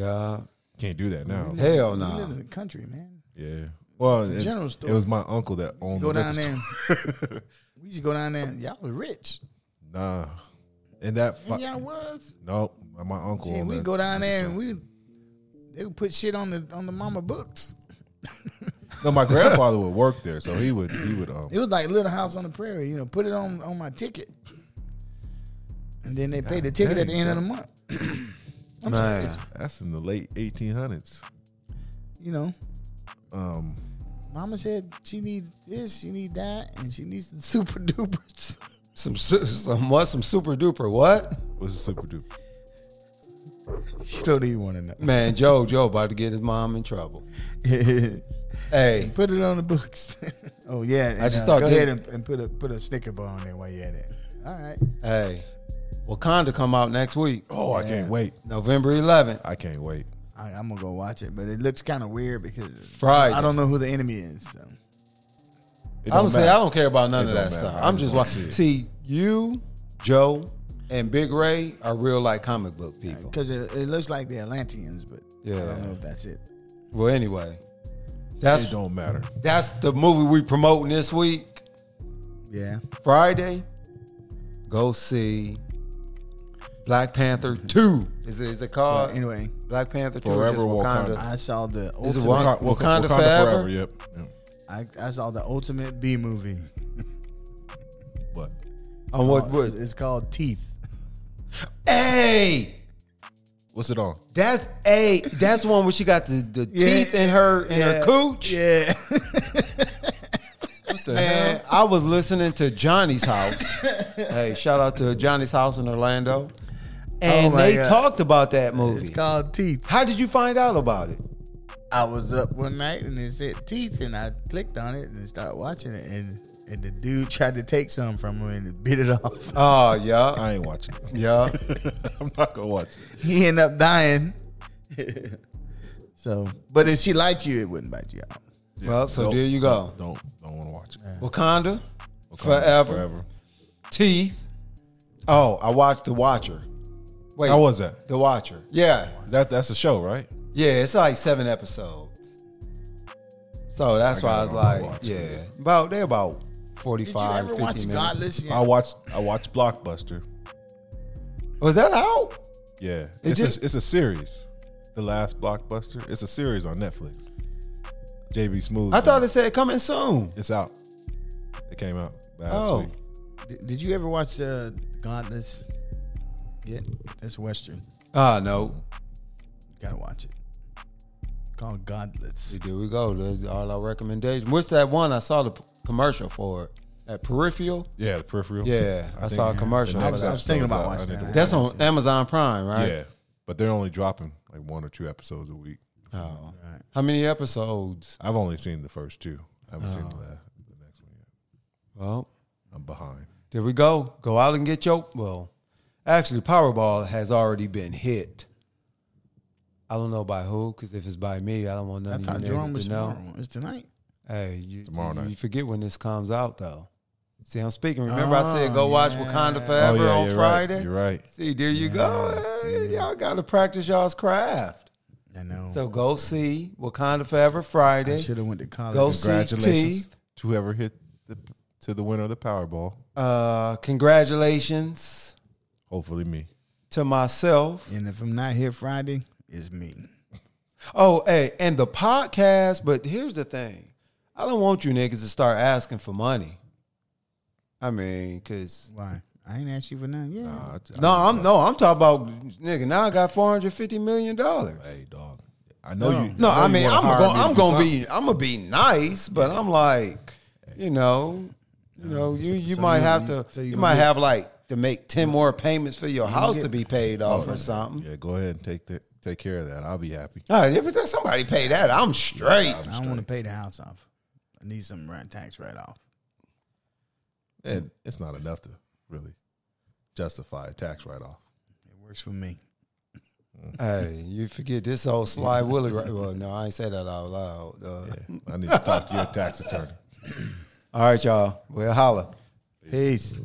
[SPEAKER 4] Can't do that now.
[SPEAKER 1] Hell
[SPEAKER 3] We live
[SPEAKER 1] no.
[SPEAKER 3] in the country, man.
[SPEAKER 4] Yeah. Well,
[SPEAKER 3] Mm-hmm. It's a
[SPEAKER 4] it,
[SPEAKER 3] general store.
[SPEAKER 4] it was my uncle that owned
[SPEAKER 3] Go
[SPEAKER 4] the
[SPEAKER 3] down
[SPEAKER 4] liquor
[SPEAKER 3] there.
[SPEAKER 4] store.
[SPEAKER 3] and- we used to go down there. and Y'all was rich.
[SPEAKER 4] Nah. And that
[SPEAKER 3] And
[SPEAKER 4] fu-
[SPEAKER 3] y'all was.
[SPEAKER 4] nope. My uncle.
[SPEAKER 3] Shit,
[SPEAKER 4] owned
[SPEAKER 3] we
[SPEAKER 4] that.
[SPEAKER 3] go down there and we they would put shit on the on the mama books.
[SPEAKER 4] No,
[SPEAKER 3] [LAUGHS]
[SPEAKER 4] my grandfather would work there, so he would he would um
[SPEAKER 3] It was like Little House on the Prairie. You know, put it on on my ticket, and then they paid the ticket at the
[SPEAKER 4] dang,
[SPEAKER 3] end of the month. [CLEARS THROAT] I'm
[SPEAKER 1] Man.
[SPEAKER 3] serious.
[SPEAKER 4] that's in the late eighteen hundreds.
[SPEAKER 3] You know,
[SPEAKER 4] Um
[SPEAKER 3] Mama said she needs this, she needs that, and she needs the [LAUGHS] super dupers.
[SPEAKER 1] Some su- some what? Some super duper what?
[SPEAKER 4] was a super duper.
[SPEAKER 3] she don't even want to know.
[SPEAKER 1] Man, Joe Joe about to get his mom in trouble.
[SPEAKER 3] [LAUGHS] put
[SPEAKER 1] Hey,
[SPEAKER 3] it on the books. [LAUGHS] oh yeah, and,
[SPEAKER 1] just
[SPEAKER 3] uh,
[SPEAKER 1] thought
[SPEAKER 3] Go
[SPEAKER 1] they-
[SPEAKER 3] ahead and, and put a put a Snicker bar on there while you're at it. All right.
[SPEAKER 1] hey, Wakanda come out next week,
[SPEAKER 4] Oh, I can't wait.
[SPEAKER 1] November 11th.
[SPEAKER 4] I can't wait.
[SPEAKER 3] I, I'm gonna go watch it, but it looks kind of weird because
[SPEAKER 1] Friday.
[SPEAKER 3] I don't know who the enemy is. So.
[SPEAKER 4] It
[SPEAKER 1] I'm
[SPEAKER 4] don't
[SPEAKER 1] saying I
[SPEAKER 4] matter.
[SPEAKER 1] don't care about none
[SPEAKER 4] It
[SPEAKER 1] of
[SPEAKER 4] don't
[SPEAKER 1] that
[SPEAKER 4] matter.
[SPEAKER 1] stuff.
[SPEAKER 4] I
[SPEAKER 1] I'm
[SPEAKER 4] just
[SPEAKER 1] just
[SPEAKER 4] wanna
[SPEAKER 1] watching.
[SPEAKER 4] see
[SPEAKER 1] See, you, Joe, and Big Ray are real like comic book people.
[SPEAKER 3] Because it, it looks like the Atlanteans, but I
[SPEAKER 1] Yeah.
[SPEAKER 3] don't know if that's it.
[SPEAKER 1] Well, anyway, that's
[SPEAKER 4] It don't matter.
[SPEAKER 1] that's the movie we promoting this week,
[SPEAKER 3] Yeah.
[SPEAKER 1] Friday. Go see Black Panther Two. Is it is it called
[SPEAKER 3] But anyway,
[SPEAKER 1] Black Panther Two?
[SPEAKER 4] Forever
[SPEAKER 1] just Wakanda.
[SPEAKER 4] Wakanda.
[SPEAKER 3] I saw the
[SPEAKER 1] Uh, Is it
[SPEAKER 3] ultimate.
[SPEAKER 1] Waka-
[SPEAKER 4] Waka-
[SPEAKER 1] Wakanda forever?
[SPEAKER 4] Yep. yep.
[SPEAKER 3] I, I saw the ultimate B movie.
[SPEAKER 4] But
[SPEAKER 1] On what? what
[SPEAKER 3] It's called Teeth.
[SPEAKER 1] hey,
[SPEAKER 4] what's it on?
[SPEAKER 1] that's hey, that's the one where she got the, the
[SPEAKER 3] Yeah.
[SPEAKER 1] teeth in her in her
[SPEAKER 3] Yeah.
[SPEAKER 1] cooch.
[SPEAKER 3] Yeah. [LAUGHS]
[SPEAKER 4] What the
[SPEAKER 1] Man,
[SPEAKER 3] Uh-huh.
[SPEAKER 1] I was listening to Johnny's
[SPEAKER 3] [LAUGHS]
[SPEAKER 1] house. hey, shout out to Johnny's house in Orlando. And
[SPEAKER 3] Oh my
[SPEAKER 1] they
[SPEAKER 3] God.
[SPEAKER 1] talked about that
[SPEAKER 3] it's
[SPEAKER 1] movie.
[SPEAKER 3] called Teeth.
[SPEAKER 1] How did you find out about it?
[SPEAKER 3] I was up one night and it said Teeth, and I clicked on it and started watching it, and and the dude [LAUGHS] tried to take some from him and bit it [LAUGHS] off.
[SPEAKER 1] Oh, yeah.
[SPEAKER 4] I ain't watching. it. [LAUGHS]
[SPEAKER 1] Yeah.
[SPEAKER 4] I'm not gonna watch it.
[SPEAKER 3] He ended up dying. [LAUGHS] so, but if she liked you, it wouldn't bite you out.
[SPEAKER 1] Well, so
[SPEAKER 4] Nope.
[SPEAKER 1] there you go.
[SPEAKER 4] Don't don't want to watch it.
[SPEAKER 1] Wakanda,
[SPEAKER 4] Wakanda
[SPEAKER 1] Forever. Teeth. Oh, I watched The Watcher. Wait.
[SPEAKER 4] How was that?
[SPEAKER 1] The Watcher. Yeah.
[SPEAKER 4] That that's a show, right?
[SPEAKER 1] Yeah, it's like seven episodes. So that's
[SPEAKER 4] I
[SPEAKER 1] why I
[SPEAKER 4] gotta
[SPEAKER 1] was
[SPEAKER 4] watch
[SPEAKER 1] like, yeah.
[SPEAKER 4] this.
[SPEAKER 1] About they about
[SPEAKER 3] Did
[SPEAKER 1] 45
[SPEAKER 3] you ever
[SPEAKER 1] 50
[SPEAKER 3] watch
[SPEAKER 1] minutes.
[SPEAKER 3] Godless?
[SPEAKER 4] I watched I watched Blockbuster.
[SPEAKER 1] Was that out?
[SPEAKER 4] Yeah,
[SPEAKER 1] It
[SPEAKER 4] it's
[SPEAKER 1] just-
[SPEAKER 4] a, it's a series. The last blockbuster. It's a series on Netflix. JB Smooth.
[SPEAKER 1] I thought it said coming soon.
[SPEAKER 4] it's out. It came out last
[SPEAKER 1] Oh.
[SPEAKER 4] week.
[SPEAKER 3] Did, did you ever watch uh, Godless? Yeah, that's Western.
[SPEAKER 1] Ah, no.
[SPEAKER 3] Gotta watch it. Called Godless.
[SPEAKER 1] There we go. There's all our recommendations. What's that one? I saw the p- commercial for it. That peripheral.
[SPEAKER 4] Yeah, the peripheral.
[SPEAKER 1] Yeah, I, saw a
[SPEAKER 4] think
[SPEAKER 1] commercial.
[SPEAKER 4] the
[SPEAKER 1] for
[SPEAKER 3] was-
[SPEAKER 1] that.
[SPEAKER 3] I was thinking
[SPEAKER 4] episode's out.
[SPEAKER 3] about
[SPEAKER 4] I
[SPEAKER 3] watching
[SPEAKER 4] need to
[SPEAKER 3] that.
[SPEAKER 1] That's on Amazon Prime, right?
[SPEAKER 4] Yeah, but they're only dropping like one or two episodes a week.
[SPEAKER 1] Oh.
[SPEAKER 3] Right.
[SPEAKER 1] How many episodes?
[SPEAKER 4] I've only seen the first two. I
[SPEAKER 1] Oh.
[SPEAKER 4] haven't seen the, last, the next one yet.
[SPEAKER 1] Well,
[SPEAKER 4] I'm behind.
[SPEAKER 1] there we go. Go out and get your. Well, actually, Powerball has already been hit. I don't know by who, because if it's by me, I don't want
[SPEAKER 3] I
[SPEAKER 1] none
[SPEAKER 3] thought
[SPEAKER 1] of you
[SPEAKER 3] Jerome
[SPEAKER 1] niggas
[SPEAKER 3] was
[SPEAKER 1] to know.
[SPEAKER 3] tomorrow. It's tonight.
[SPEAKER 1] Hey, you,
[SPEAKER 4] Tomorrow
[SPEAKER 1] you
[SPEAKER 4] night.
[SPEAKER 1] forget when this comes out, though. See, I'm speaking. Remember, I said go
[SPEAKER 3] Oh,
[SPEAKER 1] watch
[SPEAKER 3] yeah.
[SPEAKER 1] Wakanda
[SPEAKER 4] Oh
[SPEAKER 1] Forever
[SPEAKER 4] yeah,
[SPEAKER 1] on
[SPEAKER 4] you're
[SPEAKER 1] Friday.
[SPEAKER 4] right. You're right.
[SPEAKER 1] See, there you go. Hey, y'all got to practice y'all's craft.
[SPEAKER 3] I know.
[SPEAKER 1] So go see Wakanda Forever Friday.
[SPEAKER 3] I should have went to college.
[SPEAKER 1] Go see
[SPEAKER 4] Congratulations
[SPEAKER 1] Teeth.
[SPEAKER 4] to whoever hit the, to the winner of the Powerball.
[SPEAKER 1] Uh, congratulations
[SPEAKER 4] Hopefully me.
[SPEAKER 1] to myself.
[SPEAKER 3] And if I'm not here Friday, it's me.
[SPEAKER 1] Oh, hey, and the podcast. But here's the thing: I don't want you niggas to start asking for money. I mean, cause
[SPEAKER 3] Why? I ain't asked you for nothing. Yeah.
[SPEAKER 4] Nah, Uh, I- I-
[SPEAKER 1] no, I'm no, I'm talking about nigga. Now I got four hundred fifty million dollars.
[SPEAKER 4] Hey dog. I know you.
[SPEAKER 1] No, I
[SPEAKER 4] know you
[SPEAKER 1] mean, I'm
[SPEAKER 4] wanna hire
[SPEAKER 1] gonna,
[SPEAKER 4] me to
[SPEAKER 1] I'm
[SPEAKER 4] do
[SPEAKER 1] gonna
[SPEAKER 4] something.
[SPEAKER 1] be, I'm gonna be nice, but I'm like, you know, you know, you you might
[SPEAKER 3] you-
[SPEAKER 1] have
[SPEAKER 3] you-
[SPEAKER 1] to,
[SPEAKER 3] so you
[SPEAKER 1] you
[SPEAKER 3] gonna
[SPEAKER 1] might
[SPEAKER 3] get-
[SPEAKER 1] have like to make ten more payments for your house to be paid
[SPEAKER 4] Oh,
[SPEAKER 1] off or something.
[SPEAKER 4] Yeah, go ahead and take the, take care of that. I'll be happy.
[SPEAKER 1] All right, if it's- somebody pay that, I'm straight.
[SPEAKER 3] I don't want to pay the house off. I need some rent tax write off.
[SPEAKER 4] And it's not enough to really justify a tax write off.
[SPEAKER 3] It works for me.
[SPEAKER 1] Hey, you forget this old Sly Willie? Right? Well, no, I ain't say that out loud. Uh,
[SPEAKER 4] I need to talk to your tax attorney.
[SPEAKER 1] All right, y'all. Well, holla.
[SPEAKER 3] Peace.